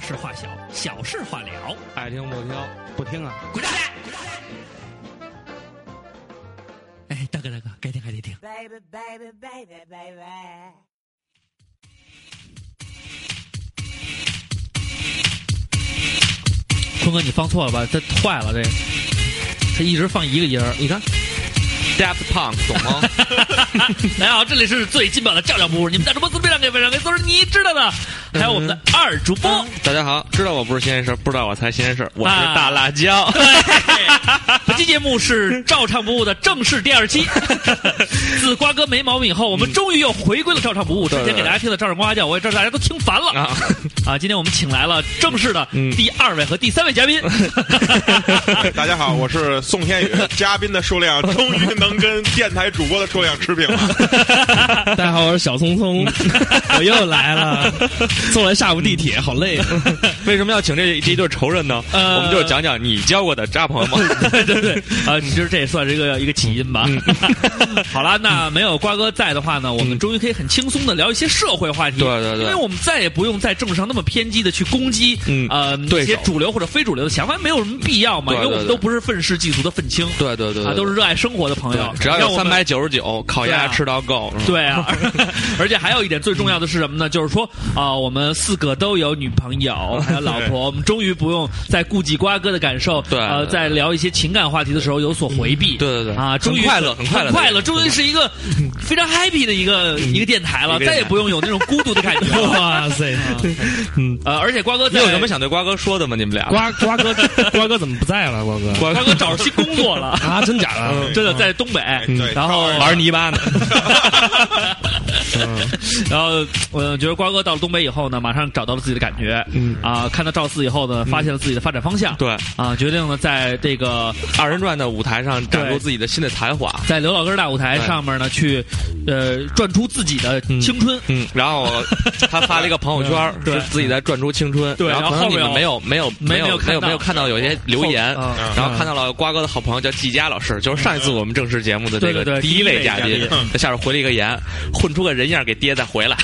事化小，小事化了。爱听不听，不听啊！滚蛋！哎，大哥大哥，该听还得听。 baby, baby, baby, baby. 坤哥，你放错了吧？这坏了，这他一直放一个音儿。 你看，Daft Punk 懂 吗？大家好，哎这里是最劲爆的照照不误，你们大主播自闭上给本上给都是你知道的，还有我们的二主播。大家好，知道我不是新鲜事儿，不知道我才新鲜事儿，我是啊大辣 椒。对，哎本期节目是照唱不误的正式第二 期。自瓜哥没毛病以后，我们终于又回归了照唱不误。之前给大家听的照唱呱呱叫，我也知道大家都听烦了啊。 啊，今天我们请来了正式的嗯第二位和第三位嘉宾。 大家好，我是宋天宇。嘉宾的数量终于能跟电台主播的数量持平了。 大家好，我是小聪 聪，我又来了，送来下午地嗯铁，好累。为什么要请这这一对仇人呢？呃我们就是讲讲你交过的渣朋友 们。 对对对，啊，你说这也算是一个一个起因吧。嗯 好啦，那没有瓜哥在的话呢，我们终于可以很轻松的聊一些社会话题。对对对因为我们再也不用在政治上那么偏激的去攻击，嗯呃，对一手些主流或者非主流的想法，没有什么必要嘛，对对因为我们对都不是愤世嫉俗的愤青对对对啊，都是热爱生活的朋友。只要让有我三们百九十九，烤鸭对啊吃到够。是吧对啊， 而且还有一点最重要的是什么呢？就是说啊、我们四个都有女朋 友，还有老婆，我们终于不用再顾忌瓜哥的感受，对呃，对在聊一些情感话题的时候有所回避，对对对啊，终于很快乐很快乐的快乐，终于是一个非常 happy 的一个一个电台了嗯一，个电台再也不用有那种孤独的感觉了。 哇塞， 嗯呃，而且瓜哥你在有什么想对瓜哥说的吗？你们俩？瓜瓜哥，瓜哥怎么不在了？瓜哥，瓜哥找着新工作了 啊，真假的？真的在东北，哎对嗯然后高二玩泥巴 呢？ 然后我觉得瓜哥到了东北以后呢，马上找到了自己的感觉，嗯啊，看到赵四以后呢，发现了自己的发展方向，对，啊，决定了在这个二人转的舞台上展露自己的新的才华。在刘老根儿大舞台对上面呢，去呃转出自己的青春。嗯，然后他发了一个朋友圈， 对是自己在转出青春。对然然后可能后你面们没有没有没有没有看没有到没有看到有些留言，啊 嗯然后看到了瓜哥的好朋友叫季佳老师，就是上一次我们正式节目的这对对个对第一位嘉第一位宾嘉，在下边回了一个言，混出个人样给爹再回 来。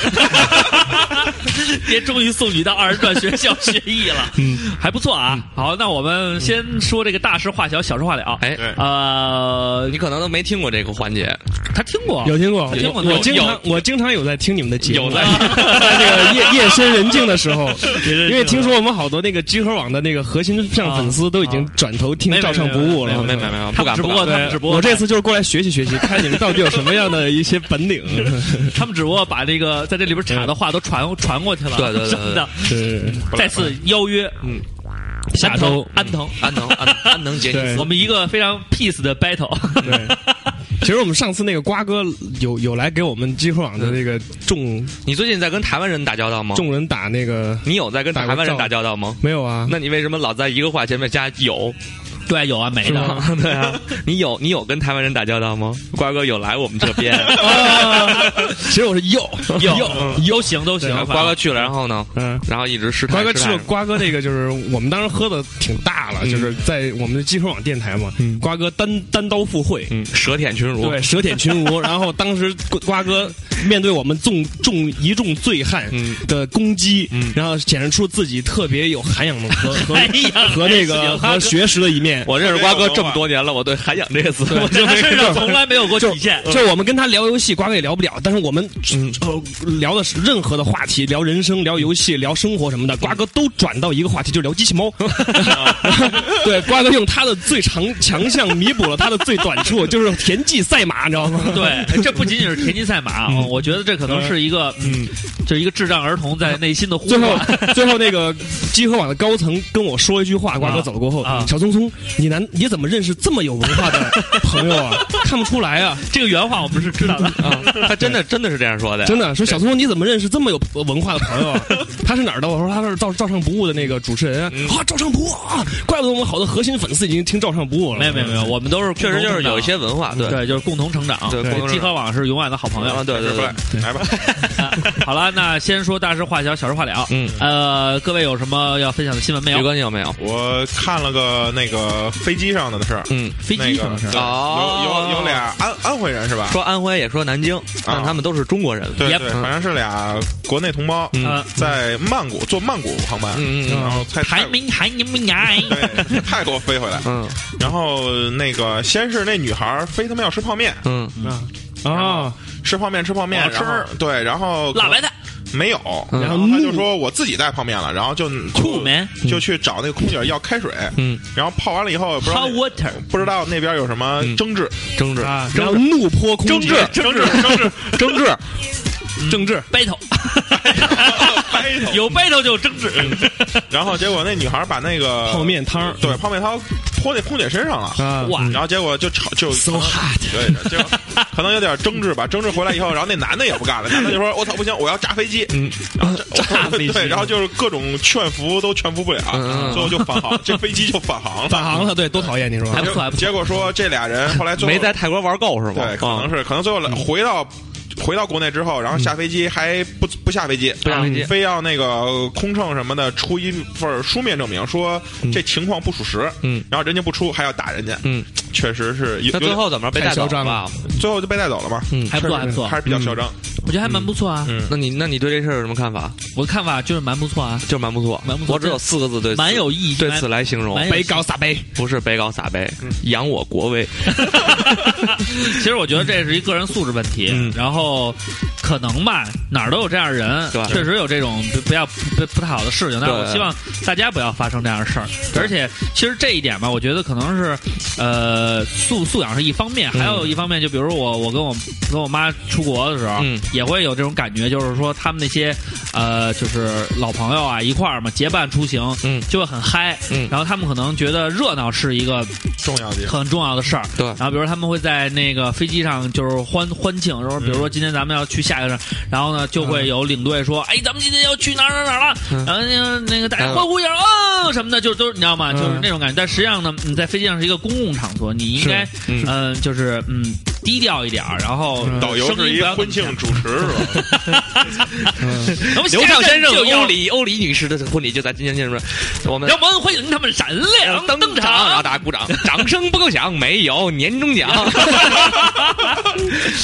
爹终于送你到二人转学校学艺了，嗯， 还不错啊。好，那我们先说这个大事化小，小事化了。哎，对，呃你，可能都没听过这个环节，他听过， 有听过，有听过我有我经常我经常有在听你们的节目，在 在这个夜夜深人静的时候，因为听说我们好多那个集合网的那个核心上粉丝都已经转头没听没照唱不误没了。没没没没，哦他们不敢只不过敢他们对只，不过我这次就是过来学习学 习，看你们到底有什么样的一些本 领。他们只不过把这个在这里边插的话都传传过去了，对对对对什么的。是再次邀约，嗯，下周嗯安藤，安能安安能姐，对我们一个非常 peace 的 battle， 对，其实我们上次那个瓜哥有有来给我们集合网的那个众你最近在跟台湾人打交道吗？众人打那个你有在跟台湾人打交道吗？没有啊？那你为什么老在一个话前面加有？对，有啊，没是的。吗？ 对啊，你有你有跟台湾人打交道吗？瓜哥有来我们这边，呃其实我是右 有都行都行然后，瓜哥去了，然后呢？嗯。然后一直试探瓜哥试吃探了，瓜哥那个就是我们当时喝的挺大了，就是在我们的集合网电台嘛，瓜哥单单刀赴会，嗯，舌舔群儒，对，舌舔群儒。然后当时瓜瓜哥面对我们众众一众醉汉嗯的攻击，嗯然后显示出自己特别有涵养的和 和哎呀，和那个和学识的一面。我认识瓜哥这么多年了，我对“涵养”这个词，我在就他没身上从来没有过就体现。嗯就我们跟他聊游戏，瓜哥也聊不了，但是我们、呃聊的是任何的话题，聊人生、聊游戏、聊生活什么的，瓜哥都转到一个话题，就聊机 器猫。 对，瓜哥用他的最长强项弥补了他的最短处，就是田忌赛马，你知道吗？对，这不仅仅是田忌赛马，啊，我觉得这可能是一个，嗯，就是一个智障儿童在内心的呼最后唤。，最后那个集合网的高层跟我说一句话，瓜哥走了过后，啊小聪聪，你难你怎么认识这么有文化的朋友 啊？看不出来啊！这个原话我们是知道的，啊，他真的真的是这样说 的呀，真的说小聪，你怎么认识这么有文化的朋友啊？ 他是哪儿的？我说他是照照唱不误的那个主持人啊，嗯啊照唱不误啊！怪不得我们好多核心粉丝已经听照唱不误了。没有没有没有，我们都是确实就是有一共同成长些文化，对对，就是共同成长。对共同成长集合网是永远的好朋友啊，。对对对，对，来吧，好了，那先说大事化小，小事化了。嗯呃，各位有什么要分享的新闻没宇有？哥你有没有？我看了个那个个飞机上的事儿。嗯，飞机上的事儿那个对哦有有有俩安安徽人是吧？说安徽也说南京，但他们都是中国人。对嗯 Yep 对，反正是俩国内同胞，嗯在曼谷坐曼谷航班，嗯嗯嗯然后在泰还国没还你们呀？对从泰国飞 回来，嗯然后那个先是那女孩儿非他妈要吃泡面，嗯啊，吃泡面吃泡面，好吃然后对，然后辣白菜没有，嗯然后他就说我自己带泡面了，然后就酷 man 就去找那个空姐要开水，嗯，然后泡完了以后也不知道 hot 那 water 不知道那边有什么争执，争执啊然后怒泼空争姐，执争执争执， 争执，嗯政治 battle， battle 嗯有 battle 就有争执。然后结果那女孩把那个泡面汤儿对泡面汤泼那空姐身上了。啊，哇，然后结果就吵就 So 可能 hot 对，结果可能有点争执吧。争执回来以后，然后那男的也不干了，男的就说：“我操，不行，我要炸飞机。”嗯，然后这炸飞机对，然后就是各种劝服都劝服不了嗯嗯，最后就返航，这飞机就返航了。返航了，对，多讨厌你说嗯还。不错还不错结果说这俩人后来最后没在泰国玩够是吗？啊对，可能是是可能最后来回到。回到国内之后，然后下飞机还不不下飞机，嗯不下飞机非要那个空乘什么的出一份书面证明，说这情况不属实，嗯，然后人家不出，还要打人家，嗯，确实是有那最有后怎么被带走太嚣张了？最后就被带走了嘛，嗯还不错还不错还，是比较嚣张，我觉得还蛮不错啊。嗯，那你那你对这事儿有什么看法？我的看法就是蛮不错啊，就是蛮不错，蛮不错我只有四个字对此，蛮有意义，对蛮此来形容蛮，有北搞撒杯，不是北搞撒杯，扬我国威。 其实我觉得这是一个人素质问题，嗯然后可能吧，哪儿都有这样的人对，确实有这种不不要不不太好的事情，但是对我希望大家不要发生这样的事儿。而且，其实这一点吧，我觉得可能是呃素素养是一方嗯面，还有一方面就比如说我我跟我跟我妈出国的时候，嗯也会有这种感觉，就是说他们那些呃就是老朋友啊一块儿嘛结伴出行，嗯就会很嗨，嗯然后他们可能觉得热闹是一个重要的一个很重要的事儿。对然后比如他们会在那个飞机上就是欢欢庆，然后比如说今天咱们要去下一个站，然后呢就会有领队说，哎，咱们今天要去哪儿哪儿哪儿了，嗯然后那个那个大家嗯欢呼一下啊什么的，就都你知道吗？嗯就是那种感觉。但实际上呢，你在飞机上是一个公共场所，你应该嗯嗯就是嗯低调一点儿，然后嗯导游声是音一不要婚庆主持是吧？我们刘畅先生就欧要。里欧里女士的婚礼就在今天进入，我们让我们欢迎他们闪亮登呃登场，然场。后大家鼓掌，掌声不够响，没有年终奖，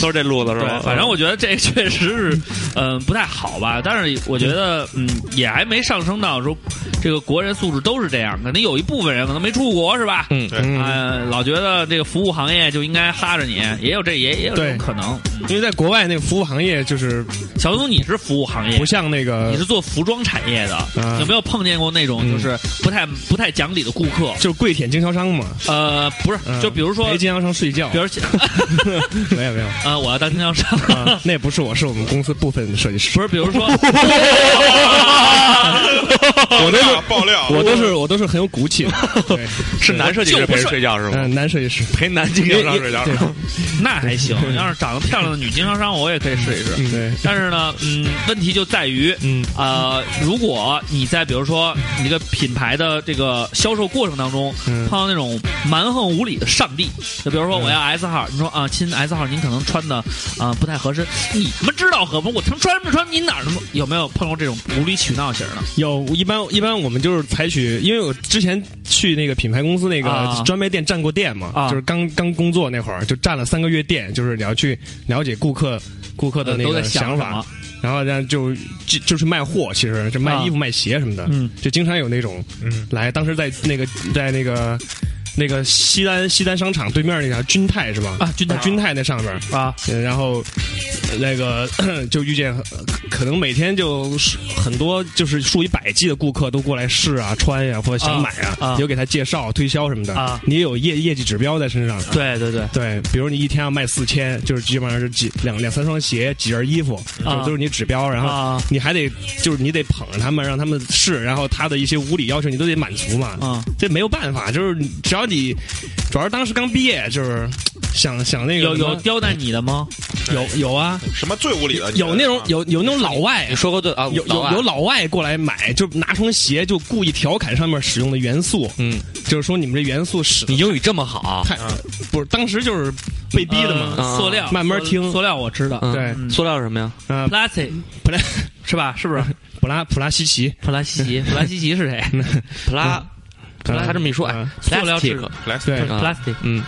都是这路子是吧对，？反正我觉得这确实是，嗯、不太好吧。但是我觉得，嗯，也还没上升到说这个国人素质都是这样。可能有一部分人可能没出国，是吧？嗯对嗯呃，老觉得这个服务行业就应该哈着你，也有这也也有这种对可能。因为在国外那个服务行业就是小松，你是服务行业不，像那个你是做服装产业的，嗯有没有碰见过那种就是不太、不太讲理的顾客？就是跪舔经销商嘛，呃，不是，嗯就比如说，陪比经销商睡觉，如没有没有，呃，我要当经销商。 啊那不是我，是我们公司部分设计师。不是，比如说，我都是爆料，我都是我都是很有骨 气的，对是男设计师陪人睡觉是吗？嗯，男设计师，陪 男经销商睡觉，那还行，要是长得漂亮的女经销商，我也可以试一 试。对，但是呢，嗯，问题就在于，嗯呃，如果你在比如说你这个品牌的这个销售过程当中，嗯碰到那种蛮横无理的上帝，就比如说我要 S 号，你说啊，亲 S 号，您可能穿的啊、呃不太合身，你们知道合不？我听穿什么穿，您哪儿那么有没有碰到这种无理取闹型的？有一般一般我们就是采取，因为我之前去那个品牌公司那啊个专卖店站过店嘛，啊就是刚刚工作那会儿就站了三个月店，就是你要去了解顾客顾客的那都在个想什法么，？然后然后就就就是卖货，其实就卖啊衣服、卖鞋什么的，嗯就经常有那种嗯，来，当时在那个在那个那个西单西单商场对面那条君泰是吧？啊君泰君泰那上边儿啊，呃然后呃那个 就遇见，呃可能每天就是很多就是数以百计的顾客都过来试啊、穿呀、或者想买啊，啊啊你就给他介绍、推销什么的啊你也有业业绩指标在身上。对对对，对，比如你一天要卖四千，就是基本上是几两两三双鞋、几件衣服，啊就都是你指标。然后啊你还得就是你得捧着他们，让他们试，然后他的一些无理要求你都得满足嘛。啊，这没有办法，就是你只要你，主要是当时刚毕业，就是想想那个有什有么刁难你的吗？有有啊，什么最无理的？你觉有得那种啊有有那种老外呃你。说过对啊，有有有老外过来买，就拿双鞋就故意调侃上面使用的元素，嗯，就是说你们这元素使你英语这么好，太嗯不是当时就是被逼的嘛，呃塑料，慢慢听塑塑料我知道嗯对塑料是什么呀？呃， ，plastic 普拉 是吧？是不是？普拉普拉西奇， 普拉西奇，普拉西奇是谁？普拉对他这么一说，哎嗯嗯塑料制，plastic，来，对啊 plastic，yep，I 嗯，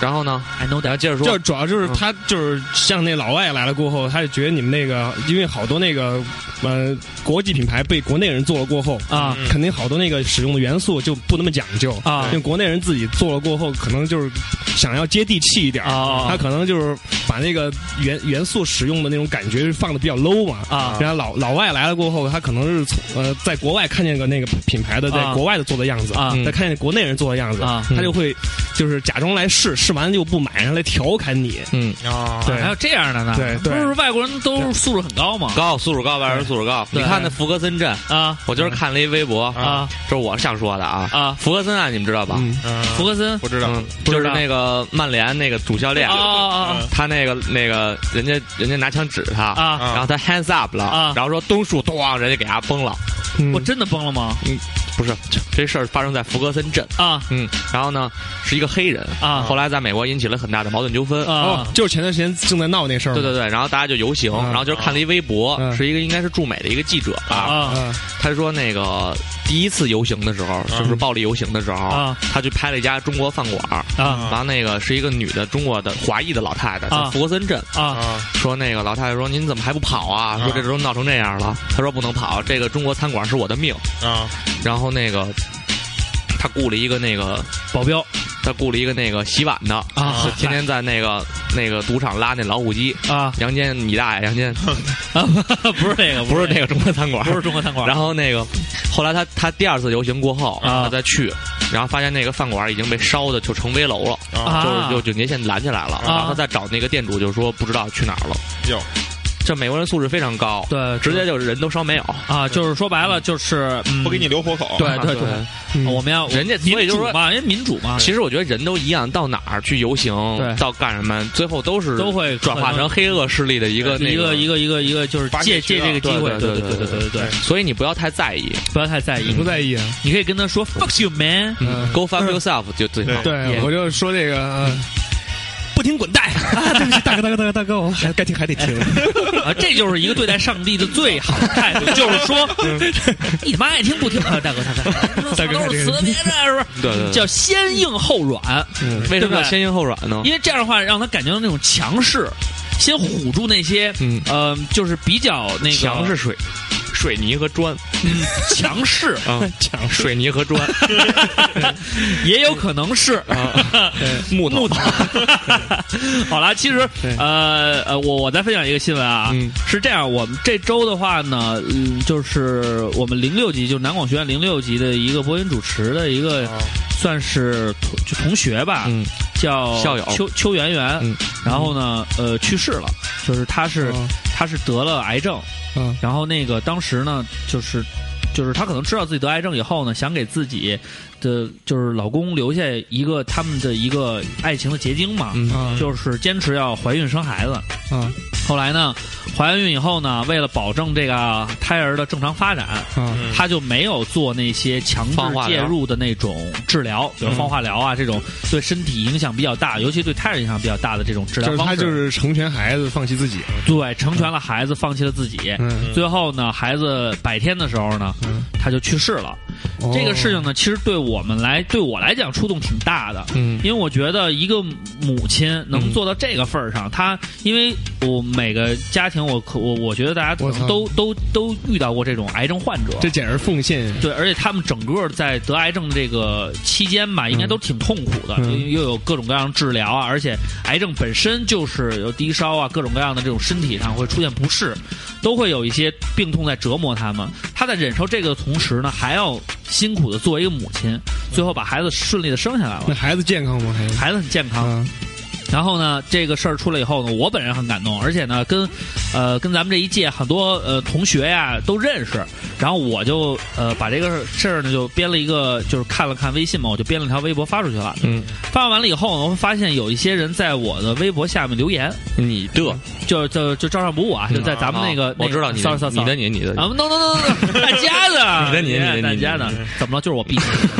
然后呢， know 然后 that。接着就说，主要就是嗯他就是像那老外来了过后，他就觉得你们那个，因为好多那个呃国际品牌被国内人做了过后啊嗯肯定好多那个使用的元素就不那么讲究啊因为国内人自己做了过后，可能就是想要接地气一点儿啊他可能就是把那个元元素使用的那种感觉放的比较 low 嘛啊然后老老外来了过后，他可能是从呃在国外看见个那个品牌的在啊国外的做的样子嗯啊他看见国内人做的样子啊他就会就是假装来试，试完了又不买，然后来调侃你。嗯，啊，对还有这样的呢？对对不是外国人都素质很高吗？高素质高，外人素质高。对你看那福格森镇，啊我今儿看了一微博，啊这是我想说的啊。啊！福格森啊，你们知道吧？嗯嗯，福格森我知道嗯，，不就是知道那个曼联那个主教练啊，啊他那个那个人家人家拿枪指他啊，啊！啊然后他 hands up 了，啊然后说东树，咣，人家给他崩了。嗯我真的崩了吗？不是，这这事儿发生在福格森镇，啊嗯，然后呢是一个黑人，啊后来在美国引起了很大的矛盾纠纷。哦啊，就是前段时间正在闹那事儿。对对对，然后大家就游行，嗯然后就是看了一微博，嗯是一个应该是驻美的一个记者吧，啊嗯，他说那个第一次游行的时候，就是暴力游行的时候，嗯啊他去拍了一家中国饭馆，啊然后那个是一个女的中国的华裔的老太太，啊在福格森镇，啊啊，说那个老太太说您怎么还不跑啊？啊说这都闹成这样了，他说不能跑，这个中国餐馆是我的命。啊，然后那个他雇了一个那个保镖他雇了一个那个洗碗的啊天天在那个那个赌场拉那老虎机。啊 杨坚，你大爷！杨坚啊！不是这个，不是那个中国 餐馆不，是中国餐馆。啊然后那个，后来他他第二次游行过后，啊他再去，然后发现那个饭馆已经被烧的就成危楼了，啊就是啊就警戒线拦起来了。然后他再找那个店主，就说不知道去哪儿了。哟，这美国人素质非常高，对，直接就是人都烧没有。啊啊，就是说白了就是嗯不给你留活口，对对对对，嗯我们要人家所以民就是主说。嘛，人家民主嘛，其实我觉得人都一样，到哪儿去游行对，到干什么，最后都是都会转化成黑恶势力的一个一个一个。个一个一个就是发借泄借渠道这个机会，对对对对对对对嗯对，所以你不要太在意不要太在意，啊不在意。你可以跟他说 fuck you man，嗯，Go fuck yourself 就最好。 对， Yeah 我就说这个，呃不听滚蛋！ 啊对不起，大哥大哥大哥大哥，我还该听还得听。啊，这就是一个对待上帝的最好的态度，就是说，嗯 你妈爱听不听啊，大哥大哥，大哥都是死的别这样，是不是？对对对叫先硬后软， 嗯为对什么要不对先硬后软呢？因为这样的话让他感觉到那种强势，先唬住那些，嗯呃，就是比较那个墙是水水泥和 砖强势，啊，墙水泥和 砖 也有可能是 啊，木头木 头，好了，其实对呃呃，我我再分享一个新闻啊，嗯是这样，我们这周的话呢，嗯，就是我们零六级，就是南广学院零六级的一个播音主持的一个，算是同就同学吧，嗯叫校友邱邱媛媛，嗯然后呢，呃，去世了，就是他是、他是得了癌症，嗯，然后那个当时呢，就是就是她可能知道自己得癌症以后呢，想给自己的就是老公留下一个他们的一个爱情的结晶嘛，嗯嗯就是坚持要怀孕生孩子。嗯后来呢，怀完孕以后呢，为了保证这个胎儿的正常发展，嗯嗯她就没有做那些强放制化介疗入的那种治疗，嗯比如放化疗啊这种对身体影响比较大，尤其对胎儿影响比较大的这种治就疗是方他式。就是成全孩子，放弃自己。对成全了孩子，放弃了自己。嗯，最后呢，孩子百天的时候呢，嗯哦他就去世了。这个事情呢，其实对我们来，对我来讲触动挺大的。嗯因为我觉得一个母亲能嗯做到这个份儿上，她因为我每个家庭，我可我我觉得大家可我能操都都都遇到过这种癌症患者，这简直奉献。对，而且他们整个在得癌症这个期间吧，应该都挺痛苦的，嗯又又有各种各样的治疗啊，而且癌症本身就是有低烧啊，各种各样的这种身体上会出现不适，都会有一些病痛在折磨他们。他在忍受这个的同时呢，还要辛苦的作为一个母亲，最后把孩子顺利的生下来了，那孩子健康吗？还是孩子很健康。啊，然后呢，这个事儿出来以后呢，我本人很感动，而且呢，跟，呃，跟咱们这一届很多呃同学呀都认识，然后我就呃把这个事儿呢就编了一个，就是看了看微信嘛，我就编了条微博发出去了。嗯，发完了以后呢，我会发现有一些人在我的微博下面留言，你的就就就照上不误啊，就在咱们那个，嗯哦我知道你骚的骚你的你你的啊，no no no no，大家的， 你的你的你的大你的家的，怎么了？就是我 闭嘴，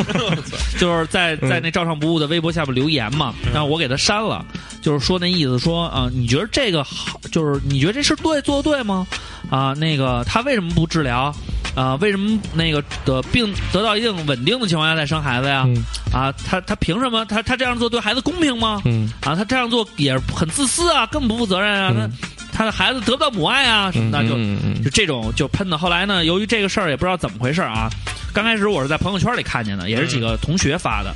就是在在那照上不误的微博下边留言嘛，嗯然后我给他删了，就是说那意思说啊，你觉得这个好，就是你觉得这事对做的对吗？啊，那个他为什么不治疗？啊、为什么那个得病得到一定稳定的情况下再生孩子呀？嗯啊，他他凭什么？他他这样做对孩子公平吗？嗯啊，他这样做也很自私啊，更不负责任啊，嗯他他的孩子得不到母爱啊，什么的就。嗯嗯就这种就喷的。后来呢，由于这个事儿也不知道怎么回事儿啊，刚开始我是在朋友圈里看见的，也是几个同学发的。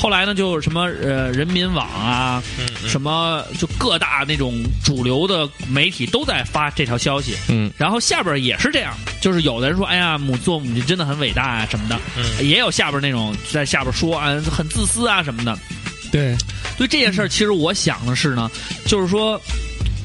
后来呢，就是什么呃人民网啊，嗯什么就各大那种主流的媒体都在发这条消息。嗯然后下边儿也是这样，就是有的人说，哎呀，母做母亲真的很伟大啊什么的，也有下边儿那种在下边儿说啊很自私啊什么的。对，对这件事儿，其实我想的是呢，就是说，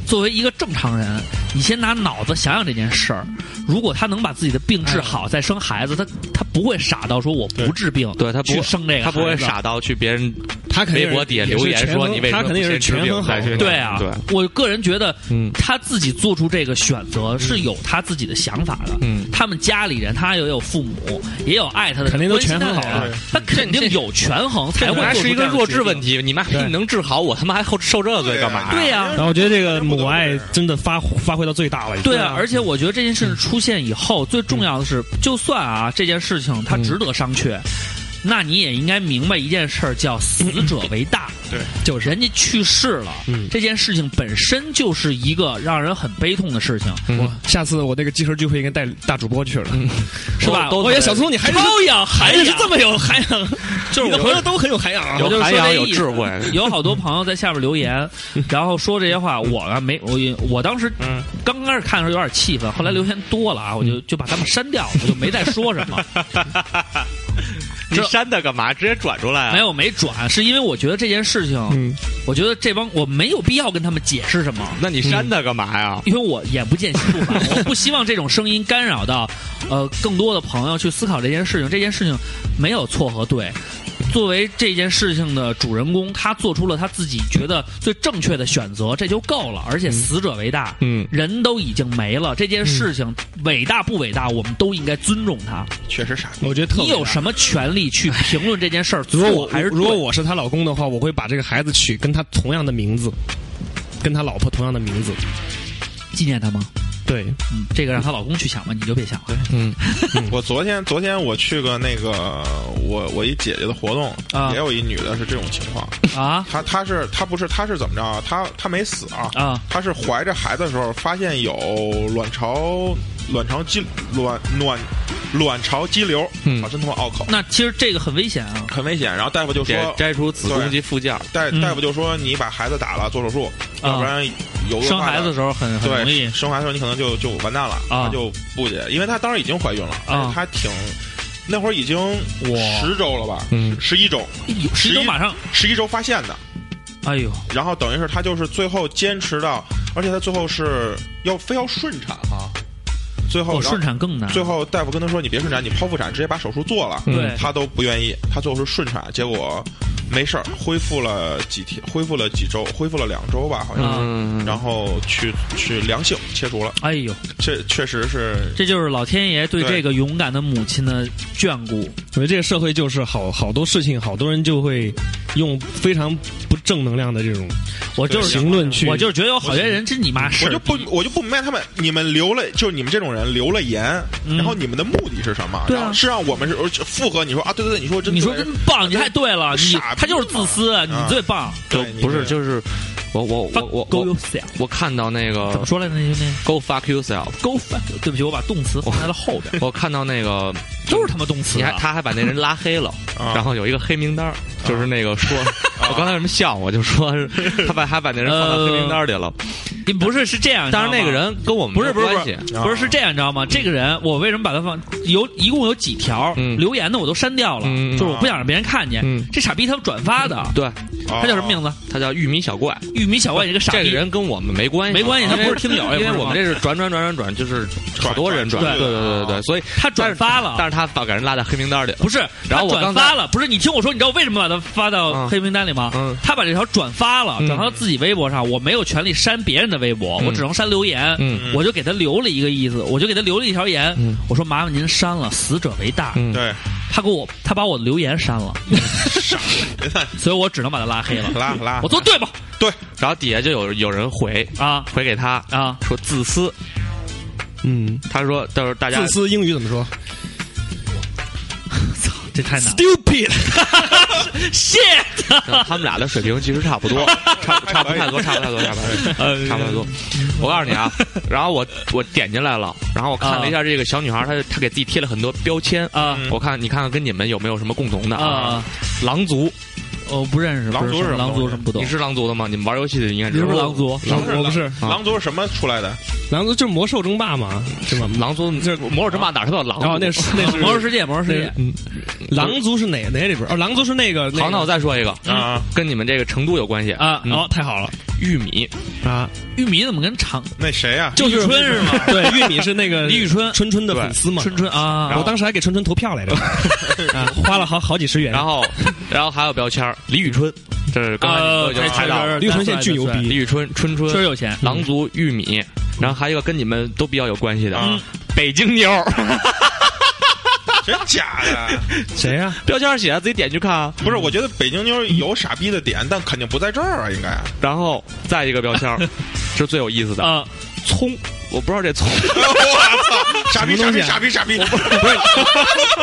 作为一个正常人，你先拿脑子想想这件事儿。如果他能把自己的病治好，再生孩子，他他不会傻到说我不治病，对他不去生这个，他不会。傻到去别人他肯定微是博底下留也是言权说衡你为什他么肯定也是不先权治病衡好再去的，对啊，对我个人觉得嗯他自己做出这个选择是有他自己的想法的。嗯他们家里人，他也有父母，也有爱他的人，肯定都关心他的权衡好了人，他肯定有权衡才我会还做出是一这个样的弱决智定问。题，你妈逼对你能治好我，他妈还后受这个干嘛？对呀然后我觉得这个母爱真的发发挥到最大了。已经对啊，而且我觉得这件事情出现以后，最重要的是，嗯就算啊这件事情它值得商榷，那你也应该明白一件事儿，叫死者为大。嗯对，就是人家去世了，这件事情本身就是一个让人很悲痛的事情，我下次我那个集合聚会应该带大主播去了，是吧？都我我也小聪，你还是包养还涵是养，这么有涵养， 就是你的我朋友都很有涵养啊。我就是有说涵这养有意思智慧。 有好多朋友在下边留言，然后说这些话，我啊没我我当时刚开始看的时候有点气愤，后来留言多了啊，我就就把他们删掉了，我就没再说什么。你删它干嘛？直接转出来啊没！有没转，是因为我觉得这件事情，嗯我觉得这帮我没有必要跟他们解释什么，那你删它干嘛呀？因为我眼不见心不烦，我不希望这种声音干扰到呃更多的朋友去思考这件事情。这件事情没有错和对。作为这件事情的主人公，他做出了他自己觉得最正确的选择，这就够了。而且死者为大，嗯，人都已经没了，这件事情伟大不伟大，我们都应该尊重他。确实傻逼。我觉得特你有什么？么权利去评论这件事儿如果错我还是对如果我是她老公的话，我会把这个孩子取跟她同样的名字，跟她老婆同样的名字。纪念他吗？对，嗯，这个让她老公去想吧，你就别想了。嗯我昨天昨天我去个那个我我一姐姐的活动啊，也有一女的是这种情况，啊她她是她不是她是怎么着啊？她她没死啊，啊她是怀着孩子的时候发现有卵巢卵巢肌卵卵卵巢肌瘤，嗯啊，真他妈拗口，那其实这个很危险啊。很危险。然后大夫就说摘摘除子宫对及附件儿。大嗯大夫就说你把孩子打了做手术，啊要不然有恶生化孩子的时候很很容易对，生孩子的时候你可能就就完蛋了，啊她就不解，因为她当时已经怀孕了，啊而且她挺那会儿已经哇十周了吧，嗯十一周，有十一周马上，十一周发现的，哎呦，然后等于是她就是最后坚持到，而且她最后是要非要顺产啊，最后我然后哦顺产更难。最后大夫跟她说：“你别顺产，你剖腹产，直接把手术做了。”对她都不愿意，她最后是顺产，结果没事儿，恢复了几天，恢复了几周，恢复了两周吧，好像是。啊嗯，然后去去良性切除了，哎呦，这确实是这就是老天爷对对这个勇敢的母亲的眷顾。我觉得这个社会就是好好多事情，好多人就会用非常不正能量的这种我就是评论去，我就是觉得有好些人真你妈事我儿就不我就不明白他们你们留了，就是你们这种人留了言，嗯然后你们的目的是什么？对啊然后是让我们是呃附和你说啊，对对对，你说真你说对真棒，你太对了，你傻逼他就是自私，你啊最棒。就对你不是这就是我我我 Fuck 我呃 go 我 yourself，我看到那怎 个么说来着？那句那 Go fuck yourself， go fuck，对不起，我把动词放在了后边，我看到那 个都是他妈动词你还啊。他还把那人拉黑了，啊然后有一个黑名单儿，就是那个说，啊 我刚才为什么笑，我就说是他把还把那人放到黑名单里了。你不是是这样，当然你知道吗那个人跟我啊们不是没不是不关是系，啊不是是这样，你知道吗？这个人我为什么把他放有一共有几条、嗯留言的我都删掉了，嗯就是我不想让别人看见。嗯这傻逼他转发的，对啊他叫什么名字？他叫玉米小怪，玉米小怪，你这个傻这逼个。人跟我们没关系，没关系他因为不是听友也不是因为什么我们这是转转转转转，就是好多人转，转对转对对对对，啊所以他转发了但是但是他把给人拉在黑名单里了，不是，然后他我转刚才发了，不是你听我说，你知道为什么把他发到嗯黑名单里吗？嗯他把这条转发了，嗯转发到自己微博上，我没有权利删别人的微博，嗯我只能删留言，嗯我就给他留了一个意思，我就给他留了一条言，嗯我说麻烦您删了，死者为大。嗯对，他给我，他把我的留言删了，所以我只能把他拉黑了。 拉拉，我做对吧？对然后底下就有有人回啊回给他啊，说自私，嗯，他说，到时候大家自私英语怎么说操，这太难了。 ？Stupid。 Shit，他们俩的水平其实差不多，差差不太多，差不太多，差不太多，呃差不太多。我告诉你啊，然后我我点进来了，然后我看了一下这个小女孩，她她给自己贴了很多标签啊我看你看看跟你们有没有什么共同的啊，狼族，我不认识，狼族不是是什么狼东族西什么不懂你？是狼族的吗？你们玩游戏的应该你知是道不是狼族？狼我不是，啊狼族是什么出来的？狼族就是魔兽争霸嘛，是吧？狼族就是魔兽争霸哪儿都有狼族然后那是那是魔兽世界，魔兽世界狼族是哪哪里边？哦，狼族是那个好，那我在再说一个啊，跟你们这个成都有关系啊嗯哦，太好了玉米，啊！玉米怎么跟长那谁呀？就是李宇春是吗？ 对，玉米是那个李宇春春春的粉丝嘛。春春啊？我当时还给春春投 票来着，啊，花了好好几十元。然后然后还有标签儿李宇春，这是刚才你们都呃啊哎已经猜到了，李宇春现在巨牛对对对李逼，宇春、春春确实有钱。狼族、玉米，然后还有一个跟你们都比较有关系的，嗯北京妞儿，真假的？谁呀？啊标签上写的，自己点去看啊。不是，我觉得北京妞有傻逼的点，但肯定不在这儿啊， 应该。然后再一个标 签儿是最有意思的，啊，葱，我不知道 这葱，我操！傻逼傻逼傻逼傻逼！不是，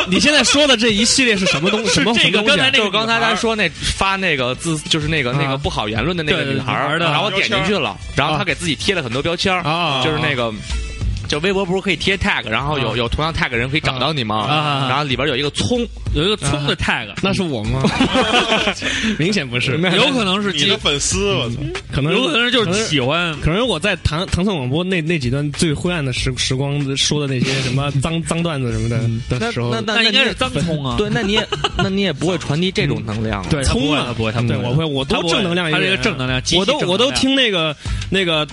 你现在说的这一系列是什么东什么这什个么东刚西才啊？那就个是刚才女孩咱儿说那发那个字，就是那个那个啊不好言论的那个对对女孩女孩儿，儿的啊然后我点进去了，然后她给自己贴了很多标签儿，啊就是那个。就微博不是可以贴 tag，然后有有同样 tag 的人可以找到你吗？啊然后里边有一个葱，有一个葱的 tag，那是我吗？明显不 是，有可能是你基的，粉丝，我操！可能有可能就是喜欢可能我在唐唐宋广播那那几段最灰暗的时时光说的那些什么脏 脏段子什么的的时候，嗯那应该是脏葱啊对，那你也那你也不会传递这种能量啊。对他不葱会啊他不会他不对会我会我他多正能量一他点，这个正能量，我都我都。听那个那个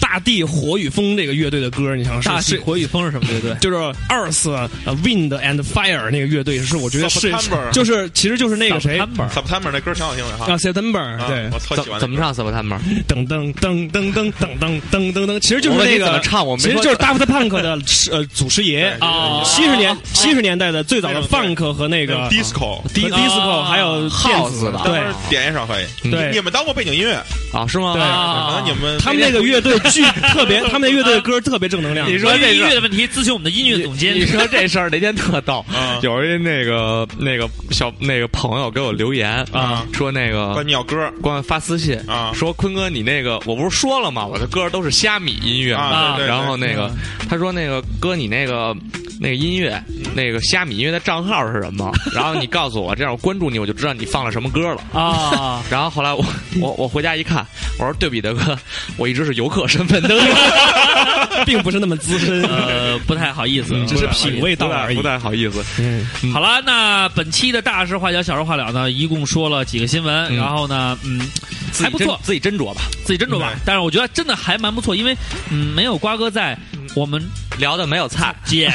大地火与风这个乐队的歌，你想是大是气火与风是什么乐队？就是 Earth 呃 Wind and Fire 那个乐队是我觉得是 September 就是其实就是那个谁 September September 那歌挺好听的哈啊，September 啊对我特喜怎欢。怎么？唱 September？噔噔噔噔噔噔噔噔噔噔，其实就是我问那你个怎么唱我没其实说就是 Daft Punk 的呃祖师爷对啊七十年七十年代的最早的那种 funk 和那那个个 disco，迪啊 disco 还有 House 的的，待会对儿点一首可以。对你们当过背景音乐？啊，是吗？对可能你们他们那个乐队巨特别，他们那乐队的歌特别正能量。你说关于这音个乐的问题，咨询我们的音乐总监你。说这事儿那天特逗啊，有一那个那个小那个朋友给我留言啊，说那个关你要歌光发私信啊说坤哥你那个我不是说了吗？我的歌都是虾米音乐嘛，啊，对对对然后那个他说那个哥你那个那个音乐那个虾米音乐的账号是什么？然后你告诉我，这样我关注你，我就知道你放了什么歌了。啊，然后后来我我我回家一看，我说对比的哥，我一直是游客身 份登录，并不是那么 资深，呃，不太好意思，嗯只是品味到了而已不。太好意思。嗯好了，那本期的大事化小，小事化了呢，一共说了几个新闻，嗯然后呢，嗯，自己还不斟嗯错，自己斟酌吧。自己斟酌吧。但是我觉得真的还蛮不错，因为嗯，没有瓜哥在，嗯我们聊的没有菜， 姐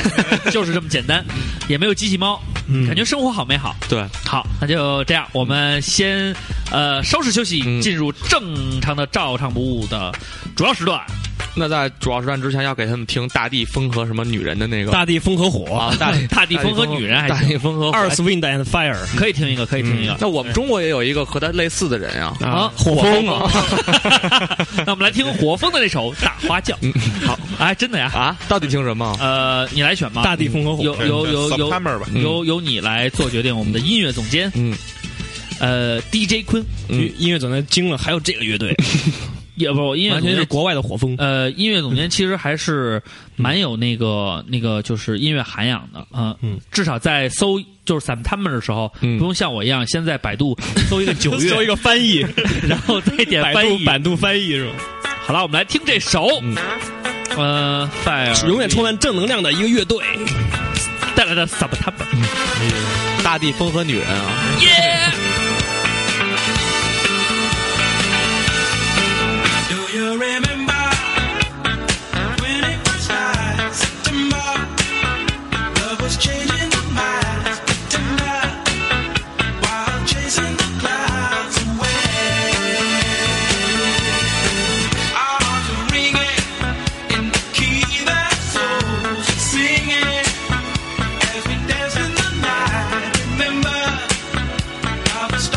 就是这么简单，也没有机器猫，嗯感觉生活好美好。嗯对，好，那就这样，我们先呃稍事休息，嗯进入正常的照常不误的主要时段。那在主要时段之前要给他们听大地风和什么女人的那个大地风和火啊，大 地大地风和女人还大行地风和嗯，Earth Wind and Fire 可以听一个，可以听一个。那我们中国也有一个和他类似的人啊，啊，火风啊 那我们来听火风的这首《大花轿》。好，哎，真的呀。啊，到底听什么？呃，你来选吧。大地风和火有有有有 September 吧由由你来做决定。我们的音乐总监，嗯，呃，DJ 坤，嗯音乐总监惊了，还有这个乐 队，也不，音乐完总全是监。国外的火风。呃，音乐总监其实还是蛮有那个那个，就是音乐涵养的啊。嗯，至少在搜就是 September 的时候，嗯不用像我一样先在百度搜一 个九做月，一个翻 译，然后再点百翻度译。百度翻译是吧？好了，我们来听这首，嗯呃，Fire 永远充满正能量的一个乐队。带来的 September。大地风和女人啊，耶！ Do you remember when it was high September? Love was changing the minds tonight while chasing the clouds away. Our hearts were ringing in the key that souls were singing as we danced in the night. Remember, I was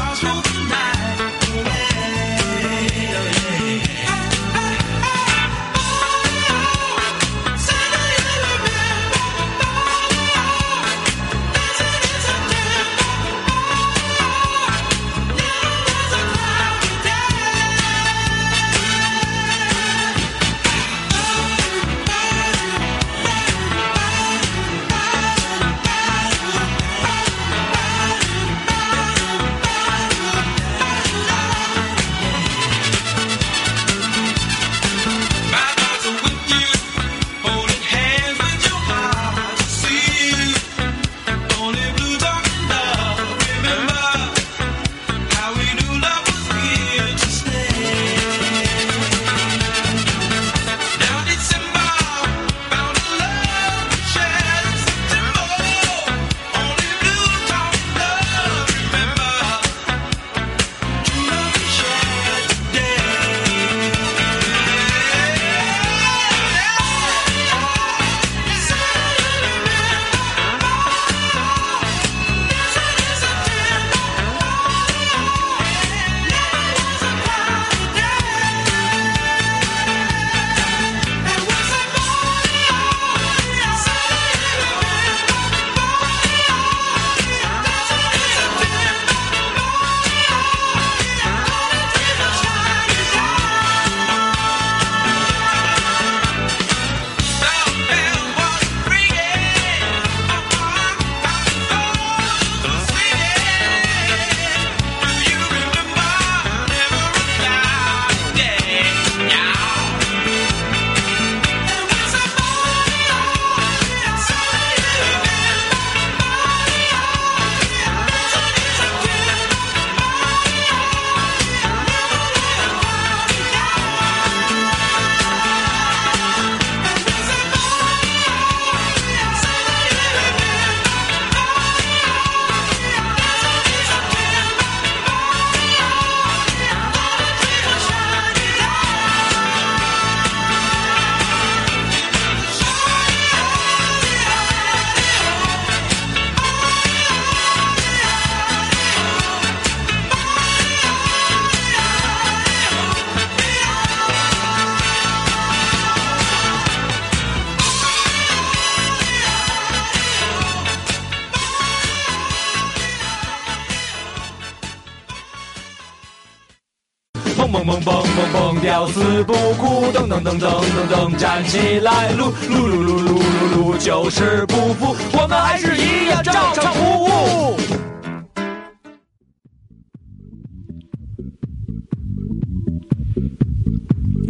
蹦蹦蹦蹦蹦，吊死不哭，噔噔噔噔噔噔，站起来，撸撸撸撸撸撸撸，就是不服，我们还是一样照常服务。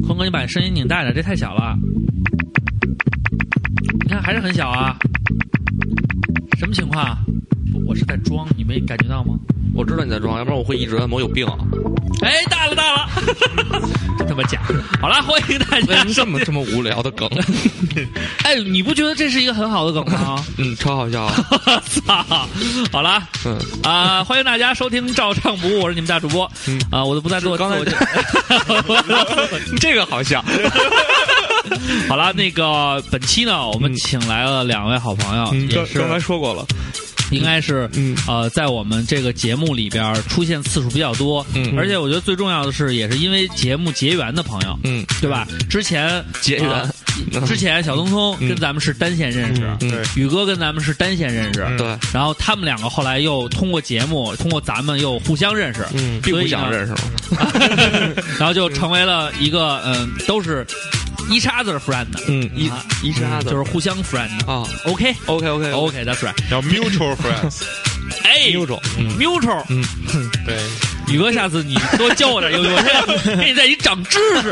坤哥，你把声音拧大点，这太小了。你看还是很小啊，什么情况啊？我是在装，你没感觉到吗？我知道你在装，要不然我会一直按摩有病啊！哎，大了大了， 真他妈假！好了，欢迎大为家什么这么这么无聊的梗？哎，你不觉得这是一个很好的梗吗？嗯，超好笑啊！ 我操！好了嗯，啊、欢迎大家收听《照唱不误》，我是你们大主播。啊、嗯我都不再做刚才 自我介 这个好笑。好了，那个本期呢，我们请来了两位好朋友，嗯，也刚是刚才说过了。应该是嗯呃，在我们这个节目里边儿出现次数比较多，嗯而且我觉得最重要的是，也是因为节目结缘的朋友，嗯，对吧？之前结缘啊之前小聪聪嗯跟咱们是单线认识，嗯对宇哥跟咱们是单线认识，对，然后他们两个后来又通过节目，通过咱们又互相认识，嗯，并所以呢不想认识我。 然后就成为了一个嗯，都是一叉子 friend，嗯，一啊一是他的，就是互哦相 friend。啊 OK ，OK OK OK，that's right。叫 mutual friends，哎六种，嗯， ，mutual，对，嗯 宇哥，下次你多教我点英语，我 现在给你在一长知 识。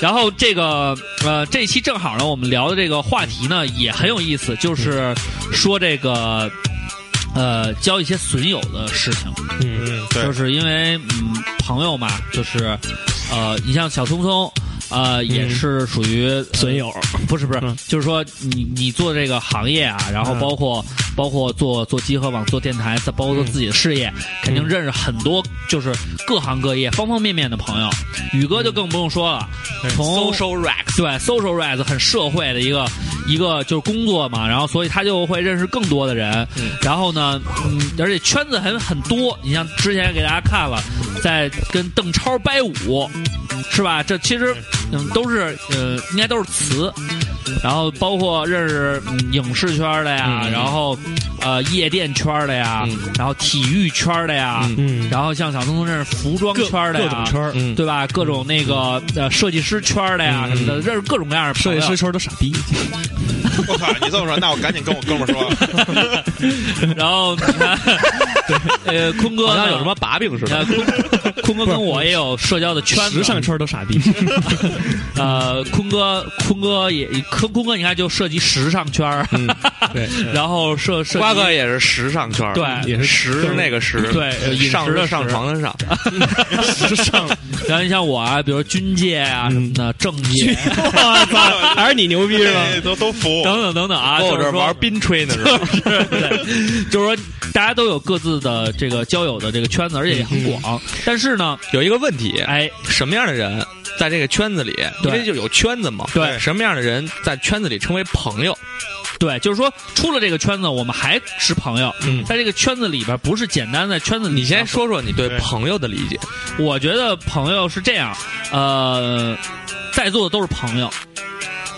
然后这个呃，这一期正好呢，我们聊的这个话题呢也很有意思，就是说这个呃交一些损友的事情，嗯，就对，是因为嗯朋友嘛，就是呃，你像小聪聪。呃，也是属于呃损友，不是不是，就是说你你做这个行业啊，然后包括、包括做做集合网、做电台，再包括做自己的事业，肯定认识很多就是各行各业、方方面面的朋友。宇哥就更不用说了，从 social rex 对 social rex 很社会的一个一个就是工作嘛，然后所以他就会认识更多的人，然后呢，嗯，而且圈子很很多。你像之前给大家看了，在跟邓超掰舞，是吧？这其实嗯都是呃应该都是词，然后包括认识嗯影视圈的呀，嗯然后呃夜店圈的呀，嗯然后体育圈的呀，嗯，然后像小聪聪认识服装圈的呀，各种圈儿嗯，对吧？各种那个呃设计师圈的呀什么的，认识各种各样的朋设友计师圈都傻逼，我操，你这么说，那我赶紧跟我哥们儿说，然后你 看，对呃，坤哥好呢像有什么把柄似呃，的。坤坤哥跟我也有社交的圈子，时尚圈都傻逼。呃，坤哥，坤哥也坤坤哥，你看就涉及时尚圈儿， 对，然后涉涉及嗯瓜哥也是时尚圈儿，对也是时是那个时，对呃饮食上的是食上床的上，时尚，然后你像我啊，比如军界嗯啊什么的，政界啊 哇操，还是你牛逼是吧？哎对都都服，等等等等啊，跟就我哦这是儿玩说。冰吹 呢，是吧就是对，就是说，大家都有各自的这个交友的这个圈子，而且也嗯很广。但是呢，有一个问题，哎，什么样的人在这个圈子里，因对为就有圈子嘛，对什么样的人在圈子里成为朋友？对，就是说，出了这个圈子，我们还是朋友。嗯在这个圈子里边，不是简单的圈子里。你先，说说你对对朋友的理解。我觉得朋友是这样，呃，在座的都是朋友，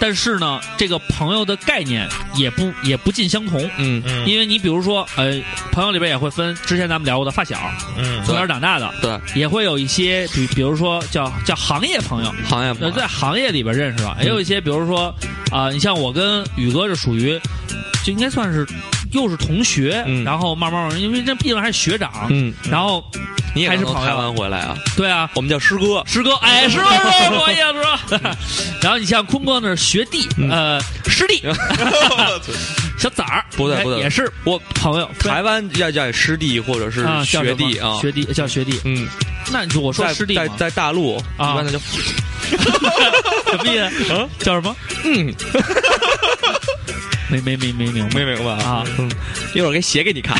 但是呢，这个朋友的概念也不也不尽相同。嗯嗯因为你比如说，呃，朋友里边也会分，之前咱们聊过的发小，嗯 从小长大的，对，也会有一些，比比如说叫叫行业朋友，行业朋呃，友在行业里边认识了，也有一些，比如说啊、你像我跟宇哥是属于，就应该算是又是同学，嗯然后慢慢慢慢，因为这毕竟还是学长，嗯，然后你也还是能朋友台湾回来啊？对啊，我们叫师哥，师哥，哎，师哥，师哥，师哥，叶师哥，嗯 然后你像坤哥那是学弟，呃，师弟，啊小崽儿，嗯不对哎不对也是我朋友，台湾要叫师弟或者是对啊叫什学么弟啊。学弟叫学弟，嗯，那你说我说在师弟在吗在大陆，一啊般他就什么意思？叫什么？嗯， 没没没没明白没明白啊。嗯，一会儿给写给 你看。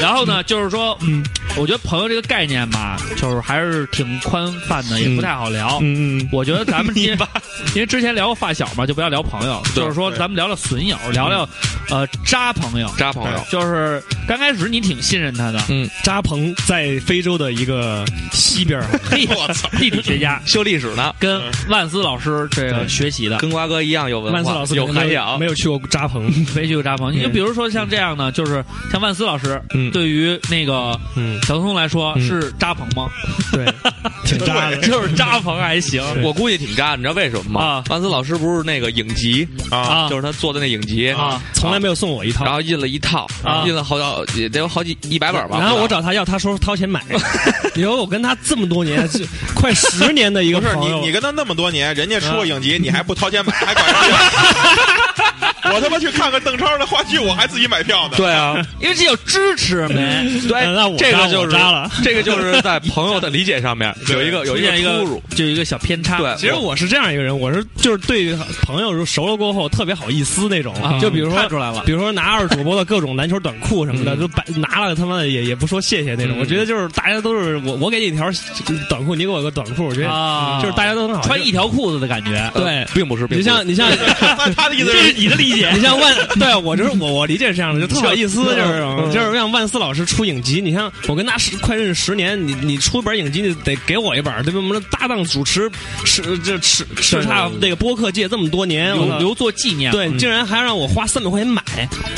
然后呢，就是说，嗯，我觉得朋友这个概念吧，就是还是挺宽泛的，也不太好聊。嗯嗯我觉得咱们今因为之前聊过发小嘛，就不要聊朋友，对就是说对咱们聊聊损友，聊聊呃渣朋友。渣朋友，就是刚开始你挺信任他 的，扎鹏在非洲的一个西边儿，嘿，地理学 家修历史呢，跟万斯老师这个对学习的，嗯跟瓜哥一样有文曼斯化，老师有可能涵没养没。 有去过扎鹏，没去过渣朋友。你就比如说像这样的，就是像万斯老师，嗯嗯对于那个嗯小松来说嗯是扎鹏吗？对，挺渣 的。 就是扎鹏还行我估计挺尬，你知道为什么吗啊？万斯老师不是那个影集，啊，啊就是他做的那影集啊，从来没有送我一然套。后印了一套，啊印了好几，也得有好几一百本吧。然后我找他要，他说 掏钱买。以后我跟他这么多年，是快十年的 一个不是朋你友，你跟他那么多年，人家出过影集，你还不掏钱买，还管人要我他妈去看看邓超的话剧，我还自己买票呢。对啊，因为这叫支持 没。 对嗯那我，这扎个了就我是扎了 这个就是在朋友的理解上 面有一个出有一现一个个出入。就有一个小偏差。对其实我是这样一个人，我是就是对朋友熟了过后特别好意思那种，就比如说啊看出来了嗯比如说拿二主播的各种篮球短裤什么的，就摆拿了他妈的也也不说谢谢那嗯种。我觉得就是大家都是我我给你一条短裤，你给我个短裤，我觉得啊，就是大家都很好穿一条裤子的感觉。对呃，并不是，并你不是像 你像。他他的意思是，你的理解， 你像万对啊我就是我我理解是这样的，就特好意思，就是嗯就是像万斯老师出影集，你像我跟他十快认识十年，你你出一本影集，你得给我一本，对吧？我们的搭档主持叱这叱叱咤这个播客界这么多年，我留操留作纪念。对，嗯竟然还让我花三百块钱买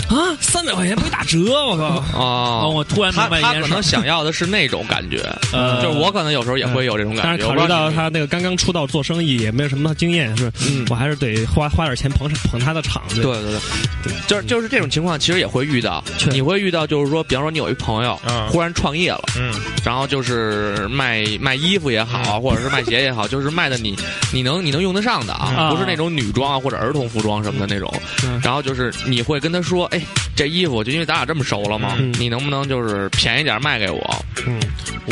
啊，三百块钱不会打折，我靠！啊，哦。我突然他明白一他件可事能，想要 的是那种感觉，呃就是我可能有时候也会有这种但感是觉。考我不虑知道到你他那个刚刚出道做生意也没有什么经验，是我还是得花花点钱捧捧他的场，嗯对对对，就是就是这种情况，其实也会遇到。你会遇到，就是说，比方说你有一朋友嗯忽然创业了，嗯，然后就是卖卖衣服也好，啊或者是卖鞋也好，就是卖的你你能你能用得上的啊，嗯不是那种女装啊或者儿童服装什么的那种嗯。然后就是你会跟他说，哎，这衣服就因为咱俩这么熟了嘛嗯，你能不能就是便宜点卖给我？嗯，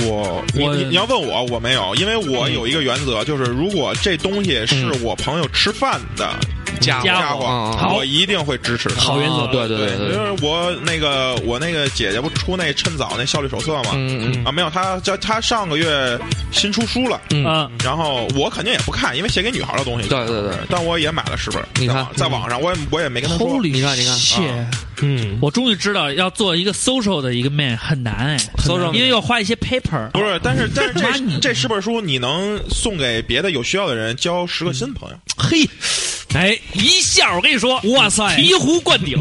我你我你你要问我，我没有，因为嗯我有一个原则，就是如果这东西是我朋友吃饭的家伙家嗯嗯伙嗯，我一定会支持他。好原则，对对对对对，就是我那个我那个姐姐不出那趁早那效率手册嘛，嗯嗯啊没有，她她她上个月新出书了，嗯嗯，嗯，然后我肯定也不看，因为写给女孩的东西，对对对，但我也买了十本，你看嗯在网在网上我也我也没跟她说，你看 你看，啊嗯，我终于知道要做一个 social 的一个 man 很难哎 social 因为要花一些 paper。不是，但是但是妈这你这十本书你能送给别的有需要的人，交十个新朋友， 嘿，哎，一下我跟你说，哇塞，醍醐灌 顶。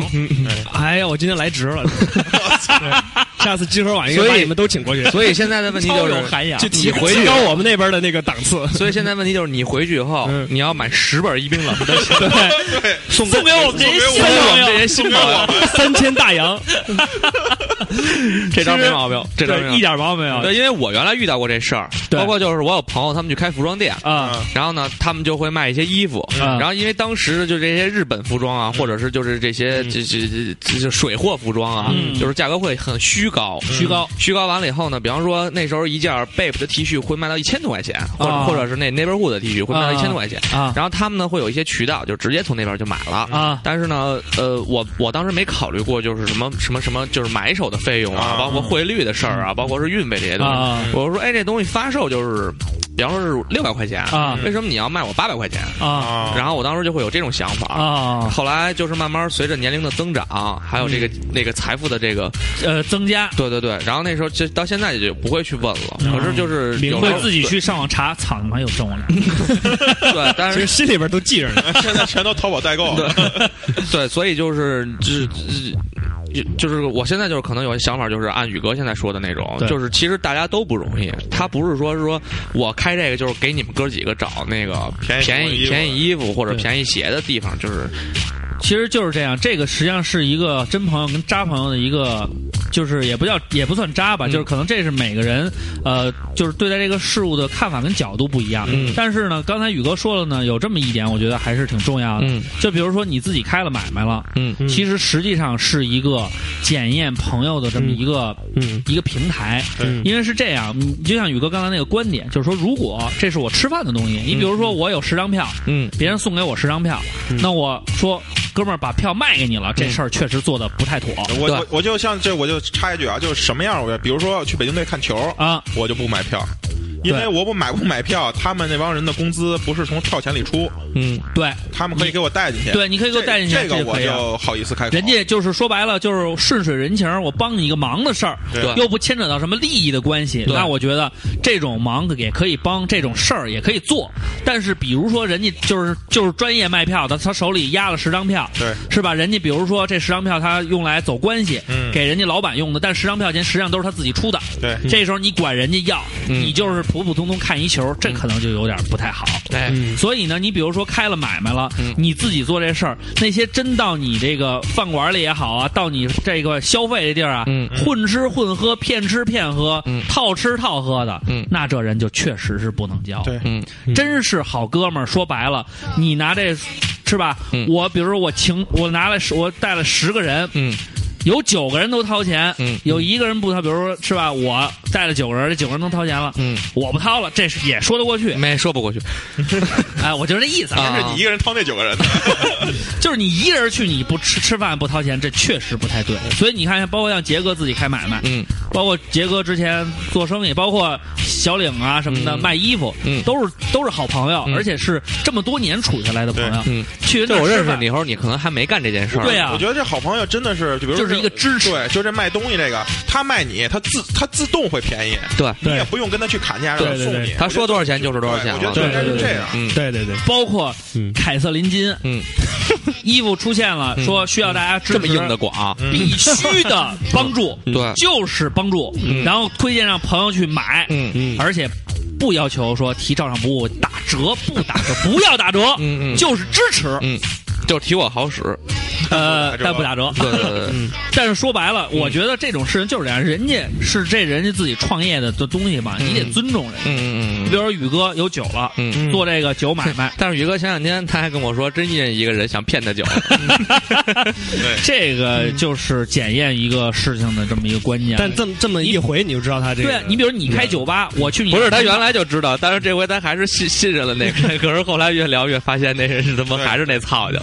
哎呀，我今天来值了， 对下次集合晚一个所以把你们都请过去，所以现在的问题超就是有涵养就你提回去提高我们那边的那个档次。所以现在问题就是，你回去以后，嗯你要买十本一冰冷的， 送对，送给我们这些新给我朋们友这些新朋友，三千 大洋，这招没毛病，这招没对，毛一病。点毛病没有对，因为我原来遇到过这事儿，啊对包括就是我有朋友他们去开服装店，啊然后呢，他们就会卖一些衣服，嗯然后因为当时就这些日本服装啊，或者是就是这些这这这这这水货服装啊，嗯就是价格会很虚高，嗯虚高虚高完了以后呢，比方说那时候一件 Bape 的 T 恤会卖到一千多块钱，或者啊或者是那 Neighborhood 的 T 恤会卖到啊一千多块钱，啊然后他们呢会有一些渠道，就直接从那边就买了啊但是呢，呃，我我当时没考虑过就是什么什么什么，就是买手的费用啊啊，包括汇率的事儿啊，包括是运费这些东西。嗯啊我说，哎，这东西发售就是，比方说是六百块钱啊为什么你要卖我八百块钱？啊啊，然后我当时就会有这种想法。啊！后来就是慢慢随着年龄的增长，还有这嗯个、那个财富的这个，呃，增加对对对。然后那时候就到现在也就不会去问了。可是就是领有会时候嗯自己去上网查，操你妈又挣我俩。对，对但其是实心里边都记着呢。现在全都淘宝代购， 对，所以就是就是。就就是我现在就是可能有些想法，就是按宇哥现在说的那种，对就是其实大家都不容易。他不是说是说我开这个就是给你们哥几个找那个便便宜宜衣服便宜衣服或者对便宜鞋的地方，就是其实就是这样，这个实际上是一个真朋友跟渣朋友的一个，就是也不叫也不算渣吧，嗯就是可能这是每个人呃，就是对待这个事物的看法跟角度不一样。嗯但是呢，刚才宇哥说了呢，有这么一点，我觉得还是挺重要的。 嗯就比如说你自己开了买卖了，嗯其实实际上是一个检验朋友的这么一个、嗯一个平台，嗯因为是这样，你就像宇哥刚才那个观点，就是说，如果这是我吃饭的东西，你嗯比如说我有十张票，嗯别人送给我十张票，那我说哥们儿把票卖给你嗯了，这事儿确实做的不太妥我对我我就像这，我就插一句啊，就是什么样儿我，比如说去北京队看球，啊。我就不买票，因为我不买不买票，他们那帮人的工资不是从票钱里出，嗯，对他们可以给我带进去。对，你可以给我带进去，这这个就我可以了就好意思开口。人家就是说白了，就是顺水人情，我帮你一个忙的事儿，对又不牵扯到什么利益的关系。对那我觉得这种忙也可以帮，这种事儿也可以做。但是比如说人家就是就是专业卖票的，他手里压了十张票，对是吧？人家比如说这十张票他用来走关系，嗯给人家老板用的，但十张票钱实际上都是他自己出的。对这时候你管人家要，嗯你就是普普通通看一球，这可能就有点不太好。哎，嗯所以呢，你比如说开了买卖了，嗯你自己做这事儿，那些真到你这个饭馆里也好啊，到你这个消费的地儿啊，嗯混吃混喝、骗吃骗喝、嗯套吃套喝的，嗯那这人就确实是不能交。对嗯真是好哥们儿。说白了，你拿这是吧？嗯我比如说我请我拿了十我带了十个人，嗯有九个人都掏钱，嗯有一个人不掏，比如说是吧？我带了九个人，这九个人都掏钱了，嗯，我不掏了，这是也说得过去。没说不过去哎，我就是这意思啊啊是你一个人掏那九个人的，就是你一个人去，你不吃吃饭不掏钱，这确实不太对。所以你看，包括像杰哥自己开买卖，嗯，包括杰哥之前做生意，包括小领啊什么的、嗯卖衣服，嗯都是都是好朋友，嗯而且是这么多年处下来的朋友。嗯，去人就那我儿认吃识饭你，时候，你可能还没干这件事儿。对呀、我觉得这好朋友真的是，就比如说就是这一个支持对，就这卖东西这个，他卖你，他自他自动会便宜，对，你也对不用跟他去砍价让他对对送对你。他说多少钱就是多少对钱啊我了。觉得对应该是对这对样。嗯对对对，包括嗯凯瑟琳金嗯， 衣服出现了，嗯说需要大家支持，这么硬的广，嗯必须的帮 助，对就是帮助，嗯然后推荐让朋友去买，嗯嗯而且不要求说提照常不误，打折不打折，不要打折，嗯嗯就是支持，嗯，就是提我好使。嗯呃，打折但不打折。 对对对对，但是说白了，嗯我觉得这种事情就是这样，人家是这人家自己创业的的东西嘛，你得尊重人家。嗯你嗯比如说宇哥有酒了，嗯嗯。做这个酒买卖， 但是宇哥前两天他还跟我说，真认识一个人想骗他 酒，这个就是检验一个事情的这么一个关键。但这么这么一回你就知道他这个，啊对你比如你开酒吧，我去你嗯不是他原来就知道，但是这回他还是信信任了那个人，可是后来越聊越发现那人是他妈还是那操酒，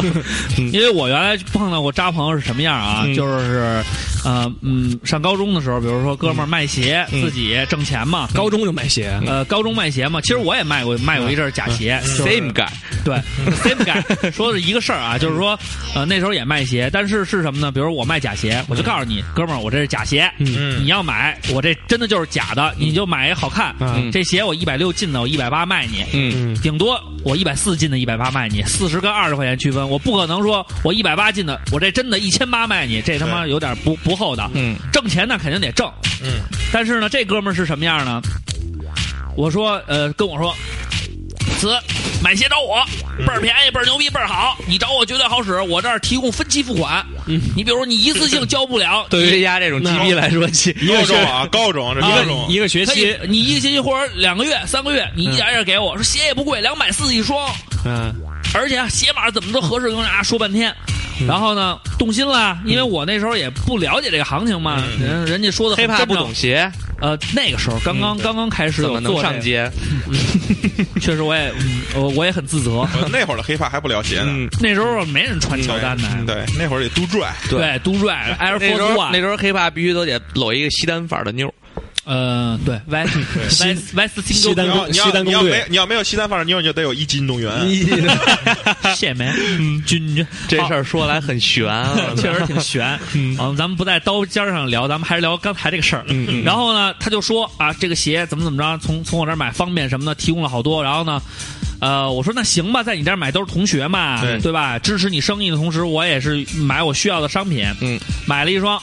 因为我原来碰到过渣朋友是什么样啊？嗯就是，呃，嗯，上高中的时候，比如说哥们儿卖鞋，嗯自己挣钱嘛，高中就买鞋，啊呃，高中卖鞋嘛，其实我也卖过，卖过一阵儿假鞋、就是嗯 same guy，对 same guy，说 的是一个事儿啊，就是说，呃，那时候也卖鞋，但是是什么呢？比如我卖假鞋，我就告诉你，哥们儿，我这是假鞋，你嗯，要买，我这真的就是假的，你就买一好看，嗯这鞋我一百六进的，我一百八卖你，嗯顶多我一百四进的，一百八卖你，四十跟二十块钱区分，我不可能说我一百八进的，我这真的一千八卖你，这他妈有点不不厚道。嗯挣钱那肯定得挣，嗯，但是呢，这哥们儿是什么样呢？我说，呃，跟我说，子买鞋找我，嗯倍儿便宜，倍儿牛逼，倍儿好，你找我绝对好使，我这儿提供分期付款，你比如说你一次性交不了，嗯 对于丫这种鸡逼来说，其高中啊，高中这啊高中一个学 可以期，，你一个星期或者两个月、三个月，嗯你一点一点给我。说鞋也不贵，两百四一双，嗯而且啊鞋码怎么都合适，跟大家说半天。嗯然后呢，动心了，因为我那时候也不了解这个行情嘛，人人家说的嗯黑很怕真不诚懂。鞋，呃，那个时候刚刚刚刚开始嗯怎有么能做上这街？个， 确实我也嗯我我也很自责。我那会儿的黑怕还不了解嗯呢，那时候没人穿乔丹的，对，那会儿得都拽，对，都瑞 Air 嗯那时 Force 候那 One，时候黑怕必须都得搂一个西单范儿的妞，呃，对，West West West 西 Single，单你要攻你要西单你要攻没略，你要没有西单范儿妞，你就得有一级运动员。谢嗯梅，君君，这好，事儿说来很悬 啊确实挺悬。嗯，咱们不在刀尖上聊，咱们还是聊刚才这个事儿。然后呢，他就说啊，这个鞋怎么怎么着，从从我这儿买方便什么的，提供了好多。然后呢，呃，我说那行吧，在你这儿买都是同学嘛，对对吧？支持你生意的同时，我也是买我需要的商品。嗯，买了一双。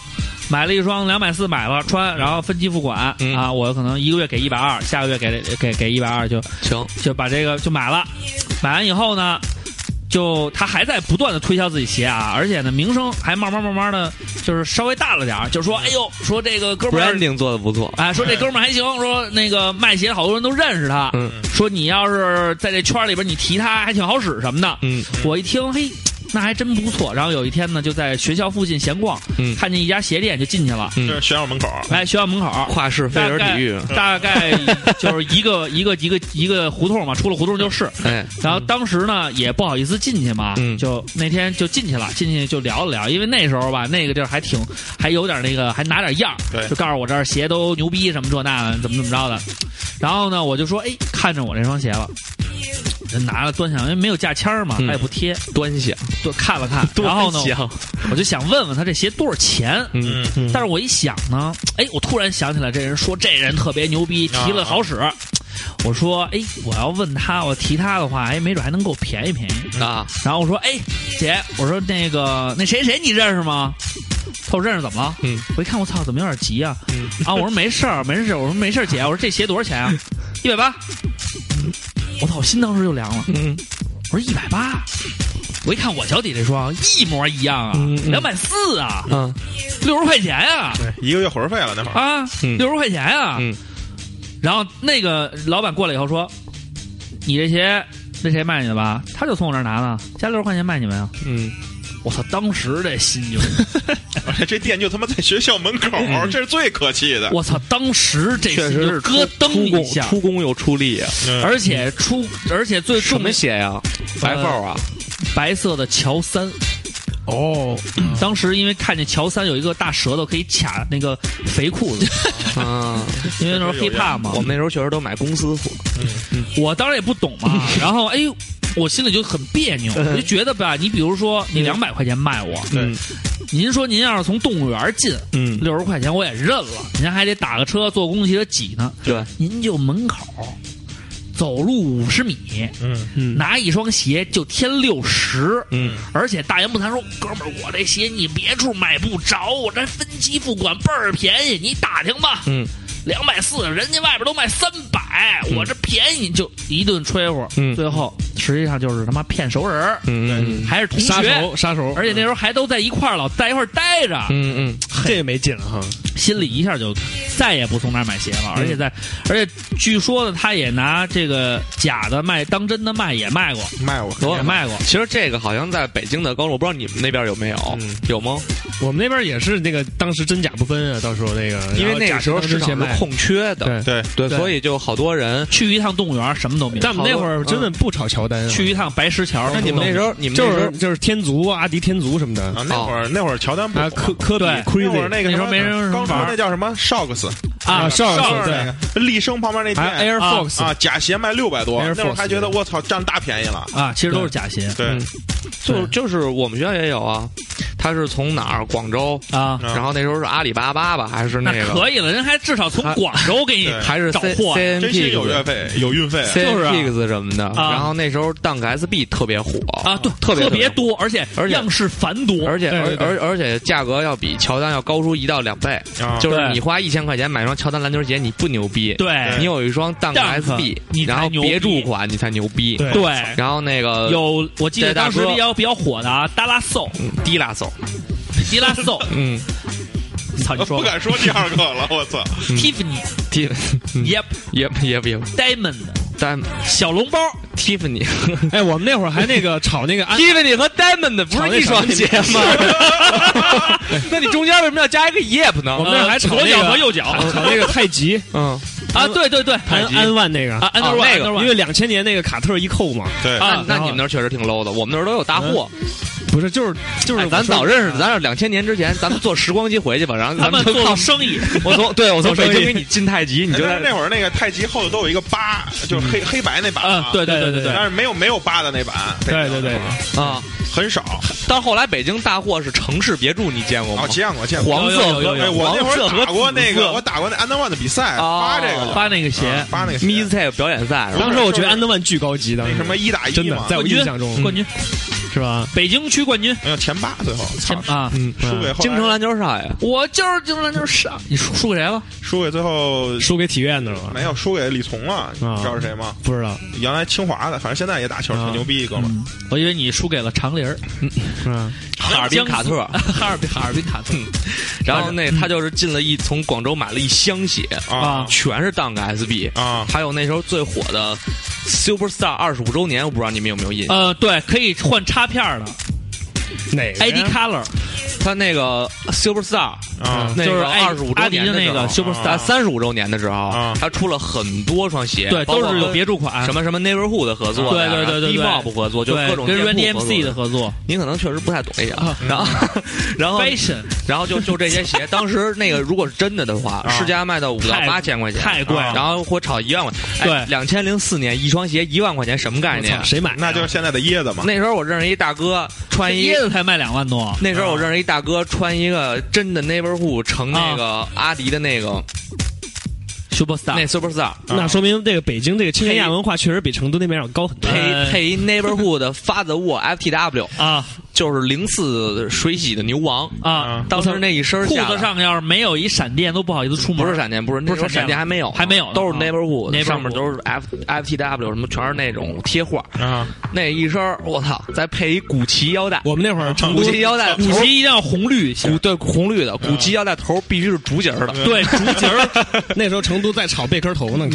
买了一双两百四，买了穿，然后分期付款、嗯啊，我可能一个月给一百二，下个月给给给一百二就行，就把这个就买了，买完以后呢，就他还在不断的推销自己鞋啊，而且呢名声还慢慢慢慢的就是稍微大了点儿，就说哎呦，说这个哥们儿。 branding 做的不错，啊，说这哥们儿还行，说那个卖鞋好多人都认识他，嗯说你要是在这圈里边你提他还挺好使什么的。嗯我一听，嘿，那还真不错。然后有一天呢，就在学校附近闲逛，嗯看见一家鞋店就进去了。嗯这是学校门口，哎，学校门口跨市飞大人概体育，大概就是一个一个一个一个胡同嘛，出了胡同就是。哎，然后当时呢也不好意思进去嘛，嗯就那天就进去了，进去就聊了聊，因为那时候吧，那个地儿还挺还有点那个，还拿点样儿对就告诉我这儿鞋都牛逼什么这那的，怎么怎么着的。然后呢，我就说，哎，看着我这双鞋了。就拿了端详，因为没有价签儿嘛，嗯他也不贴，端详，就看了 看。然后呢，我就想问问他这鞋多少钱。嗯嗯，但是我一想呢，哎，我突然想起来，这人说这人特别牛逼，啊提了好使。我说，哎，我要问他，我提他的话，哎，没准还能给我便宜便宜。啊，然后我说，哎，姐，我说那个那谁谁你认识吗？他说认识怎么了？嗯，我一看，我操，怎么有点急啊？嗯啊，我说没事儿，没事儿，我说没事儿，姐，我说这鞋多少钱啊？一百八。我操，我心当时就凉了。嗯我说一百八，我一看我脚底这双一模一样啊嗯，嗯两百四啊，嗯六十块钱啊。对，一个月伙食费了那会儿，啊，嗯六十块钱啊。嗯然后那个老板过来以后说：“你这鞋那谁卖你的吧？他就从我这儿拿的，加六十块钱卖你们啊嗯，！”我操，当时这心 就，而且这店就他妈在学校门口，这是最可气的。我操，当时这确心实就是咯噔出一工下。出工又出力，啊嗯而且出，而且最什重么的鞋呀？白呃 f 啊，白色的乔三，哦，嗯当时因为看见乔三有一个大舌头可以卡那个肥裤 子，啊，因为那时候有 hiphop 嘛，我们那时候确实都买公司货，我当然也不懂 嘛，然后哎，我心里就很别扭，我就觉得吧，你比如说你两百块钱卖我，嗯您说您要是从动物园进嗯，六十块钱我也认了，您还得打个车坐公共汽车挤呢，对，您就门口走路五十米，嗯嗯拿一双鞋就添六十，嗯，而且大言不惭说，哥们儿，我这鞋你别处买不着，我这分期付款倍儿便宜，你打听吧，嗯两百四，人家外边都卖三百，我这便宜就一顿吹呼，嗯最后实际上就是他妈骗熟人儿，嗯嗯还是同杀学，手杀手，而且那时候还都在一块儿，老在一块儿待着，嗯嗯，这也没劲哈。心里一下就再也不从那儿买鞋嗯了，而且在，而且据说呢，他也拿这个假的卖当真的卖，也卖过，卖我，也卖过，其实这个好像在北京的高中，我不知道你们那边有没有，有吗？我们那边也是那个当时真假不分啊，到时候那个，因为然后那假个时候当市真场先是卖空缺的，对。对，对，对所以就好多人。去一趟动物园什么都没有，但我们那会儿真嗯的不炒乔丹啊，去一趟白石桥，那你们那时候，你们那就时候是就是天族、阿迪天族什么的啊，那会儿那会儿乔丹不啊，火科科比对、 c 那会 r a 儿 z 那个那时候什么没人刚说玩那叫什么 Shocks 啊，上上对那个立升旁边那还有店 Air 啊 Fox 啊，假鞋卖六百多， Air 那会儿 Force 还觉得我操占大便宜了。啊，其实都是假鞋对，就就是我们学校也有啊，他是从哪儿？广州，啊。嗯然后那时候是阿里巴巴吧，还是那个？可以了，人还至少从还广州给你对还是找 C 货啊 C N 真心 P 有月费有运费， C 就是 N 啊 P X 什么的。啊然后那时候 Dunk S B 特别火啊，对，特别别，多，而且而且样式繁多，而且对而对对而而且价格要比乔丹要高出一到两倍，啊就是对你花一千块钱买双乔丹篮球鞋，你不牛逼，对你有一双 Dunk Dunk， S B，你才然后牛逼别注款你才牛逼，对对，然后那个有我记得这大当时哥比较比较火的啊，达拉寿、低拉手，迪拉寿， 嗯，操你我说不吧敢说第二个了，我操！ ，Tiffany、 低嗯 Yep、 也也也 Diamond、单小笼包， Tiffany 哎，我们那会儿还那个炒那个 安， Tiffany 和 Diamond 不是一双鞋吗？ 那你中间为什么要加一个 Yep 我呢？们那儿还炒呃左那脚和个啊右脚炒那个太极，嗯，啊，对对对，安安安万那个啊，安德万，那安个德因万为两千年那个卡特一扣嘛，对，啊，嗯那你们那儿确实挺 low 的，我们那儿都有大货。不是就是就是哎咱说早认识，咱是两千年之前，咱们坐时光机回去吧，然后他咱啊们就做靠了生意，我从对我从做北生意京给你进太极，你但就是在那会儿那个太极后头都有一个八，就是黑黑白那版啊，对对对对对但是没有没有八的那版，对对对，啊。很少。但后来北京大货是城市别住，你见过吗哦，？见过见过。黄有色有有和哎，我那会黄色儿和打过那紫个，色我打过那安德万的比赛，哦发这个的啊发那个鞋啊，发那个 m u 鞋 s i c 表演赛是吧当时我觉得安德万巨高级，当那时什么一打一真的嘛，在我冠军印象中冠军，是吧？嗯北京区冠军，没有前八最后，前操啊，输给后来京城篮球少爷，我就是经常就是上，你输输给谁了？输给最后嗯输给体院的是吧？没有输给李彤了，你知道是谁吗？不知道，原来清华的，反正现在也打球，啊挺牛逼一哥们儿。我以为你输给了长林儿，嗯，哈尔滨卡特。 哈尔滨哈尔滨卡 特啊然后那他就是进了一从广州买了一箱鞋，啊全是 Dunk SB，啊！还有那时候最火的啊 Superstar 二十五周年，我不知道你们有没有印象。呃，对，可以换插片儿的，哪个呀 ID Color 他那个 Super Star，啊那就是个艾二十五周阿迪年的那时候啊个 Superstar 三十五周年的时候啊，他出了很多双鞋，对，包括都是有跟别注款，什么什么 Neighborhood 的合作对呀，对对对对 d e b 合作，就对各种跟 Run 店铺合作 DMC 的合作您可能确实不太懂这些啊啊，然后然后，Fashion 然后就就这些鞋，当时那个如果是真的的话，市价卖到五到啊太八千块钱，太贵了然后或炒一万块，哎对两千零四年一双鞋一万块钱什么概念啊操？谁买？那就是现在的椰子嘛。那时候我认识一大哥穿一椰。子才卖两万多，那时候我认识一大哥，穿一个真的 neighborhood 乘啊那个阿迪的那个 Superstar 那 superstar，那说明这个北京这个青年亚文化确实比成都那边要高很多。配呃配一 neighborhood 的 Fatherwood FTW，啊就是零四水洗的牛王。啊！当时那一身裤下子来上要是没有一闪电，都不好意思出门。不是闪电，不是那时不候是闪闪电电还没有，还没有呢都是啊 neighborhood， neighborhood 上面都是 F F T W 什么，全是那种贴画。啊，那一身儿我操，再配一古奇腰带，我们那会儿成古都奇腰带古头奇一定要红绿型古，对红绿的，古奇腰带头必须是竹节儿的。嗯对，竹节儿， 那时候成都在炒贝壳头呢，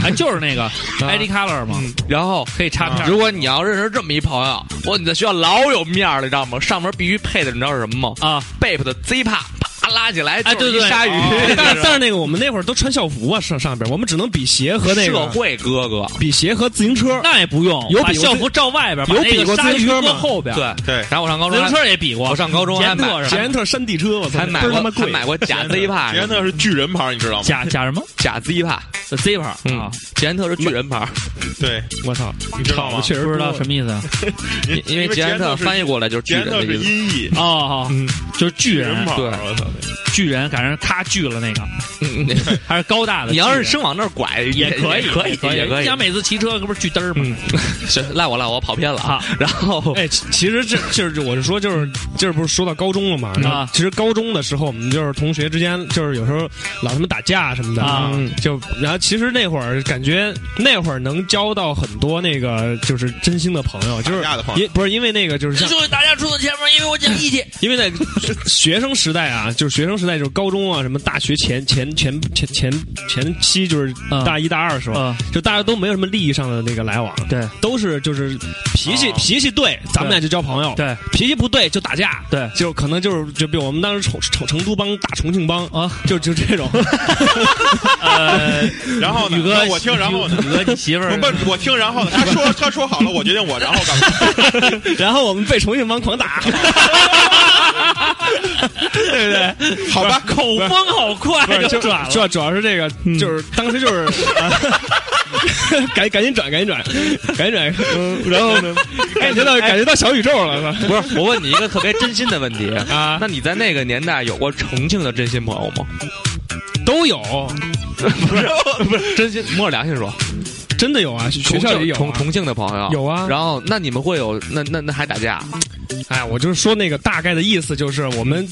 还就是那个 ID Color 嘛，啊嗯然后可以插片儿如果你要认识这么一朋友，哇，你在学校老有面儿了，你知道吗？上面必须配的，你知道是什么吗啊。 ？Bape 的 Zippa，啪拉起来哎就是对对哦一鲨鱼， 但是但是那个我们那会儿都穿校服啊，上上边儿我们只能比鞋和那社个会哥哥，比鞋和自行车。那也不用，有把比过校服罩外边，把有那比个过鲨自行鱼车搁吗后边，对，对然后我上高自行中还车也比过，我上高中还捷买特捷是吧安特山地车，我操，还买倍儿过他妈还贵。买过假捷 Zippa，捷安特是巨人牌，你知道吗？ 假假什么假 Zippa， zipper 啊嗯？，捷安特是巨人牌，对，我操，你知道吗？确实不知道多什么意思啊？因因为捷安特翻译过来就是巨捷安人的特是意思。音 译，哦哦，就是巨巨人人，牌，对我操，巨人，赶上咔巨了那个，嗯嗯还是高大的巨人。你要是生往那儿拐也可以，可以，可也可你以想。每次骑车可不是巨嘚儿吗？行，赖我赖我跑偏了啊。然后哎，其其实这就是我是说，就是这不是说到高中了嘛？然啊后其实高中的时候，我们就是同学之间，就是有时候老他妈打架什么的啊嗯就然后其实那会儿感觉那会儿能交到很多那个就是真心的朋友，就是打架的朋友因不是因为那个就是像兄弟，大家出到前面，因为我讲义气。因为在学生时代啊，就是学生时代，就是高中啊，什么大学前前前前前前期，就是嗯大一大二的时 候，嗯就大家都没有什么利益上的那个来往，对都是就是脾气、哦脾气对，咱们俩就交朋友，对脾气不对就打架，对就可能就是就比如我们当时成成成都帮打重庆帮，啊，就就 这种，呃，然后呢？宇哥，那我听，然后呢？宇 哥，你媳妇儿不不，我听，然后呢？他说他说好了，我决定我，然后干 嘛？然后我们被重庆帮狂打，对不对？好吧，口 风好快不是，就就转嗯主了。要主要是这个，就是当时就是， 啊赶赶紧转，赶紧 转，赶紧转，哎嗯，然后 呢，感觉到感觉到小宇宙了，不是，我问你一个特别真心的问题啊那你在那个年代有过重庆的真心朋友吗？都有，不是，不是真心，摸着良心说，真的有啊，学重校庆里有重啊。重庆的朋友有啊然后那你们会有那那那还打架？啊哎，我就是说那个大概的意思，就是我们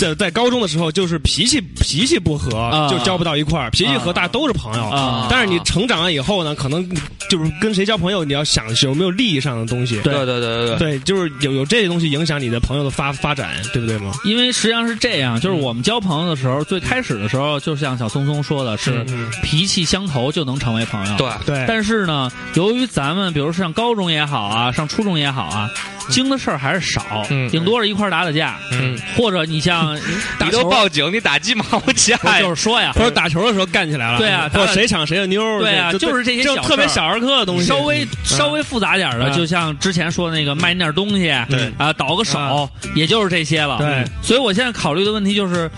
在在高中的时候，就是脾气脾气不合，啊就交不到一块儿。脾气啊和大家都是朋友，啊但是你成长了以后呢，可能就是跟谁交朋友，你要想有没有利益上的东西。对对对对对对，对，就是有有这些东西影响你的朋友的发发展，对不对吗？因为实际上是这样，就是我们交朋友的时候，最开始的时候，就像小松松说的，是脾气相投就能成为朋友。对对，但是呢，由于咱们比如上高中也好啊，上初中也好啊，经的事儿还是少，嗯顶多是一块儿打打架，嗯，或者你像打你都球，报哎警，你打鸡毛架不是就是说呀，或者打球的时候干起来了，对啊或者谁抢谁的妞儿，对啊，就就是这些就小特别事小儿儿科的东西，稍微稍微复杂点儿的，嗯就像之前说那个卖那点儿东西，对啊，倒个手，也就是这些了。对嗯，所以我现在考虑的问题就是。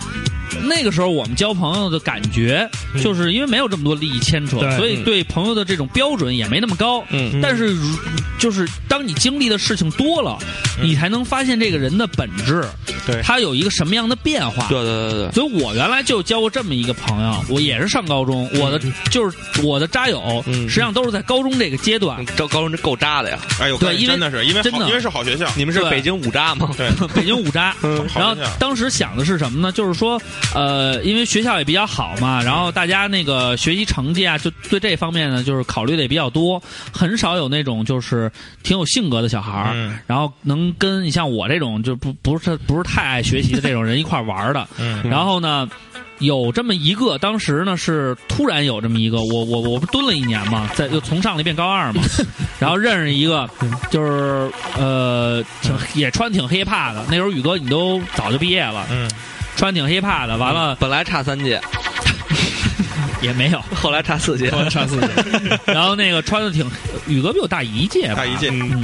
那个时候我们交朋友的感觉，就是因为没有这么多利益牵扯，对所以嗯对朋友的这种标准也没那么高。嗯但是如就是当你经历的事情多了，你才能发现这个人的本质，对他有一个什么样的变化。对对对对所以我原来就交过这么一个朋友，我也是上高中，我的就是我的渣友，嗯实际上都是在高中这个阶段对，。这啊高中这够渣的呀！哎呦，对因为真的是因为真好的因为是好学校，你们是对北京五渣吗？对，北京五渣。好嗯然后学校当时想的是什么呢？就是说，呃，因为学校也比较好嘛，然后大家那个学习成绩啊，就对这方面呢，就是考虑的也比较多，很少有那种就是挺有性格的小孩儿，嗯然后能跟你像我这种就不不是不是太爱学习的这种人一块儿玩儿的。嗯然后呢，有这么一个，当时呢是突然有这么一个，我我我不蹲了一年嘛，在又从上了一遍高二 嘛，然后认识一个，嗯就是呃，挺也穿挺 hiphop 的，那时候宇哥你都早就毕业了，嗯，穿挺 hiphop 的，完了 本来差三届，也没 有，后来差四届，穿四件，然后那个穿的挺，宇哥比我大一届吧，大一届，嗯，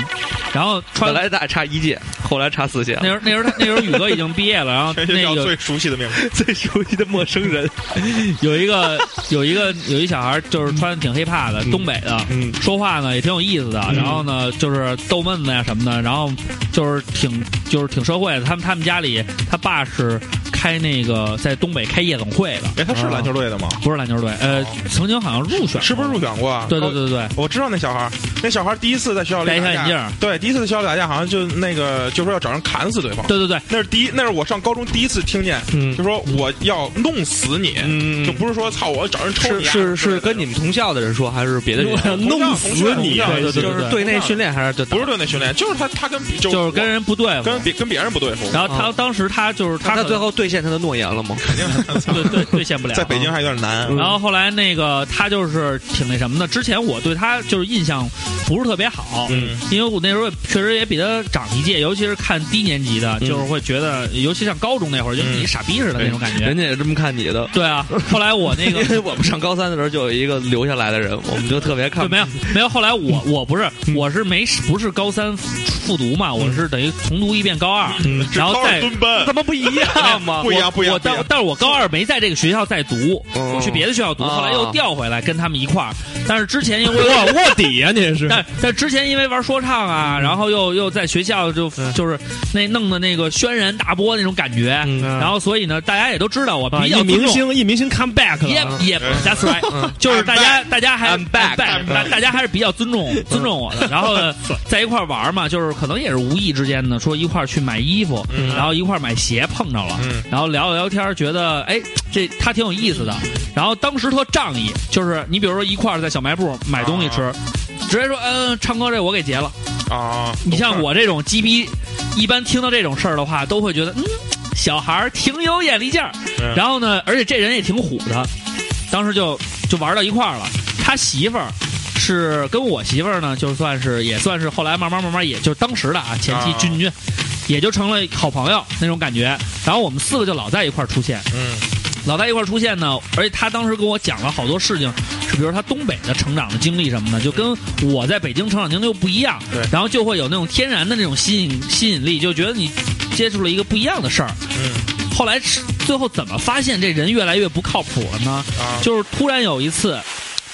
然后穿本来大差一届，后来差四届 那。时候那时候那时候宇哥已经毕业了，然后全学嗯那校个最熟悉的面孔，最熟悉的陌生人，有一个有一个有一小孩儿就是穿的挺 hiphop 的，东北的，嗯说话呢也挺有意思的，然后呢就是逗闷子呀什么的，然后就是挺就是挺社会的。他们他们家里他爸是开那个在东北开夜总会的，哎，他是啊篮球队的吗？不是篮球队，呃哦，曾经好像入选，是不是入？选过啊？对对高对对，我知道那小孩儿，那小孩儿第一次在学校里戴一打小眼镜架，儿对，第一次在学校里打架，好像就那个就说要找人砍死对方。对对对，那是第一，那是我上高中第一次听见，嗯就说我要弄死你，嗯就不是说操我找人抽是你啊， 是是跟你们同校的人说，还是别的人？弄死你， 对对对就是对内训练还是对不是对内训练，就是他他跟比就就是跟人嗯不对付。跟别跟别人不对付，然后他啊当时他就是可他他能最后兑现他的诺言了吗？对对兑现不了，在北京还有点难。然后后来那个他就是挺那什么的，之前我对他就是印象不是特别好，嗯，因为我那时候也确实也比他长一届，尤其是看低年级嗯的，就是会觉得，尤其上高中那会儿，就你傻逼似的那种感觉。人家也这么看你的。对啊，后来我那 个因为我们上高三的时候就有一个留下来的人，我们就特别看就不没有没有，后来我嗯我不是我是没不是高三复读嘛，我是等于重读一遍高二，然后嗯高再二蹲班哎怎么不一 样吗？不一样不一我样，不哦一但样但是我高二没在这个学校再读，嗯我去别的学校读，啊后来又调回来跟他们一块儿。但是之前因为 卧卧底呀，你这是 但但之前因为玩说唱啊，然后又又在学校就就是那弄的那个轩然大波那种感觉，嗯然后所以呢，大家也都知道我啊，比较一尊重明。星一明星 come back 也了，啊也嗯 that's right，就是 大家大家还 I'm back，大 I'm 大家还是比较尊重尊重我的，然后呢，在一块儿玩嘛，就是可能也是无意之间的，说一块儿去买衣服，然后一块儿买鞋碰着了，嗯然后聊了聊天儿，觉得哎这他挺有意思的，然后当时特仗义，就是你比如说一块儿在小卖部买东西吃，直接说嗯昌哥这我给结了，啊，你像我这种鸡逼，一般听到这种事儿的话，都会觉得嗯，小孩儿挺有眼力劲儿。嗯然后呢，而且这人也挺虎的，当时就就玩到一块儿了。他媳妇儿是跟我媳妇儿呢，就算是也算是后来慢慢慢慢，也就当时的啊，前期啊君君，也就成了好朋友那种感觉。然后我们四个就老在一块儿出现，嗯老在一块儿出现呢，而且他当时跟我讲了好多事情，是比如他东北的成长的经历什么的，就跟我在北京成长经历又不一样，对然后就会有那种天然的那种吸引吸引力，就觉得你接触了一个不一样的事儿。嗯后来是最后怎么发现这人越来越不靠谱了呢？啊，就是突然有一次，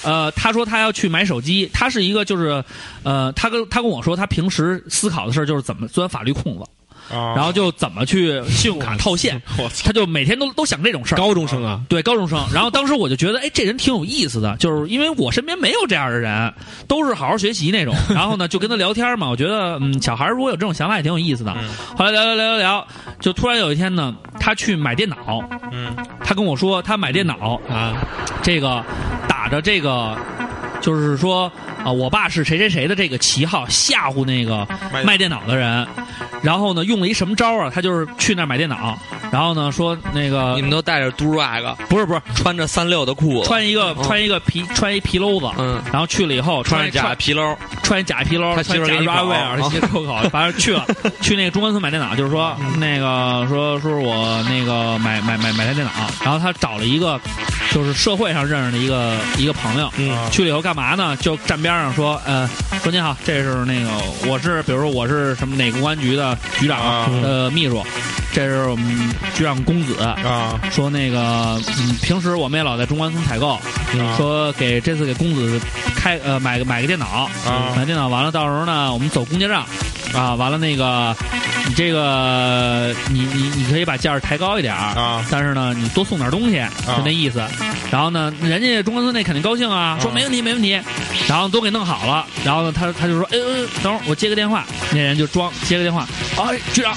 呃，他说他要去买手机，他是一个就是，呃，他跟他跟我说他平时思考的事儿就是怎么钻法律空子，然然后就怎么去哦信用卡套现，我操，他就每天都都想这种事儿。啊高中生啊，对高中生，然后当时我就觉得，哎，这人挺有意思的，就是因为我身边没有这样的人，都是好好学习那种。然后呢，就跟他聊天嘛，我觉得，嗯，小孩儿如果有这种想法也挺有意思的。后来聊聊聊聊聊，就突然有一天呢，他去买电脑，嗯他跟我说他买电脑啊，这个打着这个，就是说啊、我爸是谁谁谁的这个旗号吓唬那个卖卖电脑的人，然后呢用了一什么招儿啊？他就是去那儿买电脑，然后呢说那个你们都带着 Durag，不是不是。穿着三六的裤子，穿一个嗯穿一个皮穿一皮褛子，嗯，然后去了以后穿穿着假皮褛，穿假皮褛，他媳穿妇儿假给你抓搞威 尔啊鞋扣口，反正去 了去那个中关村买电脑，就是说嗯那个说说是我那个买买买买台电脑，然后他找了一个就是社会上认识的一个一个朋友，嗯去了以后干嘛呢？就站边上说，呃，说您好，这是那个我是，比如说我是什么哪个公安局的局长，啊呃，秘书，这是我们局长公子，啊，说那个，嗯，平时我们也老在中关村采购，说给这次给公子开呃买个买个电脑，啊买电脑完了，到时候呢我们走公家账，啊，完了那个你这个你你你可以把价儿抬高一点儿啊，但是呢你多送点东西，就那意思。然后呢，人家中关村那肯定高兴啊，说没问题没问题，然后都给弄好了，然后呢他他就说，哎呦，哎呦等会儿我接个电话，那人就装接个电话，啊，哎局长，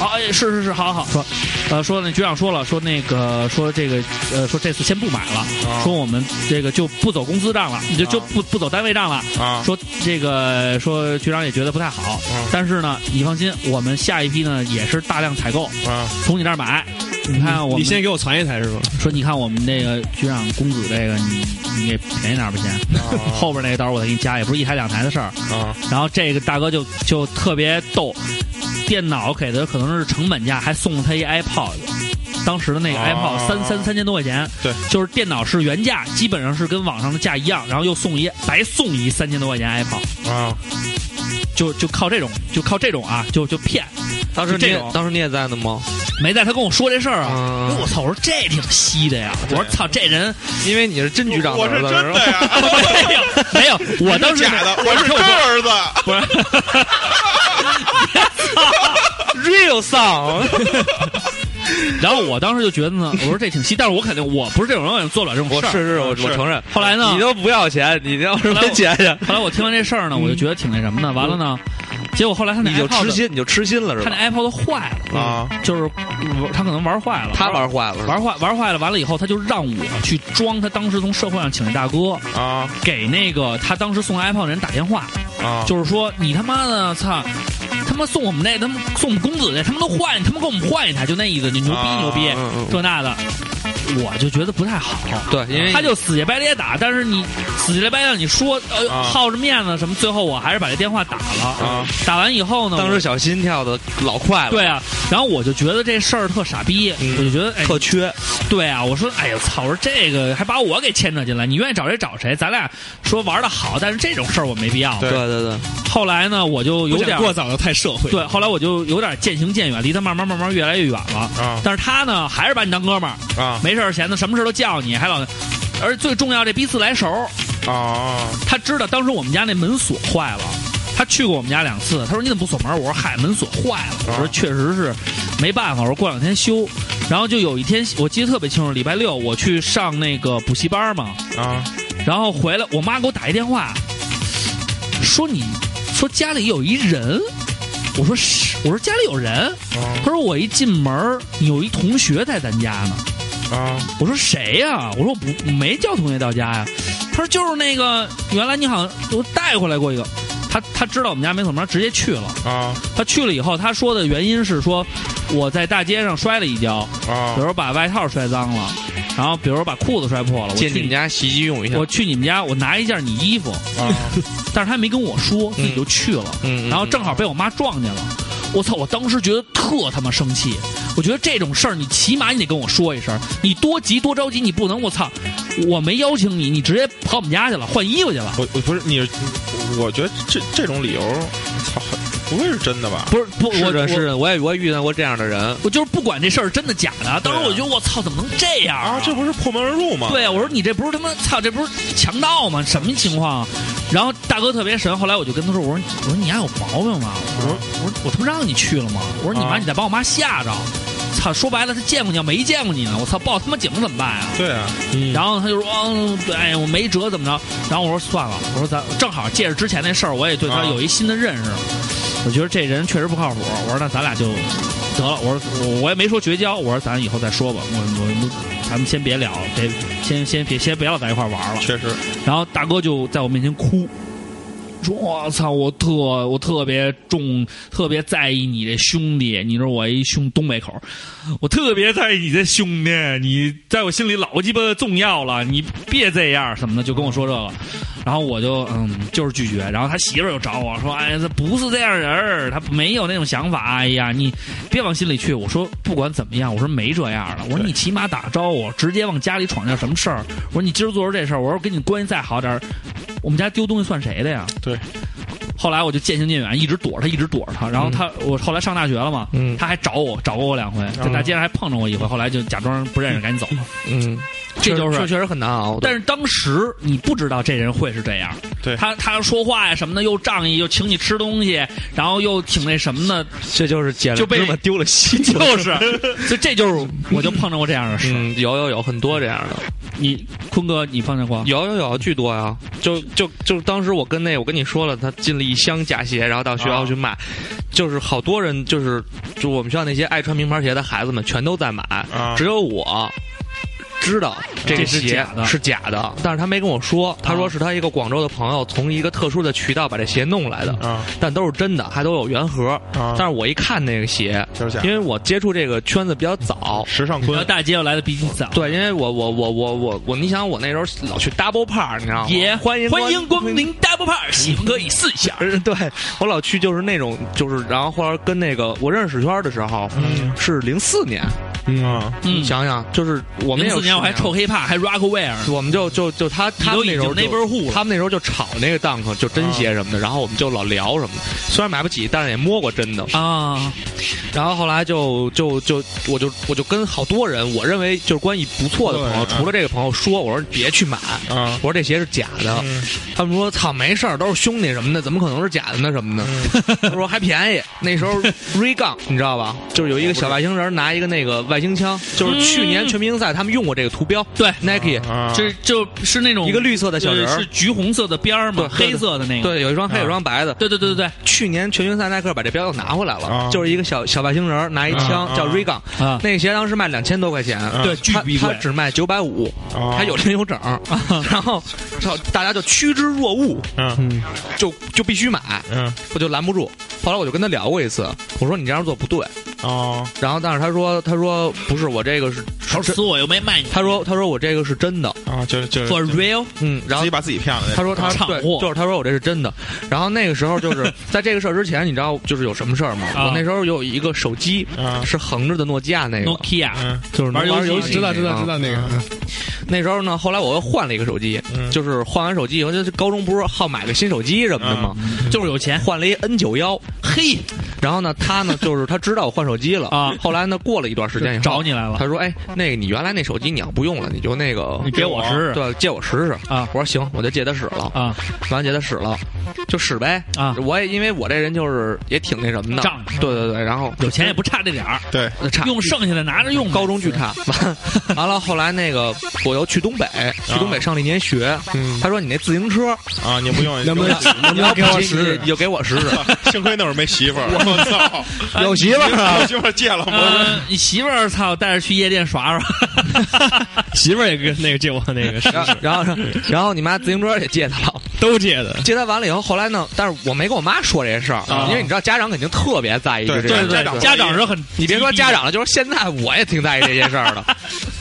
啊，哎是是是，好好说。呃，说那局长说了，说那个说这个呃，说这次先不买了，啊说我们这个就不走公司账了，啊就就不不走单位账了。啊说这个说局长也觉得不太啊好，但是呢，你放心，我们下一批呢也是大量采购，啊从你那儿买，你看我嗯你们先给我传一台是吧？说，你看我们这个局长公子这个，你你给便宜点儿吧啊先。啊后边那个到时候我再给你加，也不是一台两台的事儿。啊，然后这个大哥就就特别逗，电脑给的可能是成本价，还送了他一 iPod。当时的那个啊哦 iPod 三三三千多块钱，对，就是电脑是原价，基本上是跟网上的价一样，然后又送一白送一三千多块钱 iPod，啊，就就靠这种，就靠这种啊，就就骗，当时你这也种当时你也在呢吗？没在他跟我说这事儿啊，啊哎我操，我说这挺稀的呀，我说操这 人因为你是真局长的我儿是子，真的呀，没有没有，我当时假的，我是真儿子，不是 real song，然后我当时就觉得呢，我说这挺稀，但是我肯定我不是这种人，我也做不了这种我事是儿。是我是我承认。后来呢你，都不要钱，你要什么钱呀？后来我听完这事儿呢，我就觉得挺那什么的。完了呢，结果后来他那你就 iPod，痴心，你就痴心了是他吧？那 iPod 坏了，啊，就是他可能玩坏了，他玩坏了是吧，玩坏玩坏了，完了以后他就让我去装他当时从社会上请那大哥啊给那个他当时送 iPod 的人打电话，啊，就是说你他妈的操。他妈送我们那，他妈送我们公子那，他妈都换，你他妈给我们换一台，就那意思，你牛逼啊牛逼，嗯嗯这那的，我就觉得不太好。对，因为他就死乞白咧打，但是你死乞白咧，你说呃啊耗着面子什么，最后我还是把这电话打了。啊打完以后呢，当我时小心跳的老快了，对，啊，然后我就觉得这事儿特傻逼，嗯我就觉得哎，特缺，对啊，我说哎呀操，我说这个还把我给牵扯进来，你愿意找谁找谁，咱俩说玩的好，但是这种事儿我没必要。对对对对，后来呢，我就有不点想过早的太社会。对，后来我就有点渐行渐远，离他慢慢慢慢越来越远了。啊但是他呢，还是把你当哥们儿，啊没事儿闲的什么事儿都叫你，还老，而最重要这逼自来熟。啊他知道当时我们家那门锁坏了，他去过我们家两次。他说你怎么不锁门？我说嗨，门锁坏了。我说确实是没办法，我说过两天修。然后就有一天，我记得特别清楚，礼拜六我去上那个补习班嘛，啊然后回来，我妈给我打一电话，说你说家里有一人。我说是，我说家里有人。她说我一进门儿，有一同学在咱家呢。啊我说谁呀、我说我不我没叫同学到家呀、他说就是那个原来你好像我带回来过一个，他他知道我们家没锁门，直接去了。啊他去了以后，他说的原因是说我在大街上摔了一跤，比啊如把外套摔脏了，然后比如把裤子摔破了。我借去你们家洗衣机用一下，我去你们家，我拿一件你衣服，啊！但是他没跟我说，自己就去了。嗯，嗯然后正好被我妈撞见了。我操！我当时觉得特他妈生气，我觉得这种事儿你起码你得跟我说一声，你多急多着急，你不能我操！我没邀请你，你直接跑我们家去了，换衣服去了。我我 不是你，我觉得这这种理由，操，不会是真的吧？不是不，是我的，我是的，我也我也遇到过这样的人，我就是不管这事儿真的假的。当时对啊我觉得我操，怎么能这样啊，这不是破门而入吗？对啊，我说你这不是他妈操，这不是强盗吗？什么情况啊？然后大哥特别神，后来我就跟他说，我说你我说你丫有毛病吗？我说嗯我说我他妈让你去了吗？我说你妈啊你再把我妈吓着，操！说白了，他见过你，要没见过你呢，我操，报他妈警怎么办啊？对啊，然后他就说，嗯，对，哎呀，我没辙，怎么着？然后我说算了，我说咱正好借着之前那事儿，我也对他啊有一新的认识。我觉得这人确实不靠谱，我说那咱俩就得了，我说我我也没说绝交，我说咱以后再说吧，我我咱们先别聊，别先先别先不要在一块儿玩了。确实然后大哥就在我面前哭，说：“我操，我特我特别重，特别在意你这兄弟，你说我一兄东北口，我特别在意你这兄弟，你在我心里老鸡巴重要了，你别这样什么的，就跟我说这个。”然后我就嗯，就是拒绝。然后他媳妇儿又找我说：“哎，他不是这样人儿，他没有那种想法。哎呀，你别往心里去。”我说：“不管怎么样，我说没这样了。我说你起码打招呼，直接往家里闯叫什么事儿？我说你今儿做出这事儿，我说跟你关系再好点儿，我们家丢东西算谁的呀？”对。后来我就渐行渐远，一直躲着他，一直躲着他。然后他，我后来上大学了嘛，嗯他还找我，找过我两回，在大街上还碰着我一回。后来就假装不认识，赶紧走了。嗯，这就是确实很难熬的，但是当时你不知道这人会是这样，对他他说话呀什么的又仗义，又请你吃东西，然后又挺那什么的，这就是捡了就被芝麻丢了心，就 就是，所以这就是我就碰着过这样的事。嗯，有有有很多这样的，你坤哥，你碰见过？有有有巨多呀！就就就当时我跟那我跟你说了，他进了一箱假鞋，然后到学啊校去卖，就是好多人就是就我们学校那些爱穿名牌鞋的孩子们全都在买，啊只有我知道这个这是鞋假的是假的，但是他没跟我说，他说是他一个广州的朋友从一个特殊的渠道把这鞋弄来的，啊但都是真的，还都有原盒。啊但是我一看那个鞋，就是假因为我接触这个圈子比较早，时尚然后坤大街又来的比你早，对，因为我我我我我我，你想我那时候老去 double par，你知道吗？也欢迎欢迎光。临 Double Park，喜欢可以试一下。呃对我老去就是那种就是，然后后来跟那个我认识史圈的时候，嗯是零四年，嗯，你想想，就是我们零也有四年我还10了臭黑怕，还 Rockware，我们就就就他他都们已那时候经就 neighborhood 了他们那时候就炒那个 Dunk 就真鞋啊什么的，然后我们就老聊什么的，虽然买不起，但是也摸过真的。啊，然后后来就就就我就我就跟好多人，我认为就是关系不错的朋友，对除了这个朋友说，我说你别去买，啊嗯我说这鞋是假的，嗯他们说操没事儿，都是兄弟什么的，怎么可能是假的呢什么嗯 的？他说还便宜，那时候 Ray g u n 你知道吧？就是有一个小外星人拿一个那个外星枪，就是去年全明星赛他们用过这个图标，嗯对 Nike。啊，这就是那种一个绿色的小人呃儿是啊橘红色的边儿嘛对，对黑色的那个，对，有一双黑，有一双白的。对对对对去年全明星赛耐克把这标又拿回来了啊，就是一个小小外星人儿拿一枪啊叫啊 Regan，对啊，那个鞋当时卖两千多块钱，啊对巨他逼他贵只卖九百五，啊还有零有整儿，然后操大家就趋之若鹜，嗯就就必须买，嗯我就拦不住。后来我就跟他聊过一次，我说你这样做不对，哦然后但是他说他说不是我这个是愁死我又没卖你，他说他说我这个是真的，啊，就就 for 自 real，嗯，然后己把自己骗了那他种。说他厂对，货就是他说我这是真的。然后那个时候就是在这个事儿之前，你知道就是有什么事儿吗？啊我那时候有一个手机啊是横着的诺基亚那个， Nokia 嗯就是能玩游戏，知道知啊道知道。道那个，嗯那时候呢，后来我又换了一个手机，嗯就是换完手机以后，就是高中不是好买个新手机什么的吗？就是有钱，换了一 N 九幺，嘿。然后呢，他呢就是他知道我换手机了啊后来呢，过了一段时间以后，找你来了他说：“哎，那个你原来那手机你要不用了，你就那个你给我试试啊对，借我试试。”啊我说：“行，我就借他使了。”啊，完姐他使了，就使呗啊我也因为我这人就是也挺那什么的，仗着对对对，然后有钱也不差这点儿，对，那差用剩下的拿着用呗，高中巨差，嗯 完完了后来那个我又去东北，去东北上了一年学，嗯他说你那自行车，啊，你不用，能不能能不能给我使你？就给我使使，幸亏那会儿没媳妇儿，我操，有媳妇儿啊有，媳妇儿戒了吗？呃，你媳妇儿操，带着去夜店耍 耍，媳妇儿也跟那个借我那 个是然后然后然后你妈自行车也借他了，都借的，借他完了以后，后来呢，但是我没跟我妈说这件事儿，因为你知道家长肯定特别在意这对个事对儿。家长家长是很，你别说家，长了，就是现在我也挺在意这件事儿的。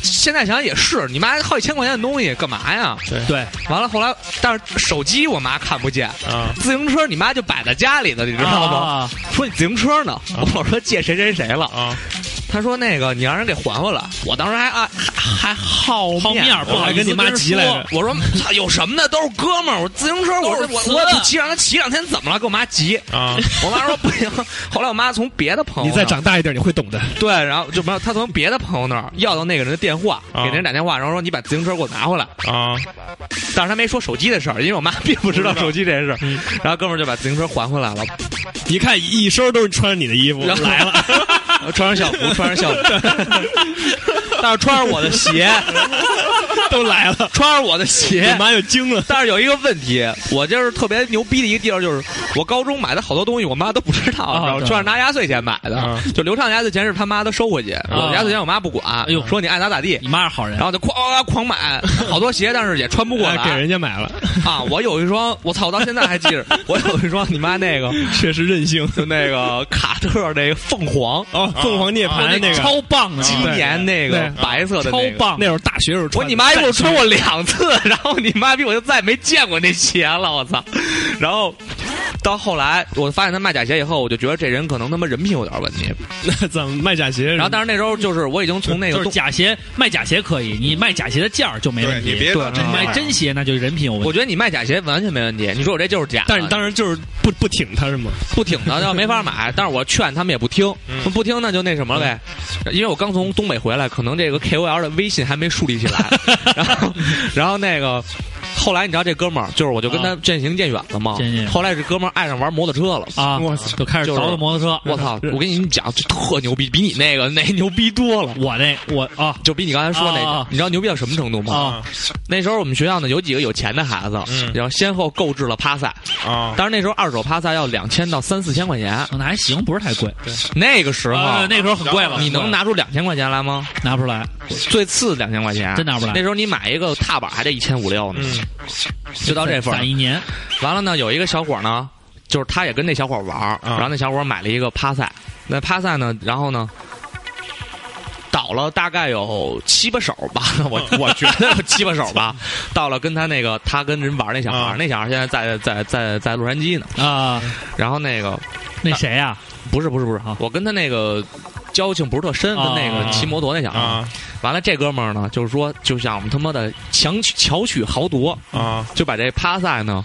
现在想想也是，你妈好几千块钱的东西干嘛呀？对，完了，后来但是手机我妈看不见，啊自行车你妈就摆在家里的，你知道吗？啊说你自行车呢？我说借谁谁谁了。啊，她说那个你让人给还回来。我当时还啊还还好好面儿不好我意思还跟你妈跟人急来着。说我说操有什么的都是哥们儿，我自行车我都是我瓷我的不骑让他骑两天怎么了？跟我妈急。啊，我妈说不行。后来我妈从别的啊朋友你再那儿长大一点，你会懂的。对，然后就没有她从别的朋友那儿要到那个人的电话，啊给人打电话，然后说你把自行车给我拿回来。啊，但是他没说手机的事儿，因为我妈并不知道手机这件事儿。嗯然后哥们儿就把自行车还回来了，一看一身都是穿着你的衣服然后来了，了，穿上校服，穿上校 服，但是穿上我的鞋， 都来 了，穿上我的鞋你。妈就惊了。但是有一个问题，我就是特别牛逼的一个地儿，就是我高中买的好多东西，我妈都不知道，你啊知道吗对全是拿压岁钱买的啊。就刘畅压岁钱是他妈都收回去，我啊的压岁钱我妈不管，哎呦说你爱咋咋地你。妈是好人然，后就哐哐哐买好多鞋，但是也穿不过 哎给来人家买了，啊！我有一双，我操，我到现在还记 着，我有一双你妈那个，确实任性。就那个卡特那个凤凰，哦，凤凰涅我槃那个，啊超棒的，今年那个对白色的超啊那个，棒，那会儿大学时候我穿的，你妈一共穿过两次，然后你妈逼我就再也没见过那鞋了，我 操！然后到后来，我发现他卖假鞋以后，我就觉得这人可能他妈人品有点问题。那 怎么卖假鞋？然后，但是那时候嗯就是我已经从那就个是东，假鞋卖假鞋可以，你卖假鞋的价儿就没对问你题，别对真卖真鞋那就人品有问我题。觉得你卖假鞋完全没问题。你说我这就是假的，但是你当时就是不不挺他是吗？不挺的，要没法买。但是我劝他们也不听，不听那就那什么了呗。因为我刚从东 北回来，可能这个 KOL 的微信还没树立起来。然后，然后那个后来你知道这哥们儿，就是我就跟他啊渐行渐远了嘛渐行渐。远后来这哥们儿爱上玩摩托车了。啊，我操就开始就倒是腾摩托车。嗯 我操！我跟你讲，这特牛逼，比你那个那牛逼多了。我那我啊就比你刚才说那啊个，你知道牛逼到什么程度吗？啊那时候我们学校呢有几个有钱的孩子嗯，然后先后购置了帕萨，啊，当然那时候二手帕萨要两千到三四千块钱，那还行，不是太贵。那个时候啊，那时候很贵了，你能拿出两千块钱来吗？拿不出来？最次两千块钱，真拿不来那时候你买一个踏板还得一千五六呢，就到这份攒儿。一年完了呢，有一个小伙儿呢，就是他也跟那小伙儿玩儿，啊然后那小伙儿买了一个趴赛，那趴赛呢，然后呢。倒了大概有七八手吧， 我我觉得有七八手 吧。到了跟他那个，他跟人玩儿那小孩儿，啊那小孩儿现在在在在在洛杉矶呢。啊，然后那个那谁呀？不是不是不是啊，我跟他那个交情不是特深，跟那啊个骑摩托那小孩儿。啊完了，这哥们儿呢，就是说，就想我们他妈的强取巧取豪夺，啊就把这趴赛呢，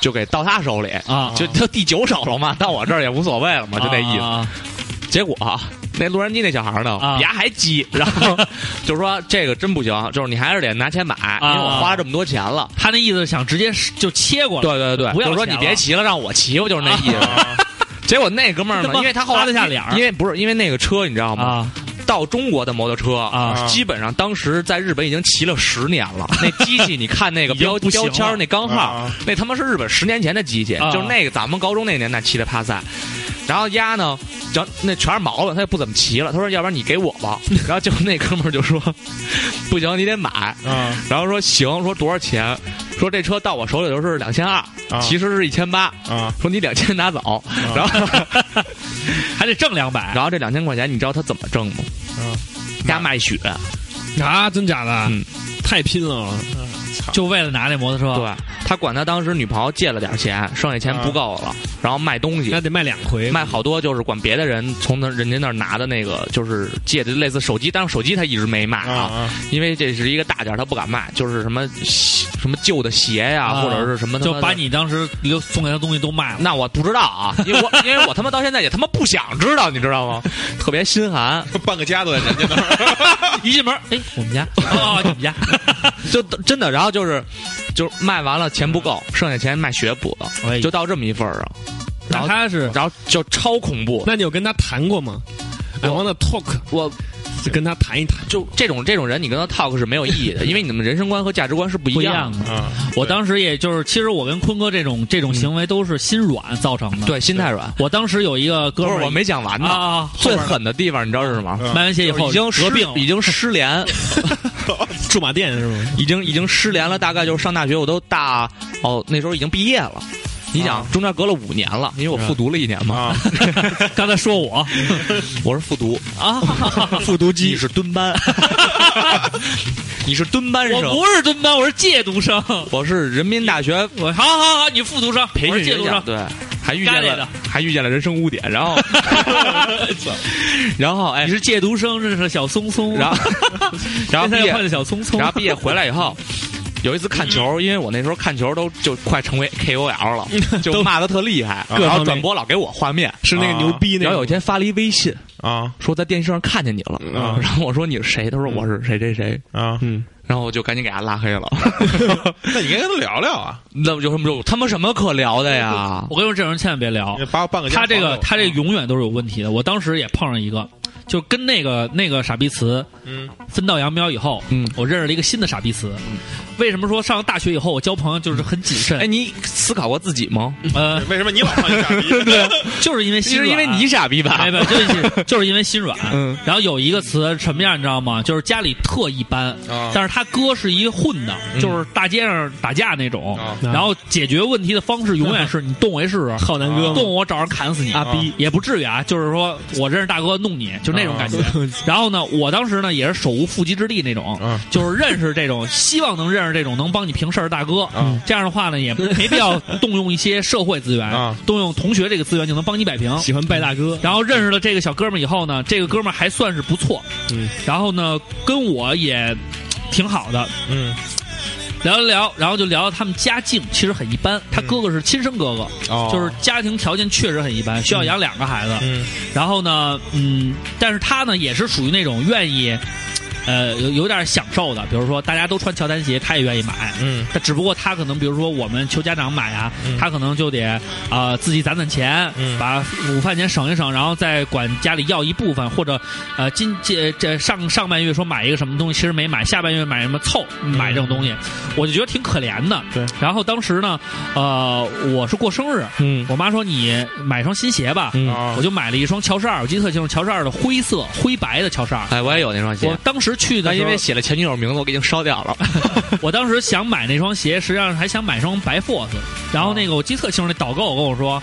就给到他手里，啊，就就第九手了嘛，到我这儿也无所谓了嘛，就那意思。思。结果啊那洛杉矶那小孩儿呢，啊别还急，然 后就说这个真不行，就是你还是得拿钱买，因为我花这么多钱了。他那意思想直接就切过来，对对对，啊不要就是说钱你了别骑了，让我骑吧，就是那意思。 结果那哥们儿这呢他，妈因为他后来拉得下脸儿因为不是因为那个车，你知道吗？啊到中国的摩托车啊基本上当时在日本已经骑了十年 了。那机器，你看那个标已经不行标了签儿那钢号，啊那他妈是日本十年前的机器，啊就是那个咱们高中那年代骑的帕萨。然后丫呢，然后那全是毛病，他也不怎么骑了。他说：“要不然你给我吧。” 然后就那哥们儿就说：“ 不行，你得买。啊”然后说：“行，说多少钱？说这车到我手里头是两千二，其实是一千八。啊说你两千拿走，然后还得挣两百然后这两千块钱你知道他怎么挣吗？嗯，家卖血。”啊，真假的？嗯太拼了！就为了拿那摩托车。对他管他当时女朋友借了点钱，剩下钱不够了，然后卖东西那，得卖两回，卖好多就是管别的人从他人家那儿拿的那个，就是借的类似手机，但是手机他一直没卖啊啊，啊因为这是一个大件儿，他不敢卖，就是什么鞋什么旧的鞋呀、啊或者是什么他妈就的把。你当时留送给他的东西都 卖了，那我不知道啊，因为我因为我他妈到现在也他妈不想知道，你知道吗？特别心寒，半个家都在人家那儿一进门，哎，我们家，哦，你们 家，就真的，然后就是就是卖完了钱不够，剩下钱卖血补了，哎就到这么一份儿上，然那后他是。然后就超恐怖，那你有跟他谈过吗？I wanna talk，我就跟他谈一谈。就这种这种人，你跟他 talk 是没有意义的，因为你们人生观和价值观是不一不一样样的。的。啊，我当时也就是，其实我跟坤哥这种这种行为都是心软造成的。，对，心太软。我当时有一个哥嗯不们是，儿我没讲完呢。啊，最狠的地方你知道是什么？嗯卖完血以就是后已经得失病了，已经失联，驻马店是吗？已经已经失联了。大概就是上大学，我都大哦，那时候已经毕业了。你啊想，中间隔了五年了，因为我复读了一年嘛。啊 刚才说我我是复读，啊，复读机，你是蹲 班，你是蹲班我生，不是蹲班，我是借读生。我是人民大学我好好好，你复读生，培我是训借学读校，生。对，还遇见该了的，还遇见了人生污点，然 后，然后哎你，是借读生，这是小松松， 然后然后现毕在又业换，了小松松， 然后毕业回来以后。有一次看球，因为我那时候看球都就快成为 KOL 了，就骂的特厉害，各然方后面转播老给我画面，是那个啊牛逼那然后有个一天发了一微信啊说在电视上看见你了，啊然后我说你是谁？他说我是谁谁谁，啊！然后我就赶紧给他拉黑了。那你跟他都聊聊啊，那有什么有他妈什么可聊的呀？我跟你说，这种人千万别聊，把我半个家他这划个走他这嗯个永远都是有问题的。我当时也碰上一个，就跟那个那个傻逼词嗯分道扬镳以后，嗯我认识了一个新的傻逼词。为什么说上大学以后我交朋友就是很谨慎？哎，你思考过自己吗？呃，为什么你老碰见傻逼？就是因为心嗯是软，啊因为你傻逼吧没？没，就是就是因为心软。嗯，然后有一个词什么样，你知道吗？就是家里特一般，啊但是他哥是一混的，嗯就是大街上打架那种。啊然后解决问题的方式永远是你动我一试试，浩南哥吗啊动我找人砍死你啊逼，也不至于啊，就是说我认识大哥弄你，就那啊种感觉。然后呢，我当时呢也是手无缚鸡之力那种，啊就是认识这 种，希望能认识这种能帮你平事儿的大哥。嗯这样的话呢， 也没必要动用一些社会资源，啊动用同学这个资源就能帮你摆平。 喜欢拜大哥，然后认识了这个小哥们儿以后呢，这个哥们儿还算是不错，嗯，然后呢跟我也挺好的，嗯聊了聊，然后就聊到他们家境其实很一般，他嗯哥哥是亲生哥哥，哦就是家庭条件确实很一般，需要养两个孩子。嗯然后呢，嗯，但是他呢也是属于那种愿意。呃有有点享受的，比如说大家都穿乔丹鞋，他也愿意买，嗯，但只不过他可能比如说我们求家长买啊，他可能就得啊、呃自己攒攒钱，嗯把午饭钱省一省，然后再管家里要一部分，或者呃今这这上上半月说买一个什么东西，其实没买，下半月买什么凑买这种东西，我就觉得挺可怜的。嗯对，然后当时呢，呃，我是过生日，嗯我妈说你买双新鞋吧，嗯啊我就买了一双乔十二，我记得特清楚，乔十二的灰色灰白的乔十二。哎，我也有那双我鞋，当时去的但时啊因候为，写了前女友名字，我给已经烧掉了。我当时想买那双鞋，实际上还想买双白 force。然后那个我记得特清楚，那导购跟我说。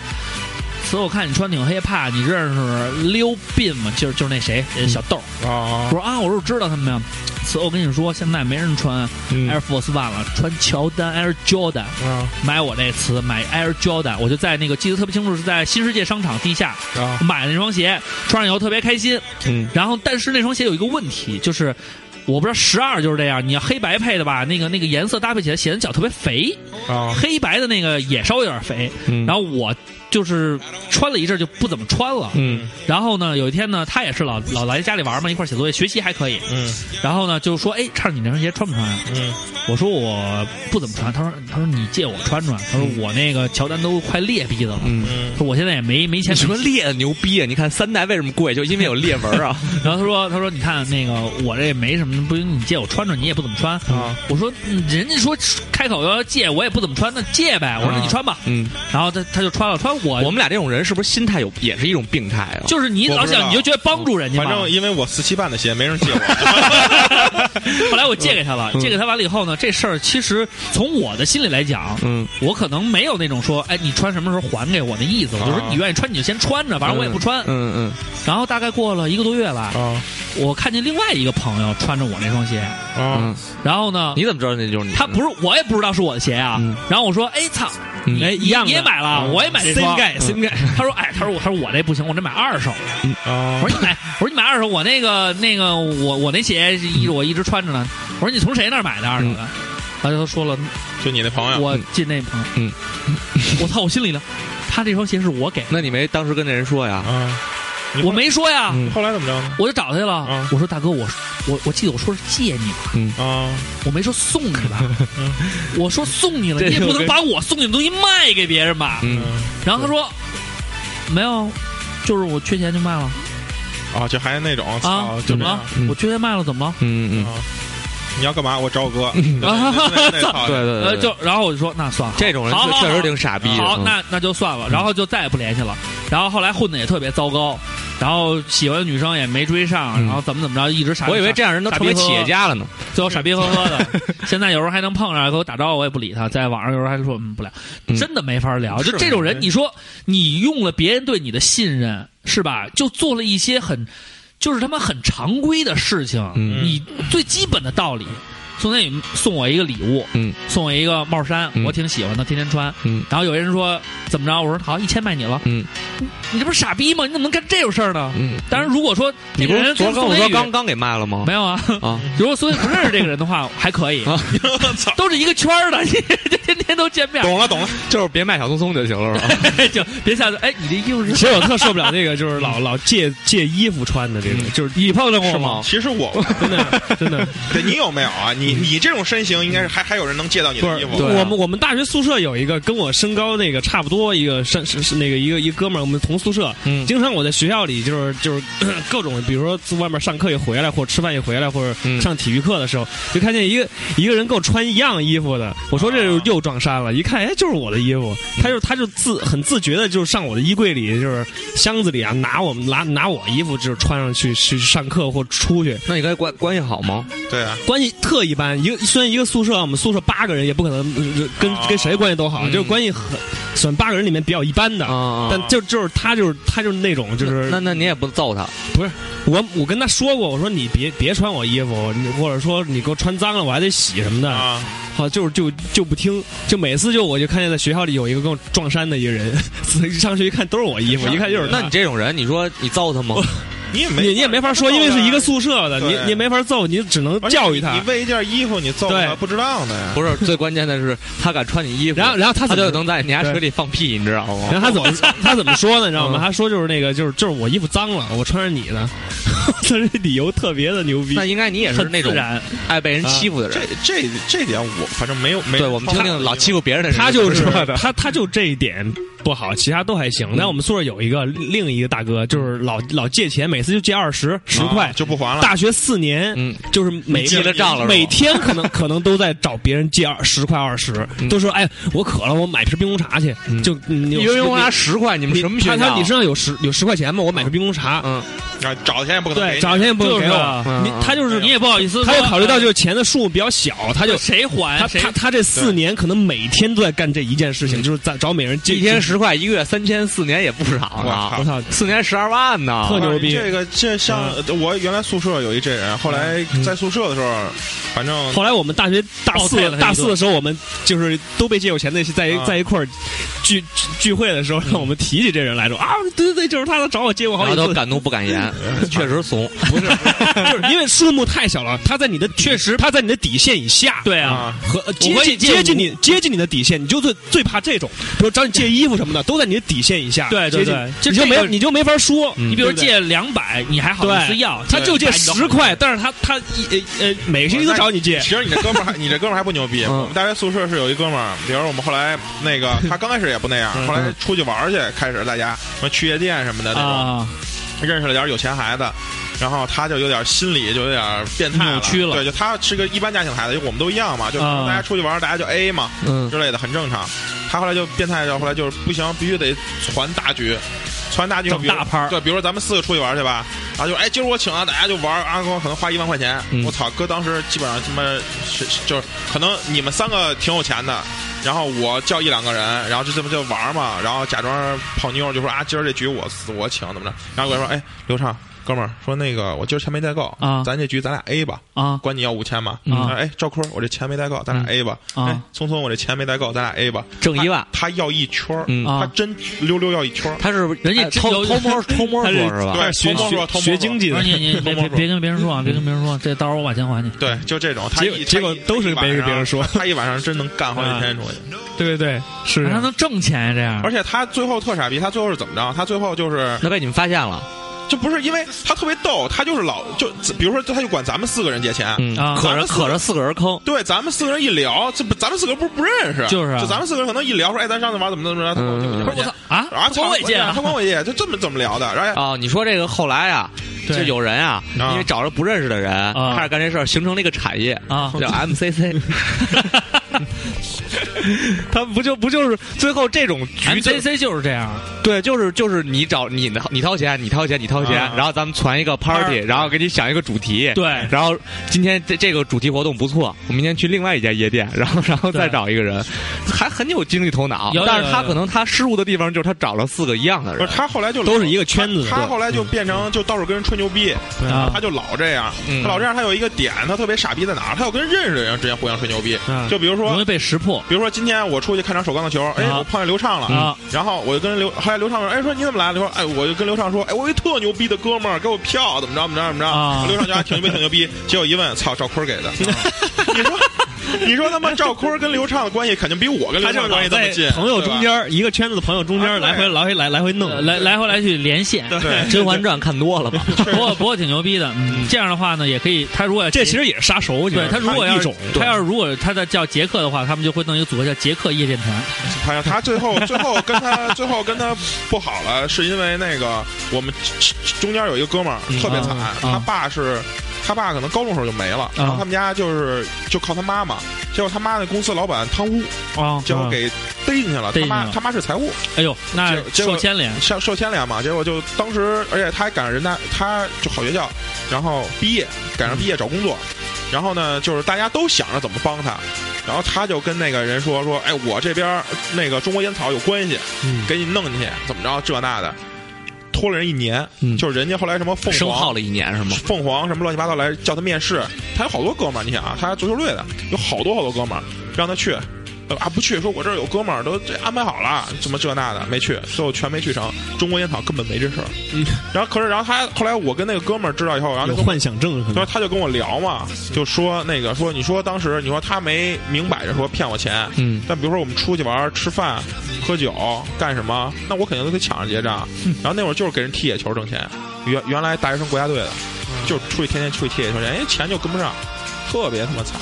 所以我看你穿挺黑怕，你认识溜bin 吗？就是就是那谁，呃小豆。我啊，说啊，我说知道他们呀。所以我跟你说，现在没人穿嗯 Air Force One 了，穿乔丹 Air Jordan。嗯买我那次买 Air Jordan，我就在那个记得特别清楚，是在新世界商场地下、啊买了那双鞋，穿上以后特别开心。嗯，然后但是那双鞋有一个问题，就是我不知道十二就是这样，你要黑白配的吧，那个那个颜色搭配起来显得脚特别肥，啊黑白的那个也稍微有点肥。嗯然后我就是穿了一阵儿就不怎么穿了。嗯然后呢，有一天呢，他也是老老来家里玩嘛，一块儿写作业，学习还可以。嗯然后呢，就说：“哎，畅，你那双鞋穿不穿啊？”嗯，我说我不怎么穿。他说：“他说你借我穿穿。”他说：“我那个乔丹都快裂逼的了。”嗯。嗯说我现在也没没钱 你买什么裂的牛逼啊！你看三代为什么贵，就因为有裂纹啊。然后他说：“他说你看那个我这也没什么，不行你借我穿穿，你也不怎么穿。啊我说：“嗯人家说开口要借，我也不怎么穿，那借呗。”我说：“啊那你穿吧。嗯，”然后他他就穿了，穿我我们俩这种人是不是心态有也是一种病态啊？啊就是你我老不知道想你就觉得帮助人家嘛，反正因为我四七半的鞋没人借我， 后来我借给他了，嗯借给他完了以后呢，这事儿其实从我的心里来讲，嗯，我可能没有那种说，哎，你穿什么时候还给我的意思，我就啊说你愿意穿你就先穿着，反正我也不穿。嗯嗯然后大概过了一个多月吧，啊我看见另外一个朋友穿着我那双鞋，啊嗯，然后呢，你怎么知道那就是你？他不是我也不知道是我的鞋啊，嗯然后我说，哎操，嗯你哎一样的你也买了，我也买这双。 same guy，他说：“哎，他说我，他说我这不行，我这买二手。啊我说你买，我说你买二手，我那个那个我我那鞋是一直我一直穿着呢。我说你从谁那儿买的二手的？然后他说了，就你那朋友，我进那朋友，嗯嗯，我操，我心里了，他这双鞋是我给的，那你没当时跟那人说呀？啊，你我没说呀，嗯后来怎么着呢？我就找他去了，嗯我说大哥，我我我记得我说是借你吧，啊，我没说送你 吧，我说送你了，嗯这你也不就能跟把我送你的东西卖给别人吧？嗯然后他说没有，就是我缺钱就卖了啊，就还是那种啊操，，就怎这么样了？嗯我缺钱卖了，怎么了？嗯嗯，啊，你要干嘛？我找我哥，对那那操对对呃，对，就然后我就说那算了，这种人好好好确实挺傻逼的。好，嗯那那就算了，然后就再也不联系了。然后后来混的也特别糟糕，然后喜欢的女生也没追上，嗯然后怎么怎么着，一直傻。我以为这样人都成为企业家了呢。 最后傻逼呵呵 的。现在有时候还能碰上，给我打招呼，我也不理他。在网上有时候还说嗯不聊，嗯真的没法聊。是就这种人，你说你用了别人对你的信任，是吧？就做了一些很，就是他妈很常规的事情，嗯你最基本的道理。宋丹宇送我一个礼物，嗯，送我一个帽衫，嗯我挺喜欢的，天天穿。嗯，然后有人说怎么着，我说好，一千卖你了。嗯你，你这不是傻逼吗？你怎么能干这种事儿呢？嗯，当然，如果说你不这个是人昨跟儿跟我宋说丹宇刚刚给卖了吗？ 没有啊？啊，如果孙伟不认识这个人的话， 还可以啊，都是一个圈儿的，你 这天天都见面， 懂了懂了，就是别卖小松松就行了，是 吧？ 就别下次哎，你这衣 服其是实我特受不了这个，就是老老借借衣服穿的这嗯种，就是你碰到是？吗？ 其实我真的真 的，对你有没有啊？你你这种身形，应该是还还有人能借到你嗯不的是衣服？对啊我们我们大学宿舍有一个跟我身高那个差不多一个是是是那个一个一哥们儿，我们同宿舍，嗯经常我在学校里就是就是 咳各种，比如说从外面上课一回来，或者吃饭一回来，或嗯者上体育课的时候，就看见一个一个人跟我穿一样衣服的，我说这啊就又撞衫了，一看哎就是我的衣服，他就他就自很自觉的就是上我的衣柜里就是箱子里啊拿我们拿拿我衣服就是穿上去去上课或出去，那你跟他关关系好吗？对啊，关系特一般，一个虽然一个宿舍，我们宿舍八个人也不可能呃跟啊跟谁关系都好，嗯就是关系很，算八个人里面比较一般的。啊，但就就是他就是他就是那种就是那那你也不揍他，我我跟他说过，我说你别别穿我衣服，你或者说你给我穿脏了，我还得洗什么的。啊，好，就是就就不听，就每次就我就看见在学校里有一个跟我 撞衫的一个人，上去一看都是我衣服，一看就是他 那你这种人，你说你揍他吗？你也没你你也没法说，因为是一个宿舍的，对你你也没法揍，你只能啊而且教育你他你。为一件衣服你揍对他不值当的呀。不是最关键的是他敢穿你衣服，然后然后他他怎就么能在你家对水里放屁，你知道吗？然后他怎么他怎么说呢？你知道吗？哦嗯他说就是那个就是就是我衣服脏了，我穿着你的， 他这理由特别的牛逼 那。应该你也是那种很自然爱被人欺负的这人。这这点我反正没有 没。对，我们听听老欺负别人的人，他就是说的。他，他就这一点不好，其他都还行。但我们宿舍有一个另一个大哥，就是老老借钱，每次就借二十十啊块，就不还了。大学四年，嗯，就是每你记了账了是吧每天可能可能都在找别人借二十块二十，都说哎，我渴了，我买瓶冰红茶去。就嗯你一有个月光你拿十嗯块，你们你什么学他他校啊你？身上有十有十块钱吗？我买瓶冰红茶。嗯，啊，找钱也不可能给对，你。找钱也不能就给是啊我，你嗯嗯他就是你也不好意思说，他又考虑到就是钱的数目比较小，呃他就呃谁还他谁他他这四年可能每天都在干这一件事情，就是在找每人借一天。十块，一个月三千，四年也不少我啊靠！我操，四年十二万呢，特牛逼啊这个这像嗯我原来宿舍有一这人，后来在宿舍的时候，反正后来我们大学大暴四退了他一顿大四的时候，我们就是都被借有钱的在一啊在一块儿聚聚聚会的时候，让我们提起这人来说啊，对对对，就是他，他找我借过好然几后次都，敢怒不敢言，确实怂。不是， 就是因为数目太小了，他在你的确实他在你的底线以下，对啊，啊，和接我会近借接近你接近你的底线，你就最最怕这种，比如找你借衣服什么的，都在你的底线以下，对对对就接近你这就个没你就没法说，嗯你比如对不对借两百，你还好意思对要，他就借100你都好十块，但是他他一呃呃每个星期都找你借 其，实你这哥们儿还，你这哥们儿还不牛逼。嗯我们大学宿舍是有一哥们儿，比如我们后来 那个，他刚开始也不那样，嗯后来出去玩儿去，开始大家什么去夜店什么的那种，啊，认识了点儿有钱孩子，然后他就有点儿心理就有点儿变态扭曲了对，就他是个一般家庭孩子，就我们都一样嘛，就啊大家出去玩儿，大家就 A 嘛嗯之类的，很正常。他后来就变态，就后来就是不行，必须得攒大局。攒大局，整比如大拍儿对，比如说咱们四个出去玩儿去吧，然后就哎，今儿我请啊，大家就玩儿，啊，我可能花一万块钱，嗯我操，哥当时基本上他妈是是就是可能你们三个挺有钱的，然后我叫一两个人，然后就这么就玩儿嘛，然后假装泡妞就说啊，今儿这局我我请怎么着，然后我说哎，刘畅。哥们儿说那个我今儿钱没带够啊咱这局咱俩 A 吧啊管你要五千吧嗯他说哎赵坤我这钱没带够，咱俩 A 吧啊哎聪聪我这钱没带够，咱俩 A 吧 挣一万他，他要一圈儿嗯他啊真溜溜要一圈儿他是人家哎真偷有偷摸偷摸他说是是吧？对哎学偷摸说偷学摸说学经济不的是。你你别别别跟别人说啊，别跟别人说，这到时候我把钱还你。对，就这种，他结果一结果他一都是他一被晚上别人说嗯他他一晚上真能干好几天出去，对对对，是啊还能挣钱呀？这样，而且他最后特傻逼，他最后是怎么着？他最后就是那被你们发现了，就不是因为他特别逗，他就是老就比如说他就管咱们四个人借钱，嗯啊可咱着们四个可着四个人坑，对，咱们四个人一聊，这不咱们四个不不认识，就是啊就咱们四个人可能一聊说，哎，咱上次玩怎么怎么着，他管我借嗯嗯嗯我五千块钱操啊，啊，管我也借借，啊他管我借，就这么怎么聊的，然后啊、你说这个后来啊，对就有人啊，啊因为找着不认识的人、啊开始干这事儿，形成了一个产业 啊叫 MCC。他不就不就是最后这种局就 MCC 就是这样，对，就是就是你找你的你掏钱，你掏钱，你掏钱，啊然后咱们攒一个 party，然后给你想一个主题，对啊然后今天这这个主题活动不错，我明天去另外一家夜店，然后然后再对找一个人，还很有经济头脑有，但是有他有可能他失误的地方就是他找了四个一样的不人是，他后来就都是一个圈子嗯他他对后来就变成就到处跟人吹牛逼，啊他就老这样，嗯他老这样，他有一个点，他特别傻逼在哪儿？他要跟认识的人之间互相吹牛逼，嗯就比如说容易被识破。比如说今天我出去看场首钢的球，哎，啊我碰见刘畅了，啊然后我就跟刘，后来刘畅说，哎，说你怎么来了？刘说，哎，我就跟刘畅说，哎，我有一特牛逼的哥们儿给我票，怎么着怎么着怎么着，啊刘畅就还挺牛逼挺牛逼，结果一问，操，赵坤儿给 的，你说。你说他妈赵坤儿跟刘畅的关系肯定比我跟刘他就畅是关系老这么在近，朋友对吧中间儿一个圈子的朋友中间儿啊对来回来回来来回弄，呃来来回来去连线，对《甄嬛传》看多了吧？ 不过不过挺牛逼的。嗯，这样的话呢，也可以。他如果这其实也是杀熟，我觉对得他如果要一是种，他要是是如果他在叫杰克的话，他们就会弄一个组合叫杰克夜店团。好像他 最后最后跟他最后跟他不好了，是因为那个我们中间有一个哥们儿特别惨啊，他啊爸是。他爸可能高中时候就没了，嗯然后他们家就是就靠他妈妈，结果他妈那公司老板贪污，哦，结果给逮进去了。逮进他去了妈他妈是财务，哎呦，那结结果受牵连受受牵连嘛，结果就当时，而且他还赶上人大，他就好学校，然后毕业，赶上毕业找工作，然后呢，就是大家都想着怎么帮他，然后他就跟那个人说说，哎，我这边儿那个中国烟草有关系，嗯给你弄进去，怎么着这那的，拖了人一年，嗯就是人家后来什么凤生耗凰。了一年是吗？凤凰什么乱七八糟来叫他面试，他有好多哥们儿，你想啊，他足球队的有好多好多哥们儿让他去，呃啊不去，说我这儿有哥们儿都这安排好了，什么这那的没去，最后全没去成。中国烟草根本没这事儿。然后可是然后他后来我跟那个哥们儿知道以后，然后那有哥们儿幻想症可然能后。他就跟我聊嘛，就说那个说你说当时你说他没明摆着说骗我钱，嗯，但比如说我们出去玩儿、吃饭、喝酒、干什么，那我肯定都得抢着结账。然后那会儿就是给人踢野球挣钱，原原来大学生国家队的，就出去天天出去踢野球，人家钱就跟不上，特别他妈惨，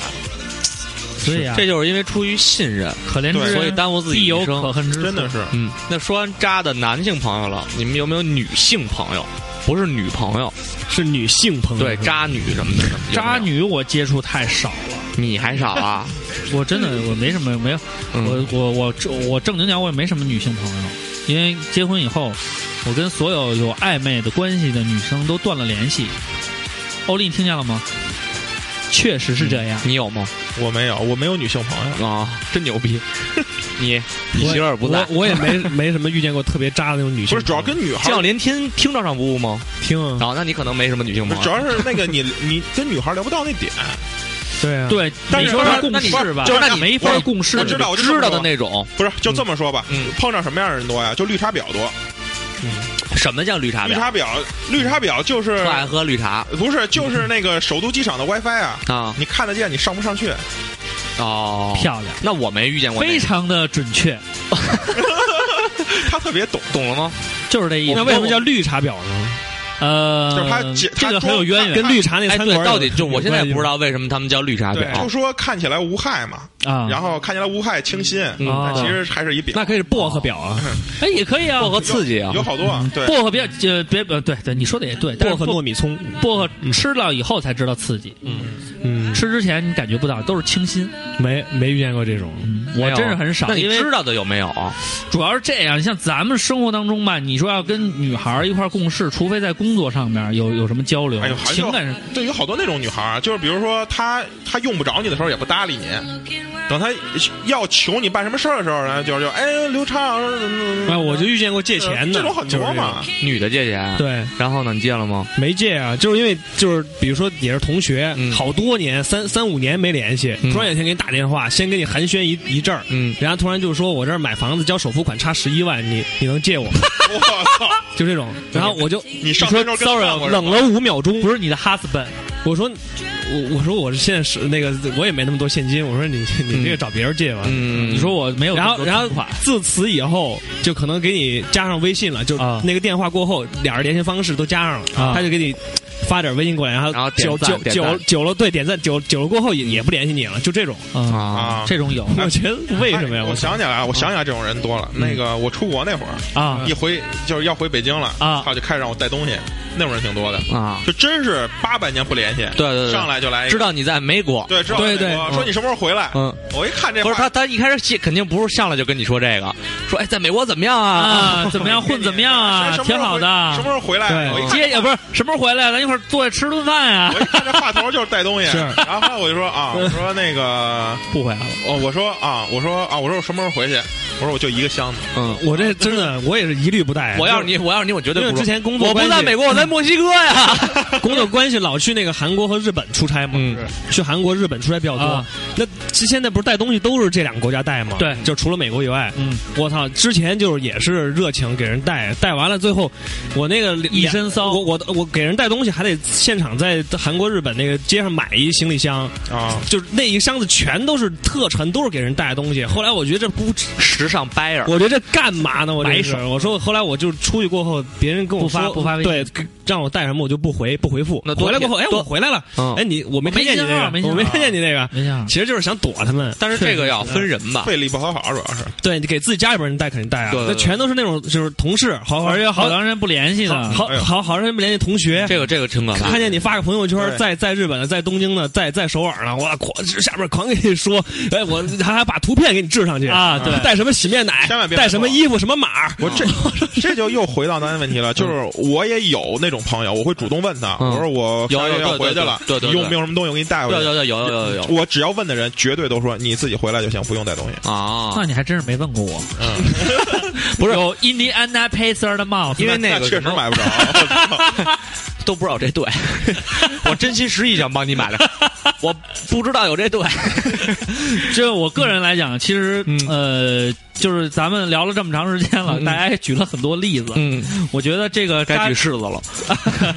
所以啊，这就是因为出于信任，可怜之对人所以耽误自己必有一可生。恨之处。真的是。嗯，那说完渣的男性朋友了，你们有没有女性朋友？不是女朋友，是女性朋友，对，渣女什么的，有没有渣女我接触太少了，你还少啊？我真的我没什么没有，嗯我我我我正经讲我也没什么女性朋友，因为结婚以后，我跟所有有暧昧的关系的女生都断了联系。欧丽，你听见了吗？确实是这样，你有吗？我没有，我没有女性朋友。啊，真牛逼！你你媳妇儿不在我，我也没没什么遇见过特别渣的那种女性，不是，主要跟女孩叫儿，连听听照上不误吗？听啊，啊，那你可能没什么女性不朋是友。主要是那个你你跟女孩儿聊不到那点。对啊，对，嗯但你是说但是是共那你事吧，就是那你没法我共事。我知道，我就这么知道的说那种，不是就这么说吧，嗯碰上什么样的人多呀？就绿茶婊多，什么叫绿茶绿婊？茶婊，绿茶婊就是特爱喝绿茶不是就是那个首都机场的 WiFi 啊，啊！你看得见，你上不上去？哦，漂亮，那我没遇见过那非种，常的准确，他特别懂，懂了吗？就是这意思。那为什么叫绿茶婊呢？呃就是他，解这个他很有装渊源跟绿茶那哎，餐对馆，有到底就我现在也不知道，道为什么他们叫绿茶对，就婊。说看起来无害嘛，啊。然后看起来无害清新，嗯啊但其实还是一饼，那可以是薄哦荷婊啊，哎，也可以啊，薄荷刺激啊有！好多啊，对，薄荷别呃别呃对对，你说的也对，但是薄嗯荷薄糯米葱，薄荷吃了以后才知道刺激，嗯，吃之前你感觉不到，都是清新。没没遇见过这种，我没有真是很少，那你因为知道的有没有？主要是这样，你像咱们生活当中吧，你说要跟女孩儿一块儿共事，除非在工作上面有有什么交流哎呦，，还是情感上对，有好多那种女孩儿，啊就是比如说她她用不着你的时候也不搭理你，等她要求你办什么事儿的时候，然后就就哎刘畅，怎么怎么啊，我就遇见过借钱呃这的，种很就是多这种嘛，女的借钱，对，然后呢，你借了吗？没借啊，就是因为就是比如说也是同学，嗯好多年三三五年没联系，嗯突然有一天给你打电话，先给你寒暄一一阵儿，嗯，人家突然就说我这儿买房子交首付款差十一万，你你能借我吗？我操，就这种，然后我就你上说班时候跟 sorry，上过是吧冷了五秒钟，不是你的 husband，我说我我说我是现在是那个我也没那么多现金，我说你你这个找别人借吧，嗯，你说我没有这然么后多存款，然后自此以后就可能给你加上微信了，就啊那个电话过后，俩人联系方式都加上了，啊他就给你。发点微信过来，然后然后点久赞久点久赞久了，对点赞久久了过后也也不联系你了，就这种，啊，啊，啊。这种有我觉得为什么呀？哎我想起来了，我想起来这种人多了。那个我出国那会儿，啊一回就是要回北京了，啊他就开始让我带东西，那种人挺多的，啊，就真是八百年不联系，对对对上来就来一个知道你在美国，对，知道对美对国嗯说你什么时候回来？嗯，我一看这不是话他，他一开始借肯定不是上来就跟你说这个，说哎，在美国怎么样啊？啊，怎么样混怎么样啊什，么时挺候好回什的么。时候回来？对我一看接也不是什么时候回来，咱一块儿坐下吃顿饭呀我。一看这话头就是带东西，是然后我就说啊，我说那个，不回来了，哦，我说啊，我说啊，我说我什么时候回去？我说我就一个箱子，嗯，我这真的我也是一律不带。我要是你，哎我要是你，我绝因对为不之说。前工作我不在美 国国，我在墨西哥呀。工作关系老去那个韩国和日本出差嘛，嗯去韩国、日本出差比较多啊。那其现在不是带东西都是这两个国家带吗？对就除了美国以外，嗯，我操，之前就是也是热情给人带，带完了最后我那个一身骚我我我给人带东西还得现场在韩国、日本那个街上买一行李箱，啊，就是那一箱子全都是特沉，都是给人带的东西。后来我觉得这不值 时尚 buyer， 我觉得这干嘛呢？我这白是我说后来我就出去过后，别人跟我不发说不发微信对，让我带什么我就不回不回复。那多回来过贴后，哎，多我回来了，嗯哎，你我没看见你没信号那没个，信号我没看见你那个，没想其实就是想躲他们。但是这个要分人吧。费力不讨好，主要是对，你给自己家里边人带肯定带啊，对对那对全都是那种就是同事，好好而且好好长时间不联系呢。好哎呦好好长时间不联系同学。这个这个挺可怕看的。见你发个朋友圈，对在在日本的，在东京的，在在首尔呢，我狂下边狂给你说，哎，我还还把图片给你制上去啊对带什么洗面奶千万，别带什么衣服，什么码，我这这就又回到咱的问题了，就是我也有那种朋友，我会主动问他，嗯我说我有有要对对回去对了，对对对你有没有什么东西我给你带回对去？对对，有有有有有我只要问的人，绝对都说你自己回来就行，不用带东西。啊那！你还真是没问过我，嗯，不是有印第安纳 Pacer 的帽子，因为那个确实什么买不着。都不知道这队， 我真心实意想帮你买来， 我不知道有这队。 这我个人来讲，其实嗯呃，就是咱们聊了这么长时间了，嗯大家也举了很多例子。嗯，我觉得这个该渣举柿子了。